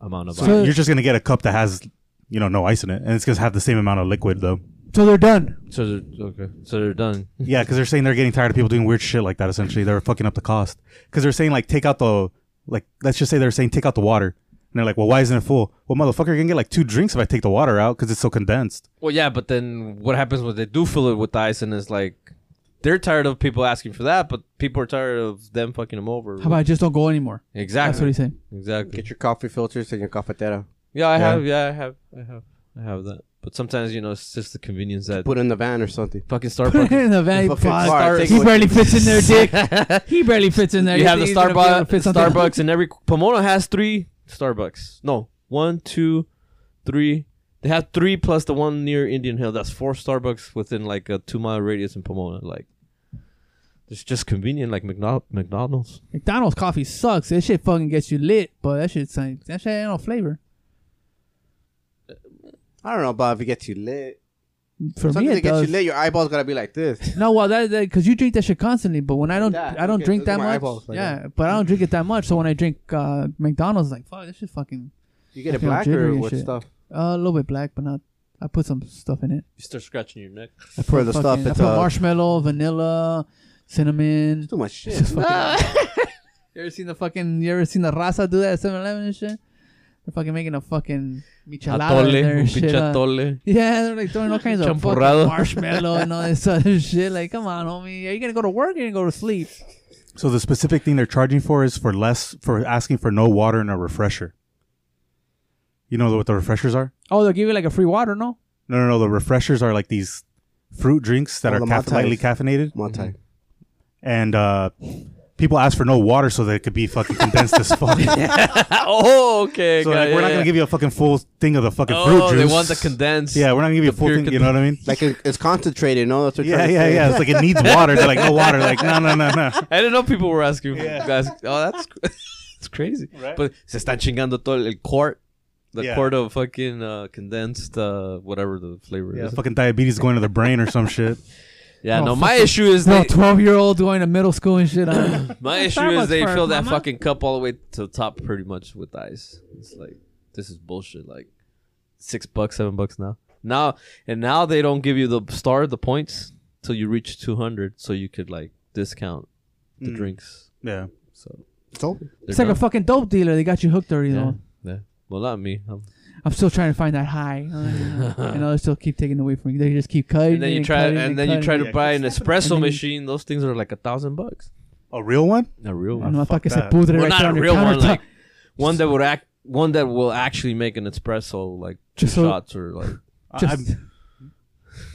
amount of ice.
So-
You're just gonna get a cup that has, you know, no ice in it, and it's gonna have the same amount of liquid though.
So they're done.
So they're, okay. So they're done.
Yeah, because they're saying they're getting tired of people doing weird shit like that. Essentially, they're fucking up the cost. Because they're saying like take out the like let's just say they're saying take out the water, and they're like, well, why isn't it full? Well, motherfucker, you're gonna get like two drinks if I take the water out because it's so condensed.
Well, yeah, but then what happens when they do fill it with ice and it's like they're tired of people asking for that, but people are tired of them fucking them over.
How about just don't go anymore? That's what
exactly?
he's saying.
Exactly.
Get your coffee filters and your cafetera.
Yeah, I
Yeah.
have. Yeah, I have. I have. I have that. But sometimes you know it's just the convenience that
Put it in the van or something.
fucking
Put it
Starbucks.
in the van.
Fucking
fuck.
car, take
He
away-
barely fits in there, dick. He barely fits in there.
you have the
think he's gonna be able
Starbucks.
to fit something-
Starbucks and every Pomona has three Starbucks. No, one, two, three. They have three plus the one near Indian Hill. That's four Starbucks within like a two mile radius in Pomona. Like, it's just convenient, like McDonald- McDonald's.
McDonald's coffee sucks. That shit fucking gets you lit, but that shit's like that shit ain't no flavor.
I don't know, but if it gets you lit,
For
something
me,
that
it
gets
does.
you lit, your eyeballs gotta be like this.
No, well, that because you drink that shit constantly, but when I don't,
that.
I don't
Okay,
drink
look at
that
my
much.
eyeballs like
yeah, but I don't drink it that much. So when I drink uh, McDonald's, like fuck, this shit fucking
You get it
Fucking
black or
jittery and
what
shit.
stuff?
uh, a little bit black, but not. I put some stuff in it.
You start scratching your neck.
I
For
put
the
fucking-
stuff,
I
it's,
put
uh,
marshmallow, vanilla, cinnamon.
Too much shit. Ah.
It's fucking- you ever seen the fucking? You ever seen the Raza do that at 7-Eleven and shit? They're fucking making a fucking michelada in there
Atole,
and
un
shit.
pinche
uh,
atole.
Yeah, they're like throwing all kinds of fucking
Champurrado.
marshmallow and all this other shit. Like, come on, homie, are you gonna go to work? Or you gonna go to sleep?
So the specific thing they're charging for is for less for asking for no water and a refresher. You know what the refreshers are?
Oh, they'll give you like a free water, no?
No, no, no. The refreshers are like these fruit drinks that
Oh,
are
the
caff-
Maltais.
lightly caffeinated,
Multi.
and uh, people ask for no water so that it could be fucking condensed as fuck.
oh, okay.
So
got
like,
it,
we're not
yeah,
gonna give you a fucking full thing of the fucking
yeah.
fruit
Oh,
juice.
they want the condensed.
Yeah, we're not gonna give you a full
pure
thing. You know what I mean?
Like it, it's concentrated, no? That's what you're
Yeah,
trying to
yeah,
say.
yeah. It's like it needs water. They're like, no water. Like, no, no, no, no.
I didn't know people were asking. Guys, oh, that's it's crazy. But se están chingando todo el quart, the
Yeah.
quart of fucking uh, condensed uh, whatever the flavor
Yeah,
is.
fucking diabetes going to the brain or some shit.
Yeah,
Oh,
no.
fuck
My
it.
issue is
Bro,
they,
twelve year old going to middle school and shit. uh, huh?
my
Yeah,
issue is
Starbucks
they
for
fill that
mama.
fucking cup all the way to the top pretty much with ice. It's like this is bullshit. Like six bucks, seven bucks now. Now and now they don't give you the star, the points till you reach two hundred, so you could like discount
Mm.
the drinks.
Yeah.
So
It's open.
they're
it's like a
done.
fucking dope dealer. They got you hooked already,
yeah.
though.
yeah. Well, not me. I'm-
I'm still trying to find that high. I know they still keep taking away from you. They just keep cutting.
and then
it
you try,
cutting
and then you try
cutting
to
Yeah,
buy an
it's
espresso
And then-
machine. Those things are like a thousand bucks.
A real one?
A real
it.
one.
No,
fuck
fuck, it's a
that.
pudre
Oh, Well,
right
not
there
a
on your
real one.
countertop.
Like one that would act, one that will actually make an espresso, like two
Just so-
shots or like.
just,
I'm-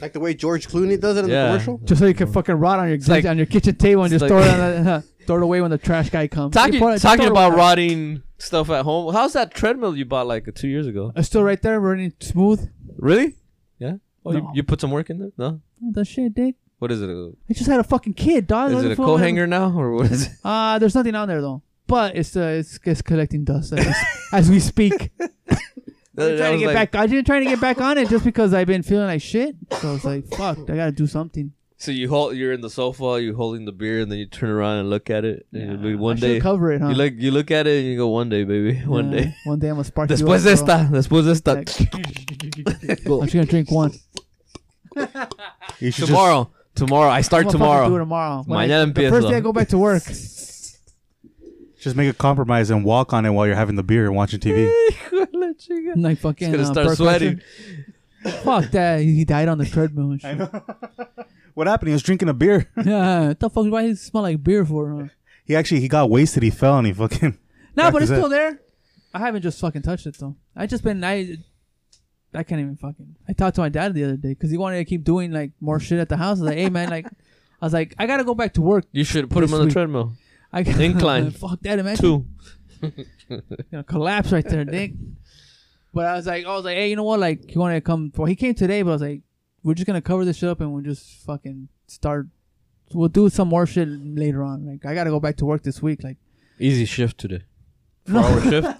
Like the way George Clooney does it in
Yeah.
the commercial.
just so you can fucking rot on your
like-
on your kitchen table and
it's
just
like-
throw it on the, throw it away when the trash guy comes. You
Talking,
put it- just
talking
throw it
about
away.
rotting stuff at home. How's that treadmill you bought like two years ago?
It's still right there, running smooth.
Really? Yeah. Oh, you,
No.
you put some work in there? No.
The shit, dick.
What is it? A,
I just had a fucking kid, dog.
is
What
it
the
a
fuck?
coat hanger now or what is it?
Uh, there's nothing on there though. But it's uh, it's, it's collecting dust as, as we speak. I'm trying
I was
to get
like-
back. I've been trying to get back on it just because I've been feeling like shit. So it's like, fuck, I gotta do something.
So you hold, you're in the sofa, you're holding the beer, and then you turn around and look at it. And you'll be
I
one
should
day,
cover it, huh?
you look, you look at it, and you go, one day, baby, one
Yeah,
day.
One day I'm gonna spark you
Después
up,
de
bro.
esta, después de esta.
I'm just gonna drink one
you should just-
tomorrow, tomorrow. I
I'm
start
gonna fucking Do it
tomorrow.
tomorrow. When I,
Mañana
the
empiezo.
first day I go back to work.
just, make a compromise and walk on it while you're having the beer and watching TV.
I'm like fucking.
gonna
uh,
start
Brock Lesnar. Fuck that. He he died on the treadmill. And shit.
know. what happened? He was drinking a beer.
yeah, what the fuck? Why does it smell like beer for? Huh?
he actually he got wasted. He fell and he fucking.
No,
Crack
but
his
it's
head.
still there. I haven't just fucking touched it though. I just been I, I can't even fucking. I talked to my dad the other day because he wanted to keep doing like more shit at the house. I was like, hey man, like, I was like, I gotta go back to work.
You should put him
This
on the
week.
treadmill.
I got
Incline.
fuck that, imagine
Two.
gonna collapse right there, Nick. But I was like, I was like, hey, you know what? Like, he wanted to come. Well, he came today, but I was like, we're just gonna cover this shit up and we'll just fucking start. We'll do some more shit later on. Like, I gotta go back to work this week. Like,
Easy shift today. Four hour shift.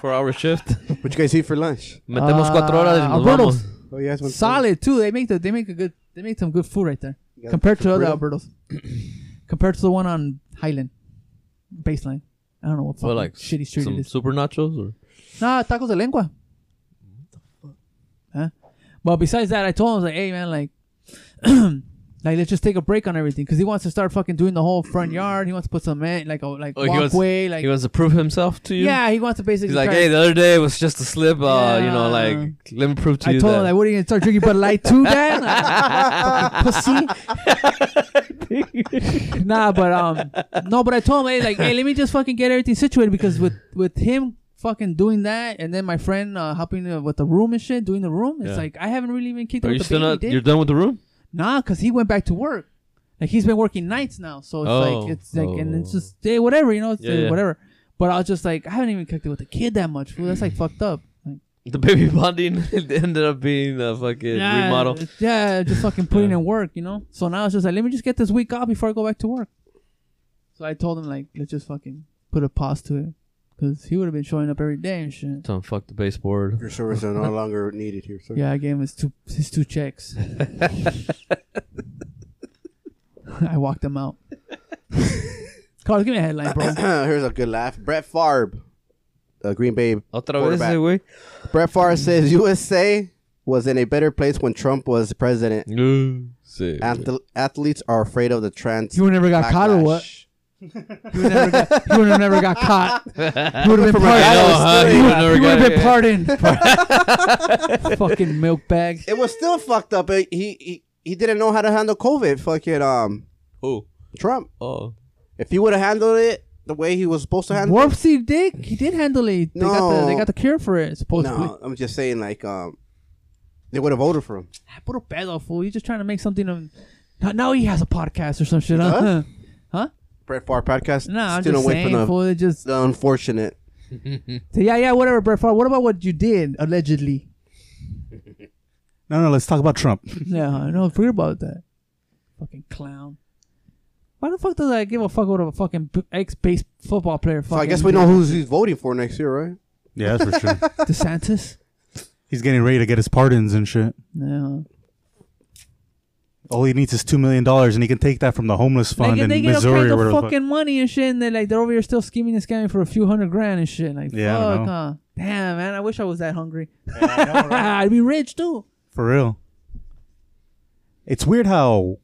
Four hour shift.
What you guys eat for lunch?
Metemos
Uh,
cuatro horas y nos
Alberto's.
vamos.
Oh, you guys went to-
solid too. They make the they make a good they make some good food right there
You guys
compared to other
Alberto?
Albertos. compared to the one on Highland, baseline. I don't know what fucking
Well, like
shitty street it
Some
is.
super nachos or
Nah, tacos de lengua. Huh? But besides that, I told him I was like, "Hey, man, like, like let's just take a break on everything because he wants to start fucking doing the whole front yard. He wants to put some man, like a like
Oh, he wants-
walkway, like
he wants to prove himself to you.
yeah, he wants to basically.
He's like,
try-
hey, the other day was just a slip. Uh, you know,
Yeah.
like let me prove to
I
you
told
that.
him like, what are you gonna start drinking Bud Light too, then? Like, fucking pussy. nah, but um, no, but I told him hey, like, hey, let me just fucking get everything situated because with with him fucking doing that, and then my friend uh, helping uh, with the room and shit, doing the room, it's
Yeah.
like I haven't really even kicked it
Are
with
you
the
still
baby
not?
dick.
You're done with the room?
Nah, cause he went back to work. Like he's been working nights now, so it's
Oh.
like it's like and it's
Oh.
just hey, whatever, you know, it's
Yeah,
uh,
yeah.
whatever. But I was just like, I haven't even kicked it with the kid that much. Fool. That's like fucked up. Like,
The baby bonding ended up being a fucking remodel.
it's- Yeah, just fucking putting
Yeah.
in work, you know. So now it's just like, let me just get this week off before I go back to work. So I told him like, let's just fucking put a pause to it, because he would have been showing up every day and shit.
Don't fuck the baseboard.
Your services are no longer needed here, sir.
Yeah, I gave him his two his two checks. I walked him out. Carlos, give me a headline, bro.
Here's a good laugh. Brett Favre, uh, Green Bay.
Otra vez,
Quarterback.
güey.
Brett Favre says USA was in a better place when Trump was president.
No. Sí.
Athl- athletes are afraid of the trans.
He would never got caught or what?
backlash.
He would never got, he would never got caught. He would have been
guy
I know,
that
pardoned.
was three.
He would
huh? You would've never got
have been pardoned.
it.
fucking milk bag.
It was still fucked up. It- He, he he didn't know how to handle COVID. Fucking um
Who?
Trump.
Oh.
If he would have handled it the way he was supposed to handle,
Warpsy Dick, he did handle it. They got the they
No.
got the cure for it,
it,
supposedly.
no, I'm just saying like um they would have voted for him.
Put a Ah, pedo, fool. You're just trying to make something of now- now he has a podcast or some shit, huh?
Huh?
Huh?
Brett Favre podcast.
No, I'm
still
just
away from
saying,
the-
fool. It just
the unfortunate.
say, yeah, yeah, whatever, Brett Favre. What about what you did allegedly?
No, no. Let's talk about Trump.
yeah, no, forget about that. Fucking clown. Why the fuck does I give a fuck what a fucking ex base football player? Fucking
So I guess we know who's he's voting for next year, right?
Yeah, that's for sure.
DeSantis.
He's getting ready to get his pardons and shit.
No,
All he needs is two million dollars, and he can take that from the homeless fund
they get,
in
they get all
Missouri
kinds
or whatever.
of
the
fucking money and shit, and they're like they're over here still scheming and scamming for a few hundred grand and shit. Like,
Yeah, I
fuck,
know.
huh? Damn, man, I wish I was that hungry. I'd be rich too.
fuck. For real. It's weird how.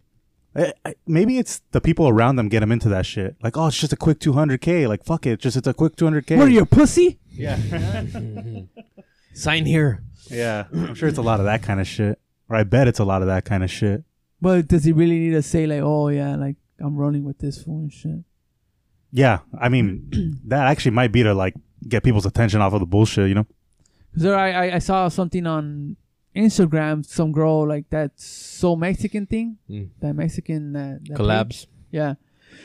I, I, maybe it's the people around them get him into that shit. Like, oh, it's just a quick 200k. Like, fuck it, just it's a quick 200k.
What are you, a pussy?
Sign here.
Yeah, I'm sure it's a lot of that kind of shit. Or I bet it's a lot of that kind of shit.
But does he really need to say like, oh yeah, like I'm running with this fool and shit?
Yeah, I mean, that actually might be to like get people's attention off of the bullshit, you know?
Because I, I I saw something on Instagram, some girl like that so Mexican thing,
Mm.
that Mexican that, that
Collabs.
Yeah.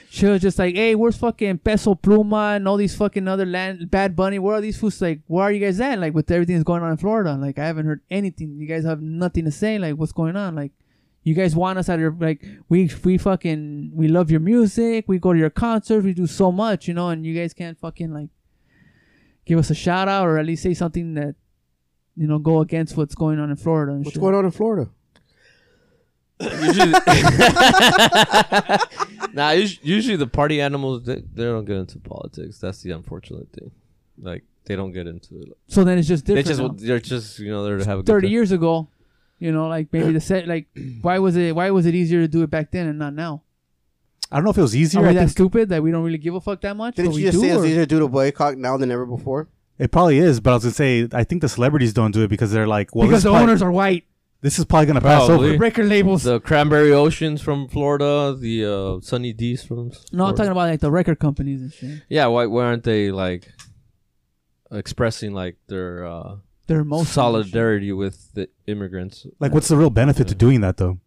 She was just like, hey, where's fucking Peso Pluma and all these fucking other land, Bad Bunny? Where are these fools? Like, where are you guys at? Like, with everything that's going on in Florida, like, I haven't heard anything. You guys have nothing to say. Like, what's going on? Like, you guys want us at your, like, we, we fucking, we love your music. We go to your concerts. We do so much, you know, and you guys can't fucking, like, give us a shout out or at least say something that, you know, go against what's going on in Florida. And
What's
shit.
going on in Florida?
Usually, nah, us- usually the party animals they, they don't get into politics. That's the unfortunate thing. Like they don't get into it.
So then it's just
They
different.
just
now.
they're just you know they're to have a good
thirty
time.
years ago, you know, like maybe the set, like why was it why was it easier to do it back then and not now?
I don't know if it was
Are
easier.
we
I
that
think
stupid that we don't really give a fuck that much?
Didn't
but
you
we
just
do,
say it's
or-
easier to do the boycott now than ever before?
it probably is, but I was gonna say I think the celebrities don't do it because they're like, well,
because
this
the
pod-
owners are white.
This is probably gonna pass
Probably.
over.
Record labels.
The Cranberry Oceans from Florida, the uh, Sunny D's from. s-
no, I'm
Florida.
talking about like the record companies and shit.
Yeah, why, why aren't they like expressing like their uh,
They're most
solidarity with the immigrants?
Like, what's the real benefit to doing that though?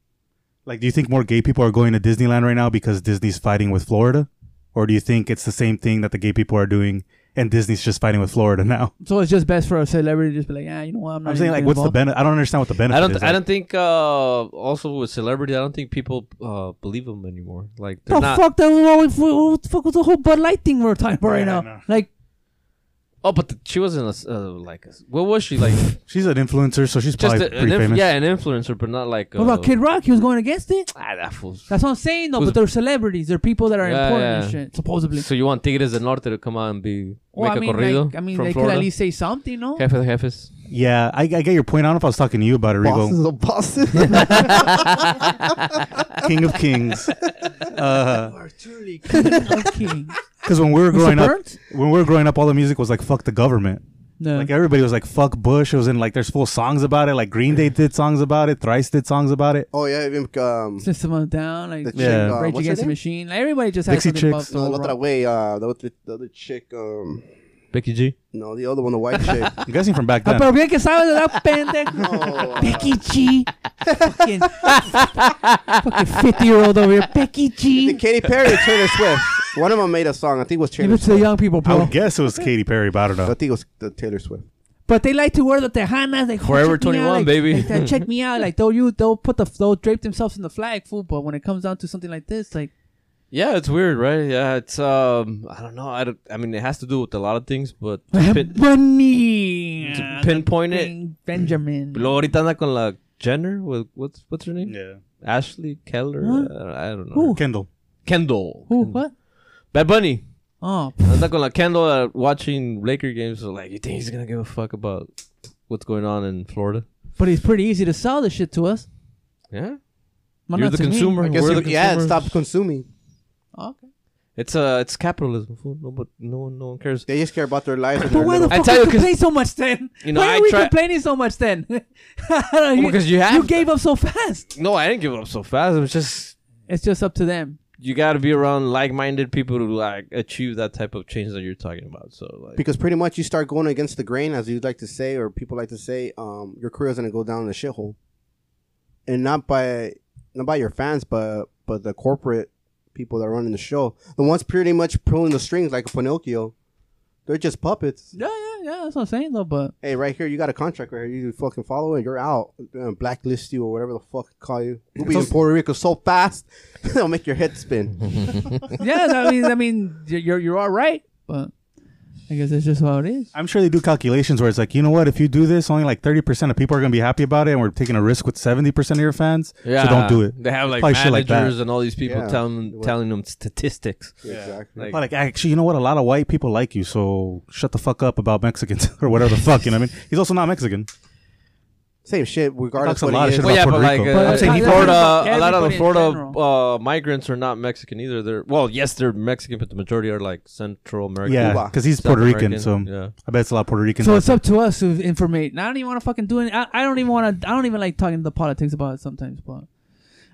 Like, do you think more gay people are going to Disneyland right now because Disney's fighting with Florida, or do you think it's the same thing that the gay people are doing and Disney's just fighting with Florida now?
So it's just best for a celebrity to just be like, yeah, you know what? I'm not.
I'm saying like, what's the benefit? I don't understand what the benefit
I don't.
is.
Th- I don't think. Uh, also with celebrity, I don't think people uh, believe them anymore. Like they're
The
not.
fuck that what the fuck was the whole Bud Light thing we're talking about right
Yeah, I
now?
know.
Like,
Oh, but the, she wasn't a s uh, like. a s- what was she like?
She's an influencer, so she's
Just
probably
a, an
pretty
inf-
famous.
yeah, an influencer, but not like.
what about
uh,
Kid Rock? He was going against it.
Ah, that fool's.
That's what I'm saying though.
Who's-
But they're celebrities. They're people that are
Yeah,
important
yeah.
and shit. Supposedly.
So you want Tigres del Norte to come out and be
Well,
make
I mean,
a corrido
like, I mean,
from
they could
Florida?
at least say something, no?
Jefe de jefes.
Yeah, I, I get your point. I don't know if I was talking to you about it, Rigo.
Bosses of bosses.
King of Kings.
okay.
Because when we were growing up,
Burns?
when we were growing up, all the music was like "fuck the government."
No.
Like everybody was like "fuck Bush." It was in like there's full songs about it. Like Green Day did songs about it. Thrice did songs about it.
oh yeah, even um,
System of a Down, like
the chick.
Yeah.
Uh,
Rage
what's her
Against the
name?
Machine. Like, everybody just has
Dixie
something
Chicks.
No,
about
not
the
oh, that way. Uh, the, other- the other chick. Um,
Becky G.
no, the other one, the white chick.
I'm guessing from back
Ah,
then.
pero bien que sabes, ¿verdad, pendejo?
Oh,
Becky G. fucking 50 year old over here. Becky
the
G.
Katy Perry, and Taylor Swift. One of them made a song. I think it was
Give
Taylor.
it to the
Swift.
young people,
I
bro.
would guess it was Katy Perry, but I don't
I
know.
think it was the Taylor Swift.
But they like to wear the tejanas. Like, oh,
Forever
check me out,
21,
like-
baby.
Like, that, check me out. Like, they'll, you, they'll put the, they'll drape themselves in the flag, fool. But when it comes down to something like this, like,
Yeah, it's weird, right? Yeah, it's um, I don't know. I don't, I mean, it has to do with a lot of things, but pin,
Bunny.
to pinpoint it.
Fucking Benjamin.
Luego ahorita anda con la Jenner. With, what's what's her name?
Yeah,
Ashley Keller.
What?
Uh, I don't know.
Who?
Kendall.
Kendall.
Who? What?
Bad Bunny.
Oh,
Anda con la Kendall uh, watching Laker games. So like, you think he's gonna give a fuck about what's going on in Florida?
but it's pretty easy to sell this shit to us.
Yeah,
Well,
you're
not
the
to me.
consumer.
I guess
We're
you,
the
yeah,
consumers.
stop consuming.
Oh, okay.
It's uh, it's capitalism. Fool. No, but no one, no one cares.
They just care about their lives. and
But
their
why the
little-
I
fuck
tell
we
you, 'cause-
complain so much then?
You know,
why
I
are we
try-
complaining so much then? I don't know,
because you have
you
to.
gave up so fast.
No, I didn't give up so fast. It was just
It's just up to them.
you got to be around like-minded people to like achieve that type of change that you're talking about. So like,
because pretty much you start going against the grain, as you'd like to say, or people like to say, um, your career's gonna go down the shithole, and not by not by your fans, but but the corporate people that are running the show, the ones pretty much pulling the strings like a Pinocchio. They're just puppets.
Yeah, yeah, yeah. That's what I'm saying though. But
Hey, right here, you got a contract right here. You fucking follow it, you're out. They're gonna blacklist you or whatever the fuck they call you. You'll be in Puerto Rico so fast, they'll make your head spin.
yeah, I mean, I mean, you're you're- you're all right. But I guess that's just how it is.
I'm sure they do calculations where it's like, you know what? If you do this, only like 30% of people are going to be happy about it, and we're taking a risk with 70% of your fans. So don't do it.
They have like
Probably shit
managers
like that.
and all these people
Yeah.
telling telling them statistics.
Exactly.
Like,
But like, actually, you know what? A lot of white people like you, so shut the fuck up about Mexicans or whatever the fuck. You know what I mean? He's also not Mexican.
Same shit, regardless
a
what
lot
he is.
of shit
well, yeah,
Puerto
but like
Rico.
uh,
But
I'm saying
that's
Florida,
not about
a lot of
everybody
the
in
Florida
general.
uh, migrants are not Mexican either. They're well, yes, they're Mexican, but the majority are like Central American.
Yeah,
Cuba.
because he's
South
Puerto Rican,
American,
so
yeah.
I bet it's a lot of Puerto Ricans.
So
out
it's up to us to informate. And I don't even want to fucking do it. I, I don't even want to. I don't even like talking the politics about it sometimes. But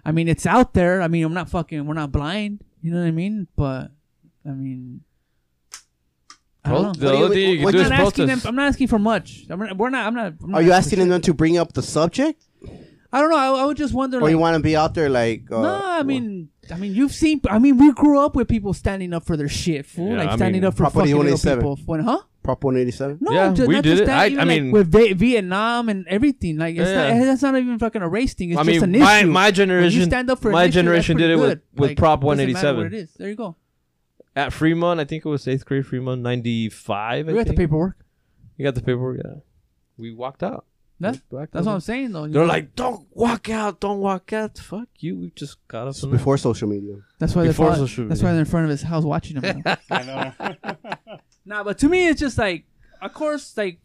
I mean, it's out there. I mean, I'm not fucking. We're not blind. You know what I mean? But I mean, I
Pro-
don't know.
the
What do you-
only thing you
what-
can do
I'm
is
not asking them.
protest.
I'm not asking for much. I'm not, we're not. I'm not. I'm not
Are you
for
asking
shit.
them to bring up the subject?
I don't know. I, I would just wonder.
or
Like,
you want to be out there like uh,
no, I mean, I mean, you've seen. I mean, we grew up with people standing up for their shit, fool.
Yeah,
like
I
standing
mean,
up for
Property
fucking little
187.
people. When, huh?
Prop 187.
No,
Yeah,
just,
we
not
did
just
it.
That,
I-
even
I
like
mean-
with v- Vietnam and everything, like it's
Yeah.
not, that's not even fucking a race thing. It's
I
just
mean,
an
my-
issue.
my
When you
generation-
stand up for an
my
issue, that's
generation
pretty
did it with-
good.
with
Like,
Prop
doesn't matter
187.
What it is, there you go.
at Fremont, I think it was eighth grade Fremont, ninety five.
We got the paperwork.
You got the paperwork. Yeah, we walked out.
That's
We walked
that's
out.
what I'm saying though.
They're like, don't walk out, don't walk out. Fuck you. We just got up.
It's
and-
Before social media.
that's why they're
before
fol-
social media.
that's why they're in front of his house watching him. Now.
there. I know.
nah, but to me, it's just like, of course, like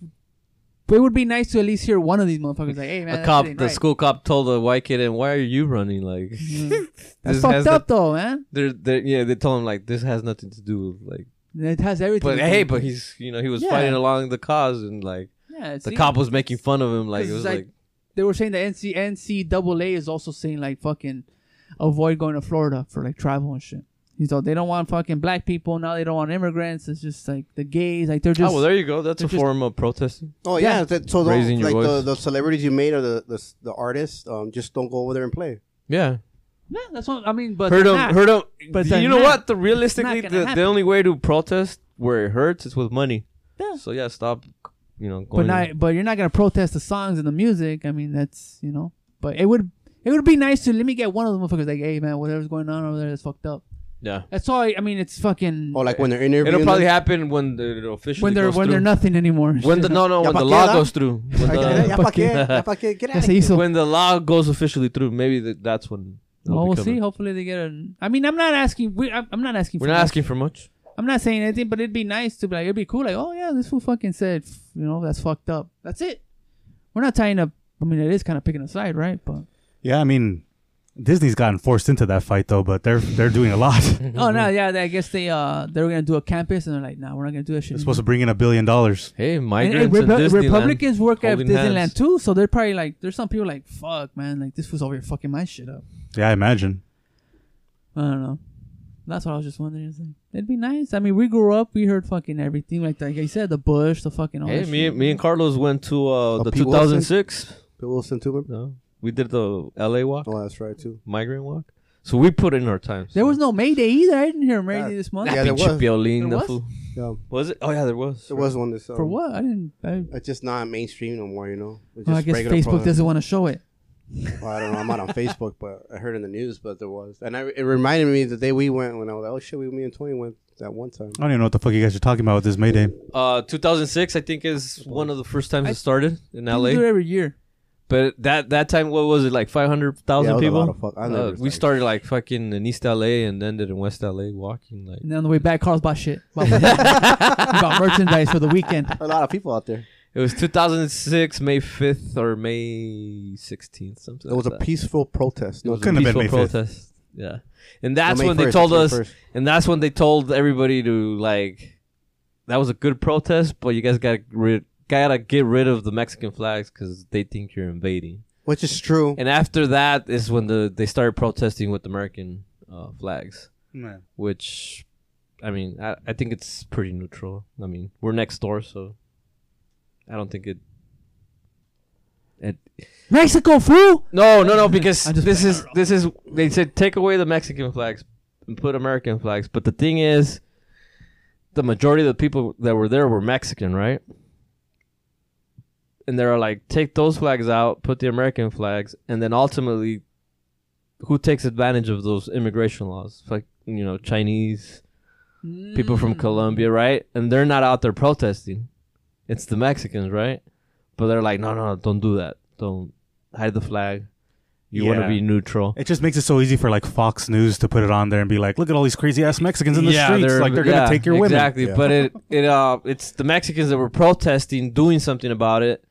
it would be nice to at least hear one of these motherfuckers like, hey man,
a
that
cop,
shit ain't
the
right.
school cop, told the white kid, "And why are you running?" Like,
Mm. That's
this
fucked
has
up though, man.
no- they're, they're, yeah, they told him like this has nothing to do with like.
It has everything.
But
to
hey,
do.
but he's you know he was
Yeah.
fighting along the cause and like
yeah, it's
the cop was making fun of him like it
Because
was
it's
like, "Oh,
like- they were saying the NC NCAA is also saying like fucking avoid going to Florida for like travel and shit. You know they don't want fucking black people now. They don't want immigrants. It's just like the gays. Like they're just
oh well, there you go. That's
they're
a
just-
form of protesting.
Oh yeah,
Yeah.
that- so the,
Raising your
like the,
voice.
the celebrities you made or the the, the artists, um, just don't go over there and play.
Yeah,
yeah. That's what I mean. But
hurt
they're
them,
not.
hurt them.
But
But
they're
you know
not.
what? The realistically,
gonna
the, the
happen.
only way to protest where it hurts is with money.
Yeah.
So yeah, stop. You know,
but
going
not but you're not gonna protest the songs and the music. I mean, that's you know. But it would it would be nice to let me get one of the motherfuckers like, hey man, whatever's going on over there, that's fucked up.
yeah.
That's all. I, I mean, it's fucking
Or like when they're interviewing.
It'll probably
them.
happen when the official
when they're
goes
when
through.
they're nothing anymore.
when the no no
Ya
when
pa'
the
qué,
law
da?
goes through when
Like,
the,
"Ya pa' qué? Ya pa' qué? Get
Ya
out of
se
here."
hizo.
when the law goes officially through maybe th- that's when it'll
Well, we'll
become
see.
a-
Hopefully they get an. I mean, I'm not asking. We, I'm, I'm not asking.
we're
for
not
much.
asking for much
I'm not saying anything, but it'd be nice to be like, it'd be cool. Like, oh yeah, this fool fucking said, f- you know, that's fucked up. That's it. We're not tying up. I mean, it is kind of picking a side, right? But
Yeah, I mean, Disney's gotten forced into that fight though, but they're they're doing a lot. they're
oh no, yeah, they, I guess they uh they were gonna do a campus, and they're like, nah, we're not gonna do that shit.
supposed to bring in a billion dollars.
hey
And-
migrants
and
and,
Repu-
Disneyland.
Republicans work at
holding
Disneyland
hands.
too, so they're probably like, there's some people like, fuck, man, like this fool's over here fucking my shit up.
Yeah, I imagine.
I don't know. That's what I was just wondering. It's like, it'd be nice. I mean, we grew up, we heard fucking everything. Like, like I said, the Bush, the fucking all
hey
that
me
shit.
me and Carlos went to uh,
Oh,
the
Pete
2006
Bill Wilson too. man?
no, we did the LA walk
Oh, that's right too.
migrant walk so we put in our time
There was no May Day either. I didn't hear a May
Yeah.
Day this month.
Yeah, there
Pinche
was.
piolín,
There
the
was?
fool.
Yeah,
was it oh yeah there was
there was one this um,
For what? I didn't. I,
It's just not mainstream no more, you know. It's
well,
just
I guess
regular
Facebook
program.
doesn't want to show it.
Well, I don't know. I'm not on Facebook, but I heard in the news, but there was, and I, it reminded me the day we went when I was like, oh shit, we me and Tony went that one time.
I don't even know what the fuck you guys are talking about with this Mayday.
uh 2006 I think is one of the first times
I-
it started in
They do it
LA
every year.
but that that time what was it like 500,000
Yeah, it was a
people
lot of fuck- I never
Uh, we
started.
started like fucking in East LA and ended in West LA walking like
And then on the way back, Carlos bought shit. Bought, bought merchandise for the weekend.
A lot of people out there.
It was 2006, May 5th or May 16th, something.
It was a
like that.
peaceful protest.
It
No,
was a
Couldn't have been
peaceful
May 5th.
protest. Yeah, and that's
May
when they
1st,
told
May
us,
1st.
and that's when they told everybody to like, that was a good protest, but you guys gotta rid, gotta get rid of the Mexican flags because they think you're invading.
which is true.
And after that is when the they started protesting with American uh, flags, which, I mean, I, I think it's pretty neutral. I mean, we're next door, so I don't think it. It,
Mexico fool.
no, no, no, because
I just-
this is this is they said take away the Mexican flags and put American flags. But the thing is, the majority of the people that were there were Mexican, right? And they're like, take those flags out, put the American flags, and then ultimately, who takes advantage of those immigration laws? Like you know, Chinese people from Colombia, right? And they're not out there protesting. It's the Mexicans, right? But they're like, no, no, don't do that. Don't hide the flag. You want to
Yeah.
be neutral.
It just makes it so easy for like Fox News to put it on there and be like, look at all these crazy ass Mexicans in the streets. like they're
yeah,
gonna take your women.
exactly.
Yeah.
But it, it, uh, it's the Mexicans that were protesting, doing something about it.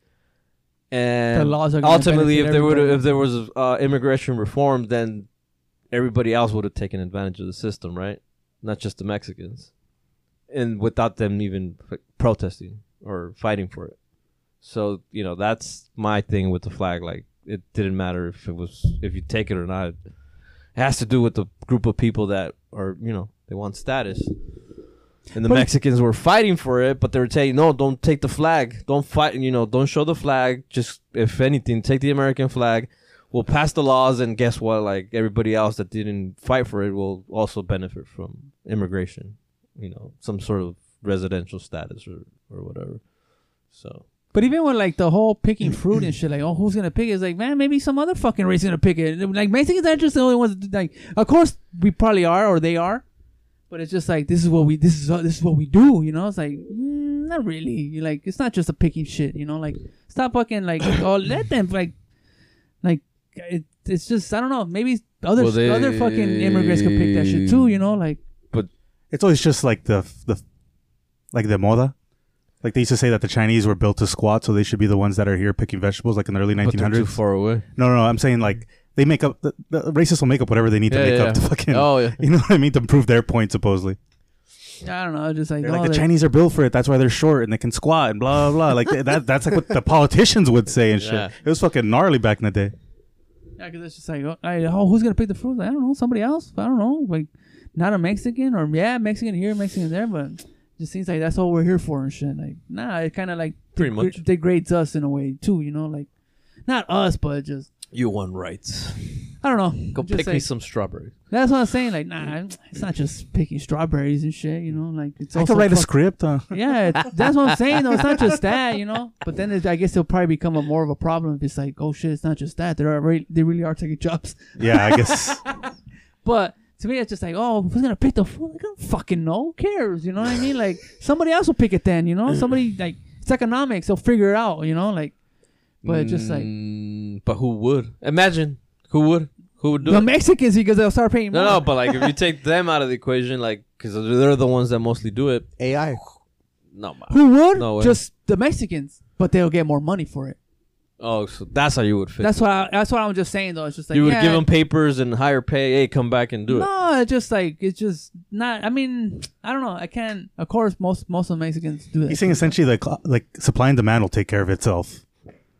And
The laws are gonna
ultimately,
benefit
if there would,
everybody.
if there was uh, immigration reform, then everybody else would have taken advantage of the system, right? Not just the Mexicans, and without them even like, protesting or fighting for it. So you know that's my thing with the flag. Like it didn't matter if it was if you take it or not. It has to do with the group of people that are you know they want status. And the
But-
Mexicans were fighting for it, but they were saying, "No, don't take the flag. Don't fight. You know, don't show the flag. Just if anything, take the American flag. We'll pass the laws, and guess what? Like everybody else that didn't fight for it will also benefit from immigration. You know, some sort of residential status or or whatever. So
But even with like the whole picking fruit and shit, like oh, who's gonna pick it? It's like man, maybe some other fucking race is gonna pick it. And, Like Mexicans aren't just the only ones. that- Like of course we probably are or they are, but it's just like this is what we this is this is what we do. You know, it's like mm, not really. You're like it's not just a picking shit. You know, like stop fucking like oh let them like like it, it's just I don't know maybe other
Well, they-
other fucking immigrants could pick that shit too. You know, like
It's always just like the the like the moda. Like they used to say that the Chinese were built to squat, so they should be the ones that are here picking vegetables, like in the early 1900s.
far away.
No, no, no. I'm saying like they make up the, the racists will make up whatever they need to
Yeah,
make
yeah,
up to
yeah.
fucking.
Oh, yeah.
You know what I mean to prove their point supposedly.
I don't know. I Just like,
They're
oh,
like the
they-
Chinese are built for it. That's why they're short and they can squat and blah blah. blah. Like th- that. That's like what the politicians would say and shit.
Yeah.
It was fucking gnarly back in the day.
Yeah, because it's just like, oh, I, oh, who's gonna pick the fruit? I don't know, somebody else. I don't know, like not a Mexican or yeah, Mexican here, Mexican there, but it just seems like that's all we're here for and shit. Like, nah, it kind of like
Pretty
degre-
much.
degrades us in a way too, you know, like not us, but just
You won rights.
I don't know.
Go
just
pick me
like-
some strawberry.
That's what I'm saying. Like, nah, it's not just picking strawberries and shit, you know. Like, it's
I
also
could write a
fuck-
script. Uh,
yeah, it's- that's what I'm saying. Though it's not just that, you know. But then it, I guess it'll probably become a more of a problem if it's like, oh shit, it's not just that. They are re- they really are taking jobs.
yeah, I guess.
But to me, it's just like, oh, who's gonna pick the food? I don't fucking know. Who cares? You know what I mean? Like somebody else will pick it then. You know, somebody like it's economics. They'll figure it out. You know, like. But it's just like
Mm, but who would? Imagine who would? Who would do
the
it?
Mexicans because they'll start paying.
No,
more.
no. But like, if you take them out of the equation, like, because they're the ones that mostly do it.
AI.
No. ma-
Who would?
No way.
just the Mexicans, but they'll get more money for it.
Oh, so that's how you would fix.
That's
it.
why. That's what I'm just saying though. It's just like
you would
yeah,
give them papers and higher pay. Hey, come back and do it.
No, it's just like it's just not. I mean, I don't know. I can't. Of course, most most of the Mexicans do that.
He's saying essentially like uh, like supply and demand will take care of itself.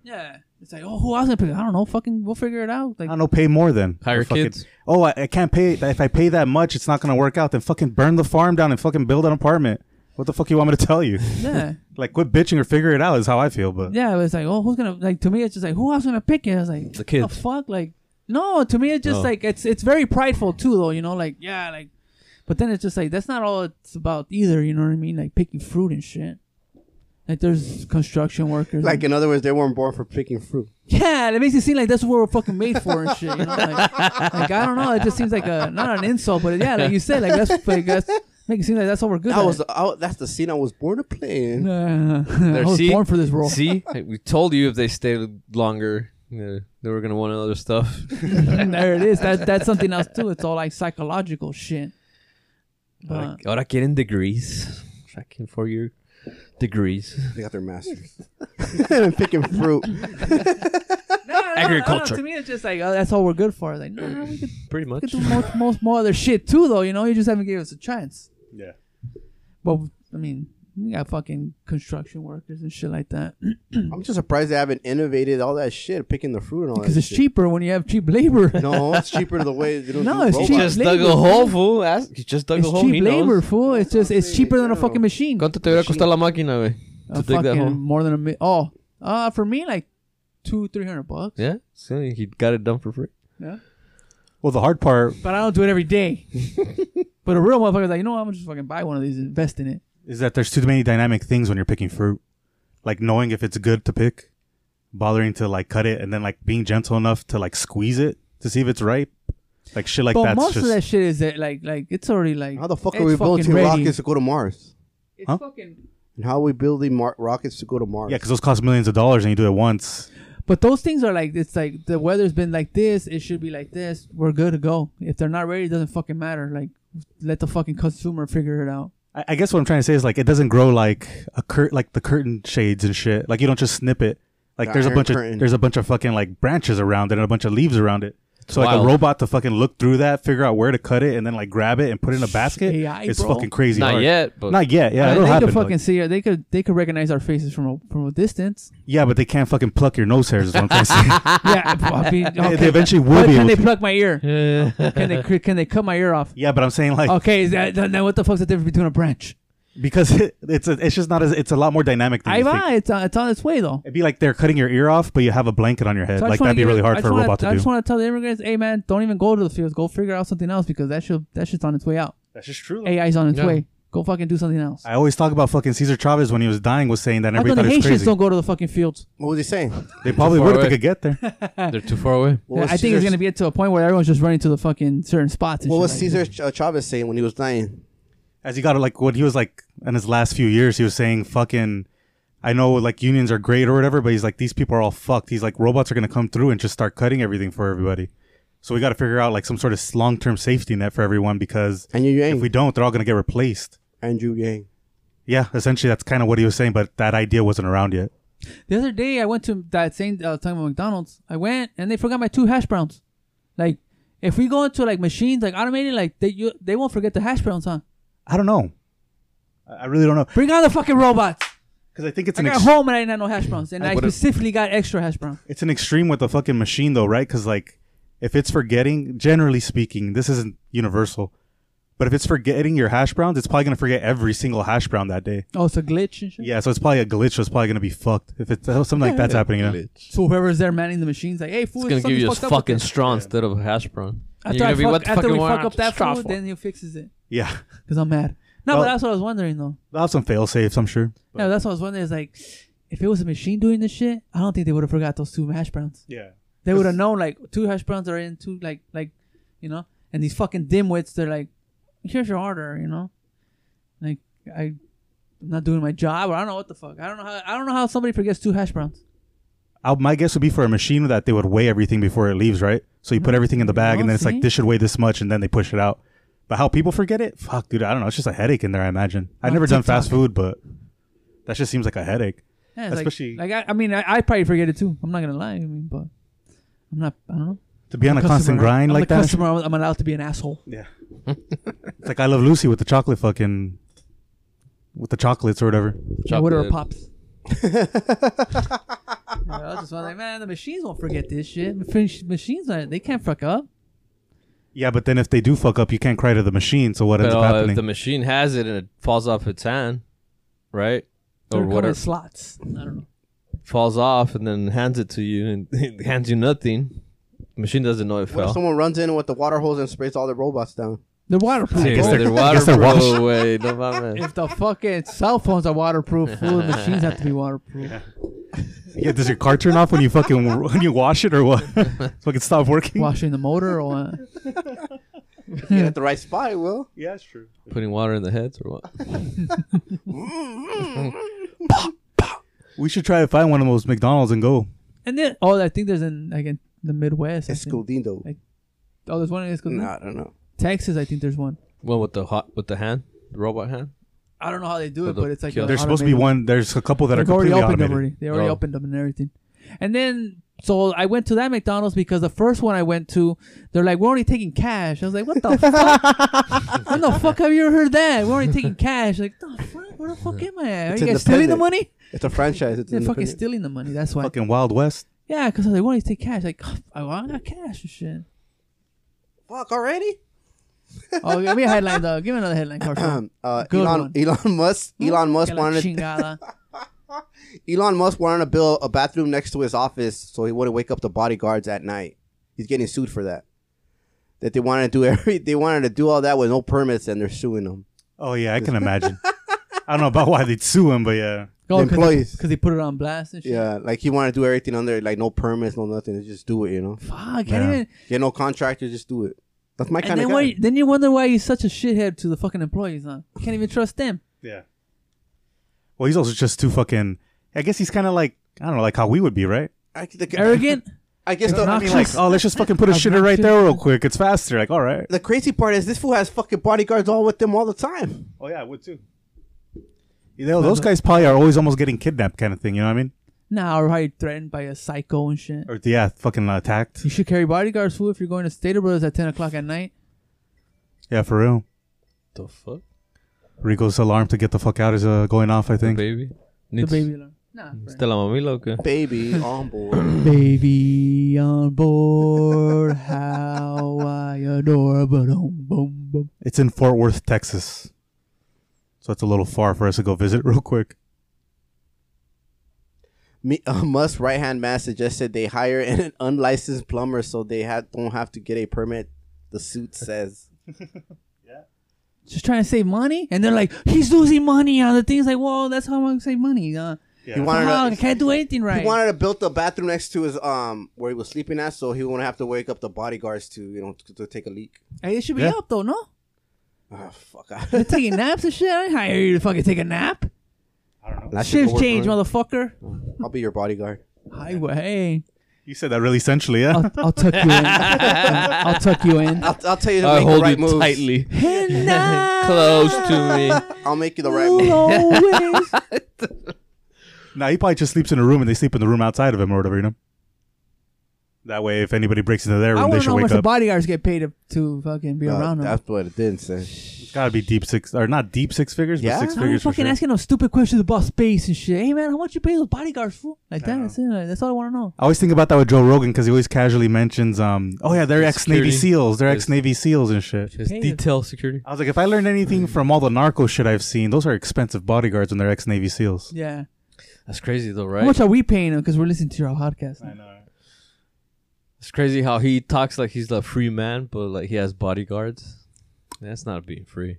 yeah, it's like oh, who else gonna pick? I don't know. Fucking, we'll figure it out.
I
Like
don't know. Pay more then.
Hire
Or fucking-
kids.
Oh, I, I can't pay. If I pay that much, it's not gonna work out. Then fucking burn the farm down and fucking build an apartment. What the fuck you want me to tell you?
yeah,
like quit bitching or figure it out is how I feel. But
yeah. It was like oh, who's gonna like? To me, it's just like who else gonna pick it? I was like
The kids.
The fuck, like no. To me, it's just
Oh.
like it's it's very prideful too, though. You know, like yeah, like. But then it's just like that's not all it's about either. You know what I mean? Like picking fruit and shit. Like there's construction workers.
Like in other words, they weren't born for picking fruit.
Yeah, it makes it seem like that's what we're fucking made for and shit. You know, like, like I don't know, it just seems like a not an insult, but yeah, like you said, like that's like that's make it seem like that's what we're good
That
at.
was I, that's the scene I was born to play in.
Nah, I
There,
was
see?
born for this role.
See, Hey, we told you if they stayed longer, uh, they were gonna want other stuff.
there it is. That that's something else too. It's all like psychological shit.
Ahora,
But
ahora quieren degrees. Fucking for your degrees.
They got their masters. and picking fruit.
No, no, no, no,
Agriculture.
to me, it's just like oh, that's all we're good for. Like no, no, we could,
Pretty
we
much.
could do most, most more other shit too, though. You know, you just haven't given us a chance.
yeah.
But I mean, we got fucking construction workers and shit like that.
I'm just surprised they haven't innovated all that shit, picking the fruit and all that.
Because it's
shit.
cheaper when you have cheap labor.
No, it's cheaper the way they don't
No,
do
it's
robots.
He
cheap
just
labor,
dug a
fool.
hole, fool. Ask- He just dug a
It's
hole. he
cheap
knows.
labor, fool. It's just it's cheaper than a fucking machine.
¿Cuánto te hubiera costado la máquina, güey?
A
To dig that
fucking
hole.
more than a mi- oh, uh, for me like two three hundred bucks.
Yeah, so he got it done for free.
Yeah.
Well, the hard part
but I don't do it every day. but a real motherfucker's like, you know what? I'm gonna just fucking buy one of these and invest in it.
is that there's too many dynamic things when you're picking fruit, like knowing if it's good to pick, bothering to like cut it, and then like being gentle enough to like squeeze it to see if it's ripe, like shit like
but
that's
most
just
of that shit is that like like it's already like
How the fuck
it's
are we building
fucking ready.
rockets to go to Mars?
It's
Huh?
fucking.
And how are we building mar- rockets to go to Mars?
yeah, because those cost millions of dollars and you do it once.
But those things are like it's like the weather's been like this. It should be like this. We're good to go. If they're not ready, it doesn't fucking matter. Like let the fucking consumer figure it out.
I, I guess what I'm trying to say is like it doesn't grow like a cur- like the curtain shades and shit. Like you don't just snip it. Like
The
there's a
iron
bunch
curtain.
of there's a bunch of fucking like branches around it and a bunch of leaves around it. so like
wild.
a robot to fucking look through that, figure out where to cut it, and then like grab it and put it in a basket.
AI,
it's
bro.
fucking crazy.
Not
hard.
yet, but
Not yet. Yeah,
I mean,
it'll
they
happen.
could
like-
fucking see. uh, They could they could recognize our faces from a, from a distance.
Yeah, but they can't fucking pluck your nose hairs. Is what I'm trying to say.
yeah, I mean,
They-
okay.
They eventually will
But
be
can
able
they
to.
pluck my ear?
Yeah.
Can they cr- can they cut my ear off?
yeah, but I'm saying like
Okay, is that, then what the fuck's the difference between a branch?
because it, it's a, it's just not as it's a lot more dynamic than
I
you think.
it's on, it's on its way though.
It'd be like they're cutting your ear off, but you have a blanket on your head.
So I
like
just wanna
that'd be
give-
really
I
hard
just
for a
wanna-
robot to
I just
do.
want to tell the immigrants, hey man, don't even go to the fields. Go figure out something else because that shit that shit's on its way out.
That's just true.
AI's on its
Yeah.
way. Go fucking do something else.
I always talk about fucking Cesar Chavez when he was dying was saying that and
How come
everybody
the
thought it was
Haitians
crazy.
don't go to the fucking fields?
What was he saying?
They probably
Far
would if
away.
they could get there.
they're too far away.
What was
I think it's
Cesar's-
gonna be to a point where everyone's just running to the fucking certain spots. And
What
shit
was
like
Cesar Ch- uh, Chavez saying when he was dying?
As he got like what he was like in his last few years, he was saying fucking I know like unions are great or whatever, but he's like these people are all fucked. He's like robots are gonna come through and just start cutting everything for everybody. So we got to figure out like some sort of long term safety net for everyone because
Andrew
if
Yang.
we don't, they're all gonna get replaced.
Andrew Yang.
Yeah, essentially that's kind of what he was saying, but that idea wasn't around yet.
The other day, I went to that same uh, time at McDonald's. I went and they forgot my two hash browns. Like, if we go into like machines, like automated, like they you, they won't forget the hash browns, huh?
I don't know. I I really don't know
Bring on the fucking robots.
because I think it's
I
an
got
ex-
home and I didn't have no hash browns, and
I
I,
would've-
specifically got extra hash brown.
it's an extreme with the fucking machine though, right? Because like if it's forgetting, generally speaking, this isn't universal, but if it's forgetting your hash browns, it's probably gonna forget every single hash brown that day.
Oh, it's a glitch and shit.
Yeah, so it's probably a glitch. So it's probably gonna be fucked if it's something like that's happening. You know?
It's
So whoever's there manning the machines, like, hey, fool,
gonna give
something's
you a
fucked up with
fucking
this.
straw instead of a hash brown. And
After,
you're
I
gonna be,
fuck-
what the
after
fuck
we
am I
fuck
on
up that
straw
food,
for?
then he fixes it.
Yeah,
Cause I'm mad. No,
Well-
but that's what I was wondering though.
they'll have some fail safes, I'm sure.
No, that's what I was wondering. Is like, if it was a machine doing this shit, I don't think they would have forgot those two hash browns.
Yeah,
They would have known like two hash browns are in two like like, you know. And these fucking dimwits, they're like, here's your order, you know. Like I, I'm not doing my job, or I don't know what the fuck. I don't know how I don't know how somebody forgets two hash browns.
I, my guess would be for a machine that they would weigh everything before it leaves, right? So you put everything in the bag,
Oh,
and then it's
see?
like this should weigh this much, and then they push it out. But how people forget it? Fuck, dude, I don't know. It's just a headache in there. I imagine. I've
On
never done fast
TikTok.
food, but that just seems like a headache.
Yeah, it's
Especially-
like, like I, I mean, I, I probably forget it too. I'm not gonna lie. I mean, but I'm not. I don't know.
To be on a
Customer.
constant grind
I'm
like
the
that,
Customer, I'm allowed to be an asshole.
Yeah. it's like I Love Lucy with the chocolate fucking with the chocolates or whatever.
Yeah, whatever
Chocolate.
pops. Yeah, I was just like, man, the machines won't forget this shit. Mach- Machines, uh, they can't fuck up.
Yeah, but then if they do fuck up, you can't cry to the machine. So what
But
ends up
uh,
happening?
if the machine has it and it falls off its hand, right?
They're
Or
covered
whatever
slots. I don't know.
falls off and then hands it to you and it hands you nothing. The machine doesn't know
What
it
if
fell.
someone runs in with the water hose and sprays all the robots down?
They're waterproof.
Dude,
guess
bro.
they're-
they're
I guess they're
waterproof.
washed.
Way, no mames.
if the fucking cell phones are waterproof, fool, the machines have to be waterproof.
yeah, does your car turn off when you fucking when you wash it or what? so it can stop working.
Washing the motor or what?
Get at the right spot, it will.
Yeah, it's true.
Putting water in the heads or what?
We should try to find one of those McDonald's and go.
And then, oh, I think there's an like in the Midwest. I think.
Escondido.
Oh, there's one in Escondido.
Nah, I don't know.
Texas, I think there's one.
Well, with the hot with the hand, the robot hand.
I don't know how they do
Or
it,
the
but it's like
kiosk.
a
There's supposed to be
automated-
one. There's a couple that are
They've already
completely
opened
automated.
them already. They already
Oh.
opened them and everything. And then so I went to that McDonald's because the first one I went to, they're like, We're only taking cash. I was like, What the fuck? when the fuck have you ever heard that? We're only taking cash. Like, the fuck? Where the fuck am I? Are
It's
you guys stealing the
independent.
money?
It's a franchise. It's
They're fucking
independent.
stealing the money. That's why.
Fucking Wild West.
Yeah, because I was like, We're only taking cash. Like, "Oh, I want got cash and shit.
Fuck already.
Oh, give me a headline though. Give me another headline, Carson.
Um, uh,
Good
Elon,
one.
Elon Musk. Elon Musk
Que la
wanted.
chingada.
Elon Musk wanted to build a bathroom next to his office so he wouldn't wake up the bodyguards at night. He's getting sued for that. That they wanted to do every, they wanted to do all that with no permits, and they're suing him.
Oh yeah, I can imagine. I don't know about why they'd sue him, but yeah.
Go
employees.
because Oh, they put it on blast and shit.
Yeah, like he wanted to do everything under like no permits, no nothing. Just do it, you know.
Fuck, I can't
Yeah.
even-
Get no contractor, just do it. That's my
And
kind of
then,
guy.
why, then you wonder why he's such a shithead to the fucking employees, huh? You can't even trust them.
Yeah. Well, he's also just too fucking. I guess he's kind of like I don't know, like how we would be, right?
I, the,
Arrogant.
I guess the,
I mean, like, oh, let's just fucking put a shitter right there real quick. It's faster. Like, all right.
the crazy part is this fool has fucking bodyguards all with them all the time.
Oh yeah, I would too. You know, those guys probably are always almost getting kidnapped, kind of thing. You know what I mean?
Nah, or how you threatened by a psycho and shit.
Or yeah, fucking attacked.
You should carry bodyguards, fool, if you're going to Stater Brothers at 10 o'clock at night.
Yeah, for real.
The fuck,
Rico's alarm to get the fuck out is uh, going off. I think.
baby.
The
Needs-
baby alarm. Nah,
Está la mamila o qué?
Baby on board.
Baby on board, how I adore, boom, boom, boom.
It's in Fort Worth, Texas. So it's a little far for us to go visit real quick.
Me, uh, Musk right hand man suggested they hire an unlicensed plumber so they had don't have to get a permit. The suit says.
Just trying to save money, and they're like, he's losing money on the things. Like, well, that's how I'm gonna save money. Uh,
He wanted
somehow I
to,
can't do anything
he
right.
wanted to build the bathroom next to his um where he was sleeping at, so he wouldn't have to wake up the bodyguards to you know to, to take a leak.
hey, it should be
Yeah.
up though, no?
Ah, fuck.
They're taking naps and shit. I ain't hire you to fucking take a nap.
That shit
Shift
will work
change,
for me.
motherfucker.
I'll be your bodyguard.
Hi, well, hey.
You said that really essentially, yeah.
I'll, I'll tuck you in. I'll tuck you in.
I'll, I'll tell you to
I
make
hold
the right
you
moves.
tightly,
And I
close to me.
I'll make you the right
will
move.
always-
Now he probably just sleeps in a room, and they sleep in the room outside of him or whatever. You know. That way, if anybody breaks into their
I
room, they
want to
should
know how
wake
much the
up.
bodyguards get paid to, to fucking be
Uh,
around them.
that's what it didn't say.
Gotta be deep six or not deep six figures,
Yeah?
but six
How are you
figures. for
fucking
sure.
asking them stupid questions about space and shit? Hey man, how much you pay those bodyguards for? Like that,
know.
that's it. like, That's all I want to know.
I always think about that with Joe Rogan because he always casually mentions, um, oh yeah, they're ex Navy
Security.
SEAls, they're
Yes.
ex Navy SEALs and shit.
Just
Hey,
detail security.
I was like, if I learned anything from all the narco shit I've seen, those are expensive bodyguards when they're ex Navy SEALs.
Yeah.
That's crazy though,
How
right?
much are we paying them? Because we're listening to our podcast.
It's crazy how he talks like he's a free man, but like he has bodyguards. That's not being free.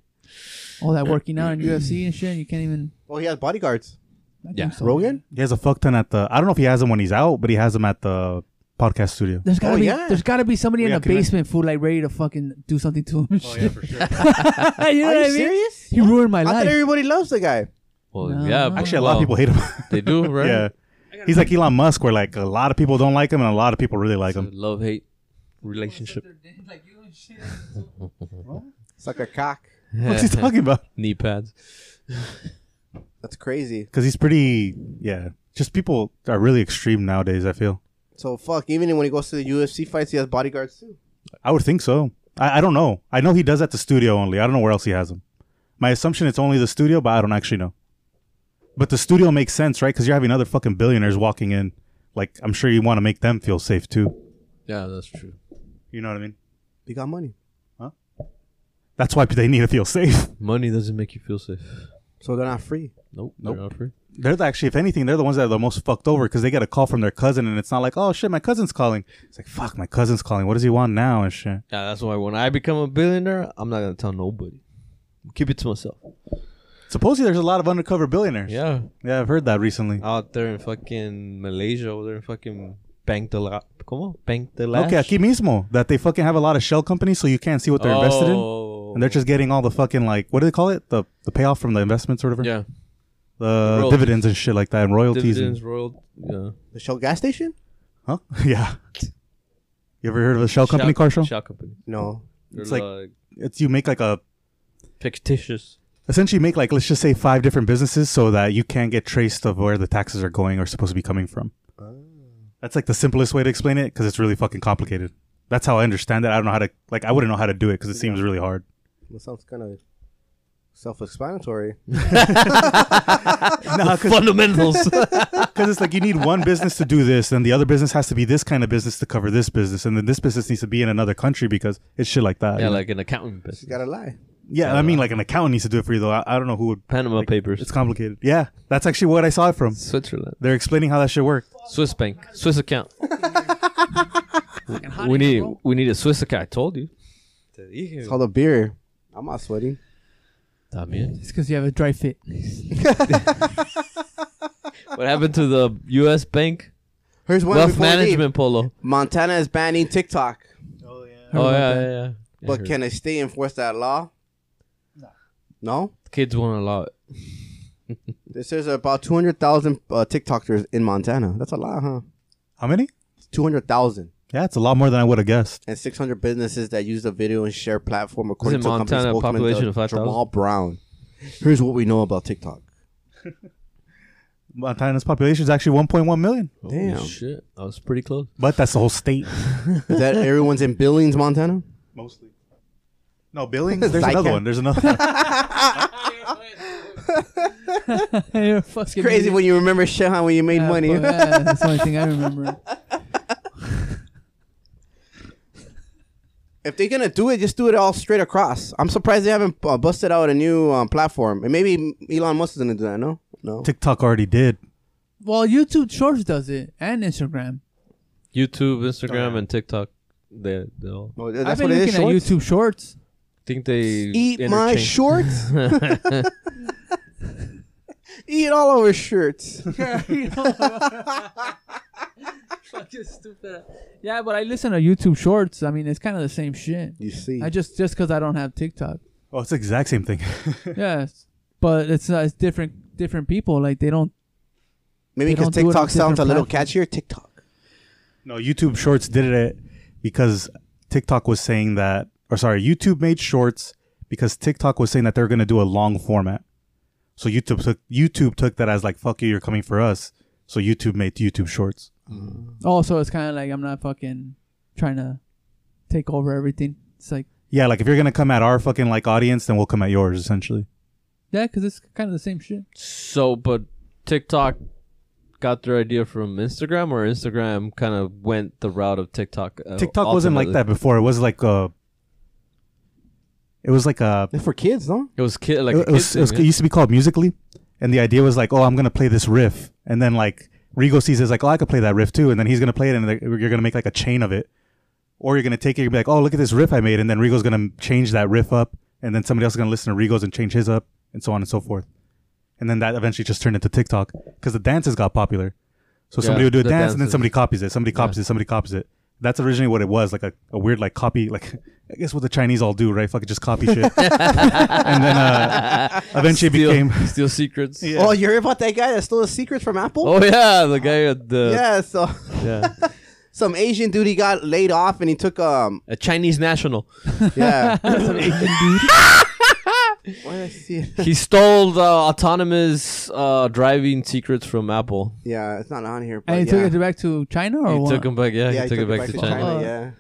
All that working out in UFC and shit. You can't even.
Well, he has bodyguards.
I think
Yeah.
so.
Rogan?
He has a fuck ton at the. I don't know if he has them when he's out, but he has them at the podcast studio.
There's gotta
Oh,
be.
yeah.
There's gotta be somebody in
Yeah,
the
can I-
basement, fool, like ready to fucking do something to him. and shit.
for sure.
you know
Are
what
you
I mean?
serious?
He ruined my
I thought
life.
everybody loves the guy.
Well,
No.
yeah. but-
Actually, a lot of people
well,
hate him.
They do, right?
yeah. He's like Elon Musk, where like a lot of people don't like him and a lot of people really like him.
Love hate relationship.
It's like a cock.
What's he talking about?
Knee pads.
That's crazy.
Because he's pretty. Yeah. Just people are really extreme nowadays. I feel.
So fuck. Even when he goes to the UFC fights, he has bodyguards too.
I would think so. I, I don't know. I know he does at the studio only. I don't know where else he has them. My assumption it's only the studio, but I don't actually know. But the studio makes sense, right? Because you're having other fucking billionaires walking in. Like I'm sure you want to make them feel safe too.
Yeah, that's true.
You know what I mean?
He got money.
That's why they need to feel safe.
Money doesn't make you feel safe.
So they're not free.
Nope.
Nope.
They're not free.
They're the, actually, if anything, they're the ones that are the most fucked over because they get a call from their cousin, and it's not like, oh shit, my cousin's calling. It's like, fuck, my cousin's calling. What does he want now and shit?
Yeah, that's why when I become a billionaire, I'm not gonna tell nobody. Keep it to myself.
Supposedly, there's a lot of undercover billionaires.
Yeah. Uh,
yeah, I've heard that recently.
Out there in fucking Malaysia, over there in fucking Bank de la Como? Bank de la
Okay, aquí mismo that they fucking have a lot of shell companies, so you can't see what they're invested in,
Oh.
and they're just getting all the fucking like what do they call it the the payoff from the investments or whatever,
Yeah.
the
Royalties.
dividends and shit like that, and royalties.
Dividends, royal yeah.
The Shell gas station?
And, huh? yeah. You ever heard of a shell company car show?
Shell company.
No.
They're
It's
like,
like- It's you make like a
fictitious.
essentially make like let's just say five different businesses so that you can't get traced of where the taxes are going or supposed to be coming from. That's like the simplest way to explain it because it's really fucking complicated. That's how I understand it. I don't know how to like I wouldn't know how to do it because it seems really hard.
That sounds kind of self-explanatory.
No, 'cause-
Fundamentals.
Because it's like you need one business to do this, and the other business has to be this kind of business to cover this business, and then this business needs to be in another country because it's shit like that.
yeah,
you know?
like an accounting
You
business.
gotta lie.
yeah. I mean, like an accountant needs to do it for you, though. I, I don't know who would.
Panama Papers.
It's complicated. Yeah, that's actually what I saw it from.
Switzerland.
They're explaining how that shit worked.
Swiss bank. Swiss account. we need we need a Swiss account. I told you.
It's called a beer. I'm not sweating.
También.
It's because you have a dry fit.
What happened to the U.S. bank
Here's one
wealth
before we leave.
management polo?
Montana is banning TikTok,
Oh
about
yeah,
that.
yeah, yeah. I
but
heard.
can a state enforce that law? No.
kids won't allow it.
No? There's about 200,000 uh, TikTokers in Montana. That's a lot, huh?
How many?
200,000
Yeah, it's a lot more than I would have guessed.
and 600 businesses that use the video and share platform according
Is it
to a company
Montana
spokesman
population
Dr.
of 5,000?
Jamal Brown. Here's what we know about TikTok.
Montana's population is actually 1.1 million,
Damn.
Holy shit, I was pretty close.
but that's the whole state.
Is that everyone's in Billings, Montana?
Mostly. No, Billings. There's
Zycan.
another one. There's another.
You're a fucking
Crazy
idiot.
when you remember shit, huh? When you made
Yeah,
money.
but, yeah, that's the only thing I remember.
if they're gonna do it, just do it all straight across. I'm surprised they haven't uh, busted out a new um, platform. And maybe Elon Musk is gonna do that. No, no.
TikTok already did.
Well, YouTube Shorts does it and Instagram.
YouTube,
Oh,
Instagram, and TikTok. They they all
Oh,
I've
that's
been
what it is.
looking at
shorts?
YouTube Shorts.
think they
Eat my
interchange.
shorts. Eat all over shirts.
Fucking stupid. Yeah, but I listen to YouTube Shorts. I mean, it's kind of the same shit.
You see,
I just just because I don't have TikTok.
Oh, it's the exact same thing.
Yes, but it's uh, it's different different people. Like they don't.
maybe
they
because
don't do it on
TikTok sounds a
different
little
platforms.
catchier. TikTok.
No, YouTube Shorts did it because TikTok was saying that, or sorry, YouTube made Shorts because TikTok was saying that they're going to do a long format. So YouTube took YouTube took that as like, "Fuck you, you're coming for us." So YouTube made YouTube Shorts.
Also, it's kind of like I'm not fucking trying to take over everything. It's like
Yeah, like if you're gonna come at our fucking like audience, then we'll come at yours essentially.
Yeah, because it's kind of the same shit.
So, but TikTok got their idea from Instagram, or Instagram kind of went the route of TikTok. uh,
TikTok wasn't like that
ultimately?
before. It was like a. It was like a.
They're for kids, no?
It was kid like
it,
a
it was,
kid
it, was,
thing,
it
yeah.
used to be called Musically, and the idea was like, oh, I'm gonna play this riff, and then like Rigo sees it's like, oh, I could play that riff too, and then he's gonna play it, and like, you're gonna make like a chain of it, or you're gonna take it and be like, oh, look at this riff I made, and then Rigo's gonna change that riff up, and then somebody else is gonna listen to Rigo's and change his up, and so on and so forth, and then that eventually just turned into TikTok because the dances got popular, so
Yeah,
somebody would do a
the
dance, and then
dances.
somebody copies it, somebody copies it, somebody copies it. That's originally what it was, like a, a weird like copy, like I guess what the Chinese all do, right? Fucking just copy shit, and then uh, eventually it
Steal-
became
steal secrets.
Yeah.
Oh, you heard about that guy that stole the secrets from Apple?
Oh yeah, the guy at the
yeah, so
yeah.
some Asian dude he got laid off and he took um
a Chinese national.
yeah. some Asian dude. Why did I see it?
He stole the autonomous uh, driving secrets from Apple.
Yeah, it's not on here. But
And he
yeah.
took it back to China or
He
what?
took him back. Yeah,
yeah,
he took it back to China.
China.
Yeah,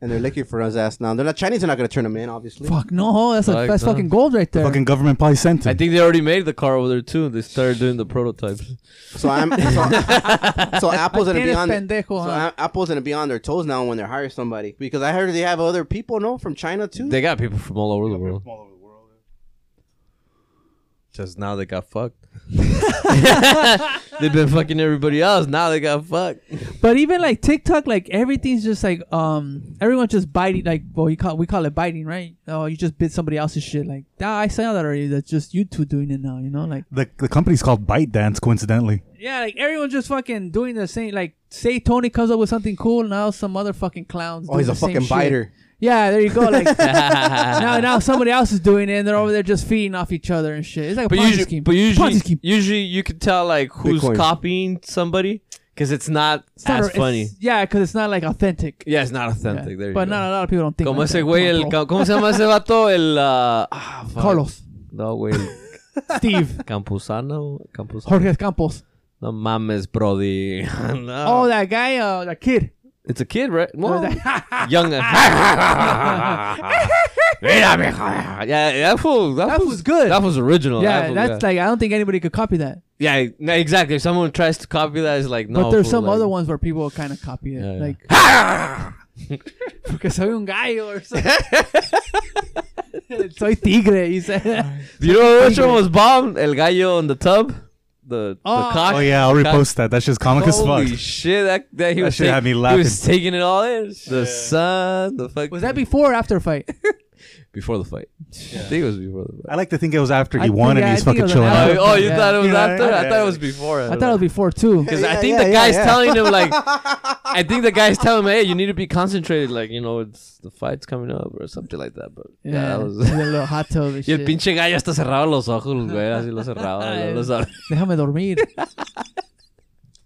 and they're looking for his ass now. They're not Chinese. Are not gonna turn him in, obviously.
Fuck no, that's like
Fuck
that's
no.
fucking gold right there.
fucking government probably sent
I
it.
think they already made the car over there too. They started doing the prototypes.
So I'm so, so Apple's gonna be
Tienes
on.
pendejo,
so
huh?
A- Apple's gonna be on their toes now when they hire somebody because I heard they have other people no from China too.
They got people from all over the world. Just now they got fucked. They've been fucking everybody else. Now they got fucked.
But even like TikTok, like everything's just like um everyone's just biting like well you call we call it biting, right? Oh, you just bid somebody else's shit. Like nah, I saw that already. That's just you two doing it now, you know? Like
The, the company's called ByteDance, coincidentally.
Yeah, like everyone's just fucking doing the same like say Tony comes up with something cool, now some other fucking clowns.
oh,
doing
he's
the
a
same
fucking
shit.
biter.
Yeah, there you go. Like now now somebody else is doing it and they're over there just feeding off each other and shit. It's like a
But
Ponzi
usually,
scheme.
but usually,
Ponzi scheme.
usually you can tell like who's
Bitcoin.
copying somebody because it's not
It's not-
as
it's-
funny.
Yeah, because it's not like authentic.
Yeah, it's not
Yeah.
authentic. There you
but
go.
not a lot of people don't think.
Como
like
ese
that.
güey, el,
Come on,
¿cómo se llama ese vato? El. ah, ah,
bro.
fuck.
Carlos,
No, güey. el
Steve,
Campuzano. Campuzano.
Jorge Campos.
No mames, Brody. no.
Oh, that guy, uh, that kid.
It's a kid, right? Well,
that-
young. Mira, mijo. Yeah, that fool. That,
That
fool's-
was good.
That was original.
yeah,
that fool,
that's like I don't think anybody could copy that.
yeah. yeah, no, exactly. If someone tries to copy that, it's like no.
but there's
fool,
some
like-
other ones where people kind of copy it,
Yeah, yeah.
like porque soy un gallo or something. soy tigre, he said.
You know which one was bomb? El gallo in the tub. The
Oh.
the cock.
Oh, yeah, I'll repost that. That's just comic as
Holy
fuck.
shit! That, that he
That
was
shit
taking,
had me
He
laughing.
was taking it all in. The sun, the fuck.
Was that before or after fight?
before the fight? I think it was before the fight.
I like to think it was after he
I
won
think-
and
yeah,
he's
I think it
fucking
was
chilling
after.
out.
Oh, oh, you
Yeah.
thought it was
Yeah,
after? I
yeah.
thought it was before.
I thought it was before too.
Because I
Yeah,
think
yeah,
the
yeah,
guy's
yeah.
telling him like, I think the guy's telling him, hey, you need to be concentrated, like you know, it's the fight's coming up or something like that. But yeah,
Yeah,
that
was
was.
a little hot tub and
Y el
shit.
pinche gallo hasta cerraba los ojos, güey, así lo cerraba, y luego lo sab-
Déjame dormir.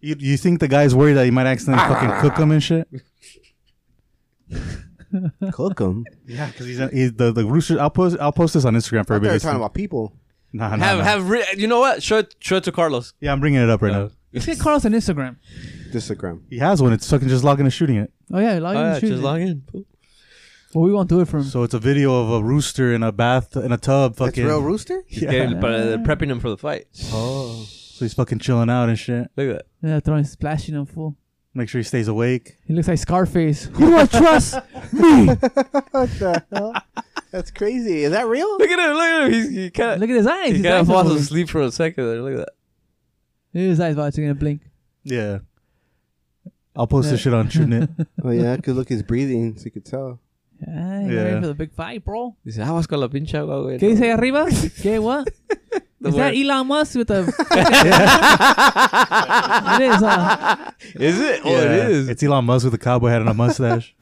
You, you think the guy's worried that he might accidentally
Ah.
fucking cook him and shit?
Cook him.
Yeah, because he's, he's the, the rooster. I'll post, I'll post this on Instagram for
They're
everybody.
talking
listening.
about people.
Nah, nah,
Have
nah.
have re- you know what? Show it, show it to Carlos.
yeah, I'm bringing it up right now.
You can call us on Instagram.
Instagram.
He has one. It's fucking just logging and shooting it.
Oh yeah, log
Oh,
in and
yeah,
shoot
just
it.
log in. Cool.
Well, we won't do it for him.
So it's a video of a rooster in a bath, in a tub,
That's
fucking.
real rooster.
He's
Yeah.
getting- but they're prepping him for the fight.
Oh. So he's fucking chilling out and shit.
Look at that.
yeah, throwing splashing him full.
Make sure he stays awake.
He looks like Scarface. Who do I trust? Me. Look
What the hell? That's crazy. Is that real?
Look at him. Look at him. He's, he kind of
at his eyes.
he
His
kind of
eyes,
falls
are moving.
asleep for a second. There. Look at that.
his eyes are actually gonna blink.
Yeah. I'll post this shit on shooting it.
Oh yeah, cause look, he's breathing, so you could tell.
Yeah,
Yeah.
yeah. ready for the big fight, bro.
Dice, aguas con la pinche agua, güey.
¿Qué dice ahí arriba? ¿Qué, what?
The
Is that
word.
Elon Musk with the... it is, uh, huh?
Is it? Oh,
Yeah.
it is.
It's Elon Musk with a cowboy hat and a mustache.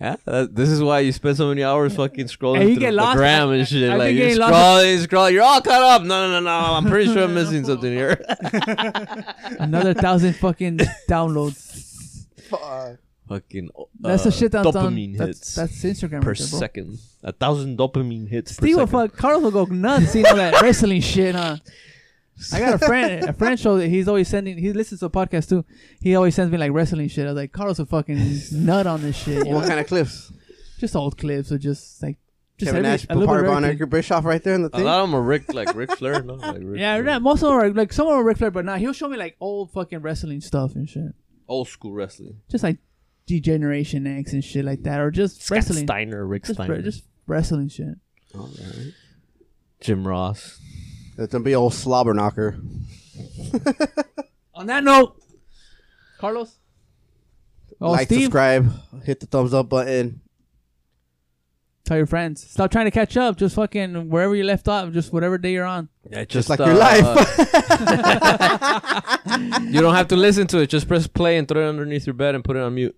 Yeah, that, this is why you spend so many hours fucking scrolling
And you
through
get
the
lost.
gram
I-
and shit.
I've
like
been
you're
getting lost.
scrolling, scrolling. You're all caught up. No, no, no, no. I'm pretty sure I'm missing something here.
Another thousand fucking downloads.
Fuck.
fucking. uh,
That's the shit that's
dopamine
on... That's,
hits
that's Instagram.
per
right there, bro.
second. A thousand dopamine hits per
Steve will
second.
fuck... Carlos will go nuts seeing all that wrestling shit, huh? I got a friend, a friend show that he's always sending. He listens to a podcast too. He always sends me like wrestling shit. I was like, Carlos a fucking nut on this shit. you know?
What kind of clips? just
Just old clips or just like just
Kevin
every-
Nash,
a little bit of
Parker Von
everything.
Erich Bischoff, right there in the
A
thing.
lot of them are Rick, like Rick Flair. No, like Ric
Yeah,
Flair.
yeah, most of them are like some of them are Ric Flair, but now he'll show me like old fucking wrestling stuff and shit.
old school wrestling.
Just like D Generation X and shit like that, or just wrestling,
Scott Steiner, Rick
just,
Steiner,
re- just wrestling shit.
Jim Ross.
It's gonna be old slobber knocker.
On that note, Carlos, oh
like,
Steve,
subscribe, hit the thumbs up button.
tell your friends, stop trying to catch up. Just fucking wherever you left off, just whatever day you're on.
Yeah,
Just like
uh,
your life.
you don't have to listen to it. Just press play and throw it underneath your bed and put it on mute.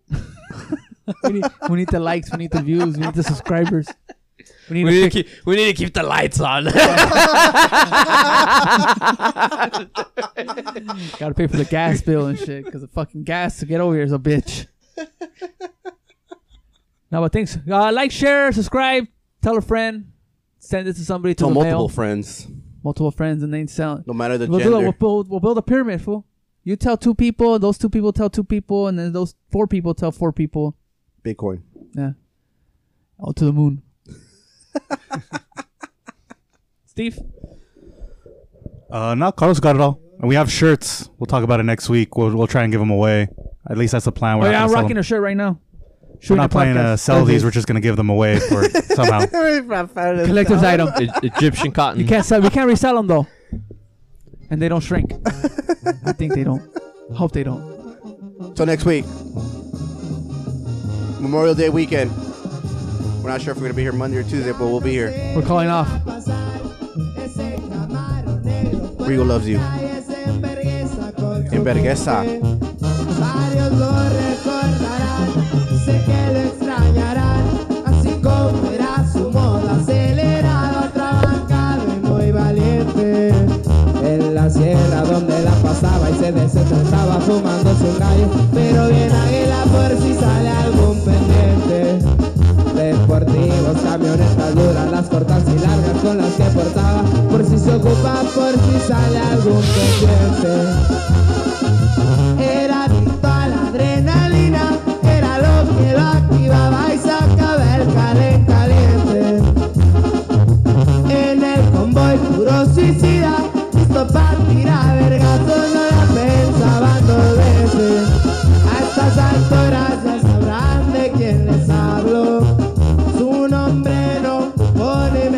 We need, we need the likes, we need the views, we need the subscribers. We need,
We
a pic-
need to keep, we need to keep the lights on.
gotta pay for the gas bill and shit because the fucking gas to get over here is a bitch. no, but thanks. Uh, like, share, subscribe, tell a friend, send it to somebody. To
Tell
the
multiple
mail.
friends,
multiple friends, and then sell.
no matter the
we'll, do
gender.
a, we'll build we'll build a pyramid, fool. You tell two people, those two people tell two people, and then those four people tell four people.
Bitcoin.
Yeah. All to the moon. Steve,
Uh, no, Carlos got it all. And we have shirts. We'll talk about it next week. We'll, we'll try and give them away. At least that's the plan. We're
oh
not
yeah,
gonna
I'm
sell
rocking
them.
a shirt right now.
We're
Shooting
not
the
planning to
podcast.
sell these. We're just going to give them away for somehow.
collector's item.
E- Egyptian cotton.
You can't sell. We can't resell them though, and they don't shrink. I think they don't. Hope they don't.
Till next week, Memorial Day weekend. We're not sure if we're gonna be here Monday or Tuesday, but we'll be here.
We're calling off.
pues,
Rigo loves you. En vergüenza.
Varios lo recordarán, sé que lo extrañarán, así como era su modo acelerado, trabajado y muy valiente. En la sierra donde la pasaba y se desestresaba fumándose un gallo, pero bien águila por si sale algún pendiente. Deportivos, camionetas duras, las cortas y largas con las que portaba, por si se ocupa, por si sale algún pendiente. Era adicto a la adrenalina, era lo que lo activaba y sacaba el calen caliente. En el convoy puro suicida, listo para tirar vergazos, no la pensaban dos veces. A estas alturas ya sabrán de quién les hablo, su nombre no pone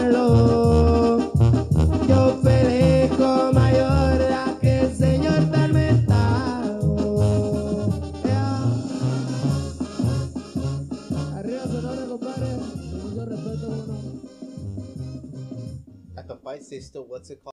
mencionarlo. Yo pelejo mayor de aquel señor tormentado. Ea. Arriba Sonora, compadre. Con mucho respeto, uno.
At the fight, say still, what's it called?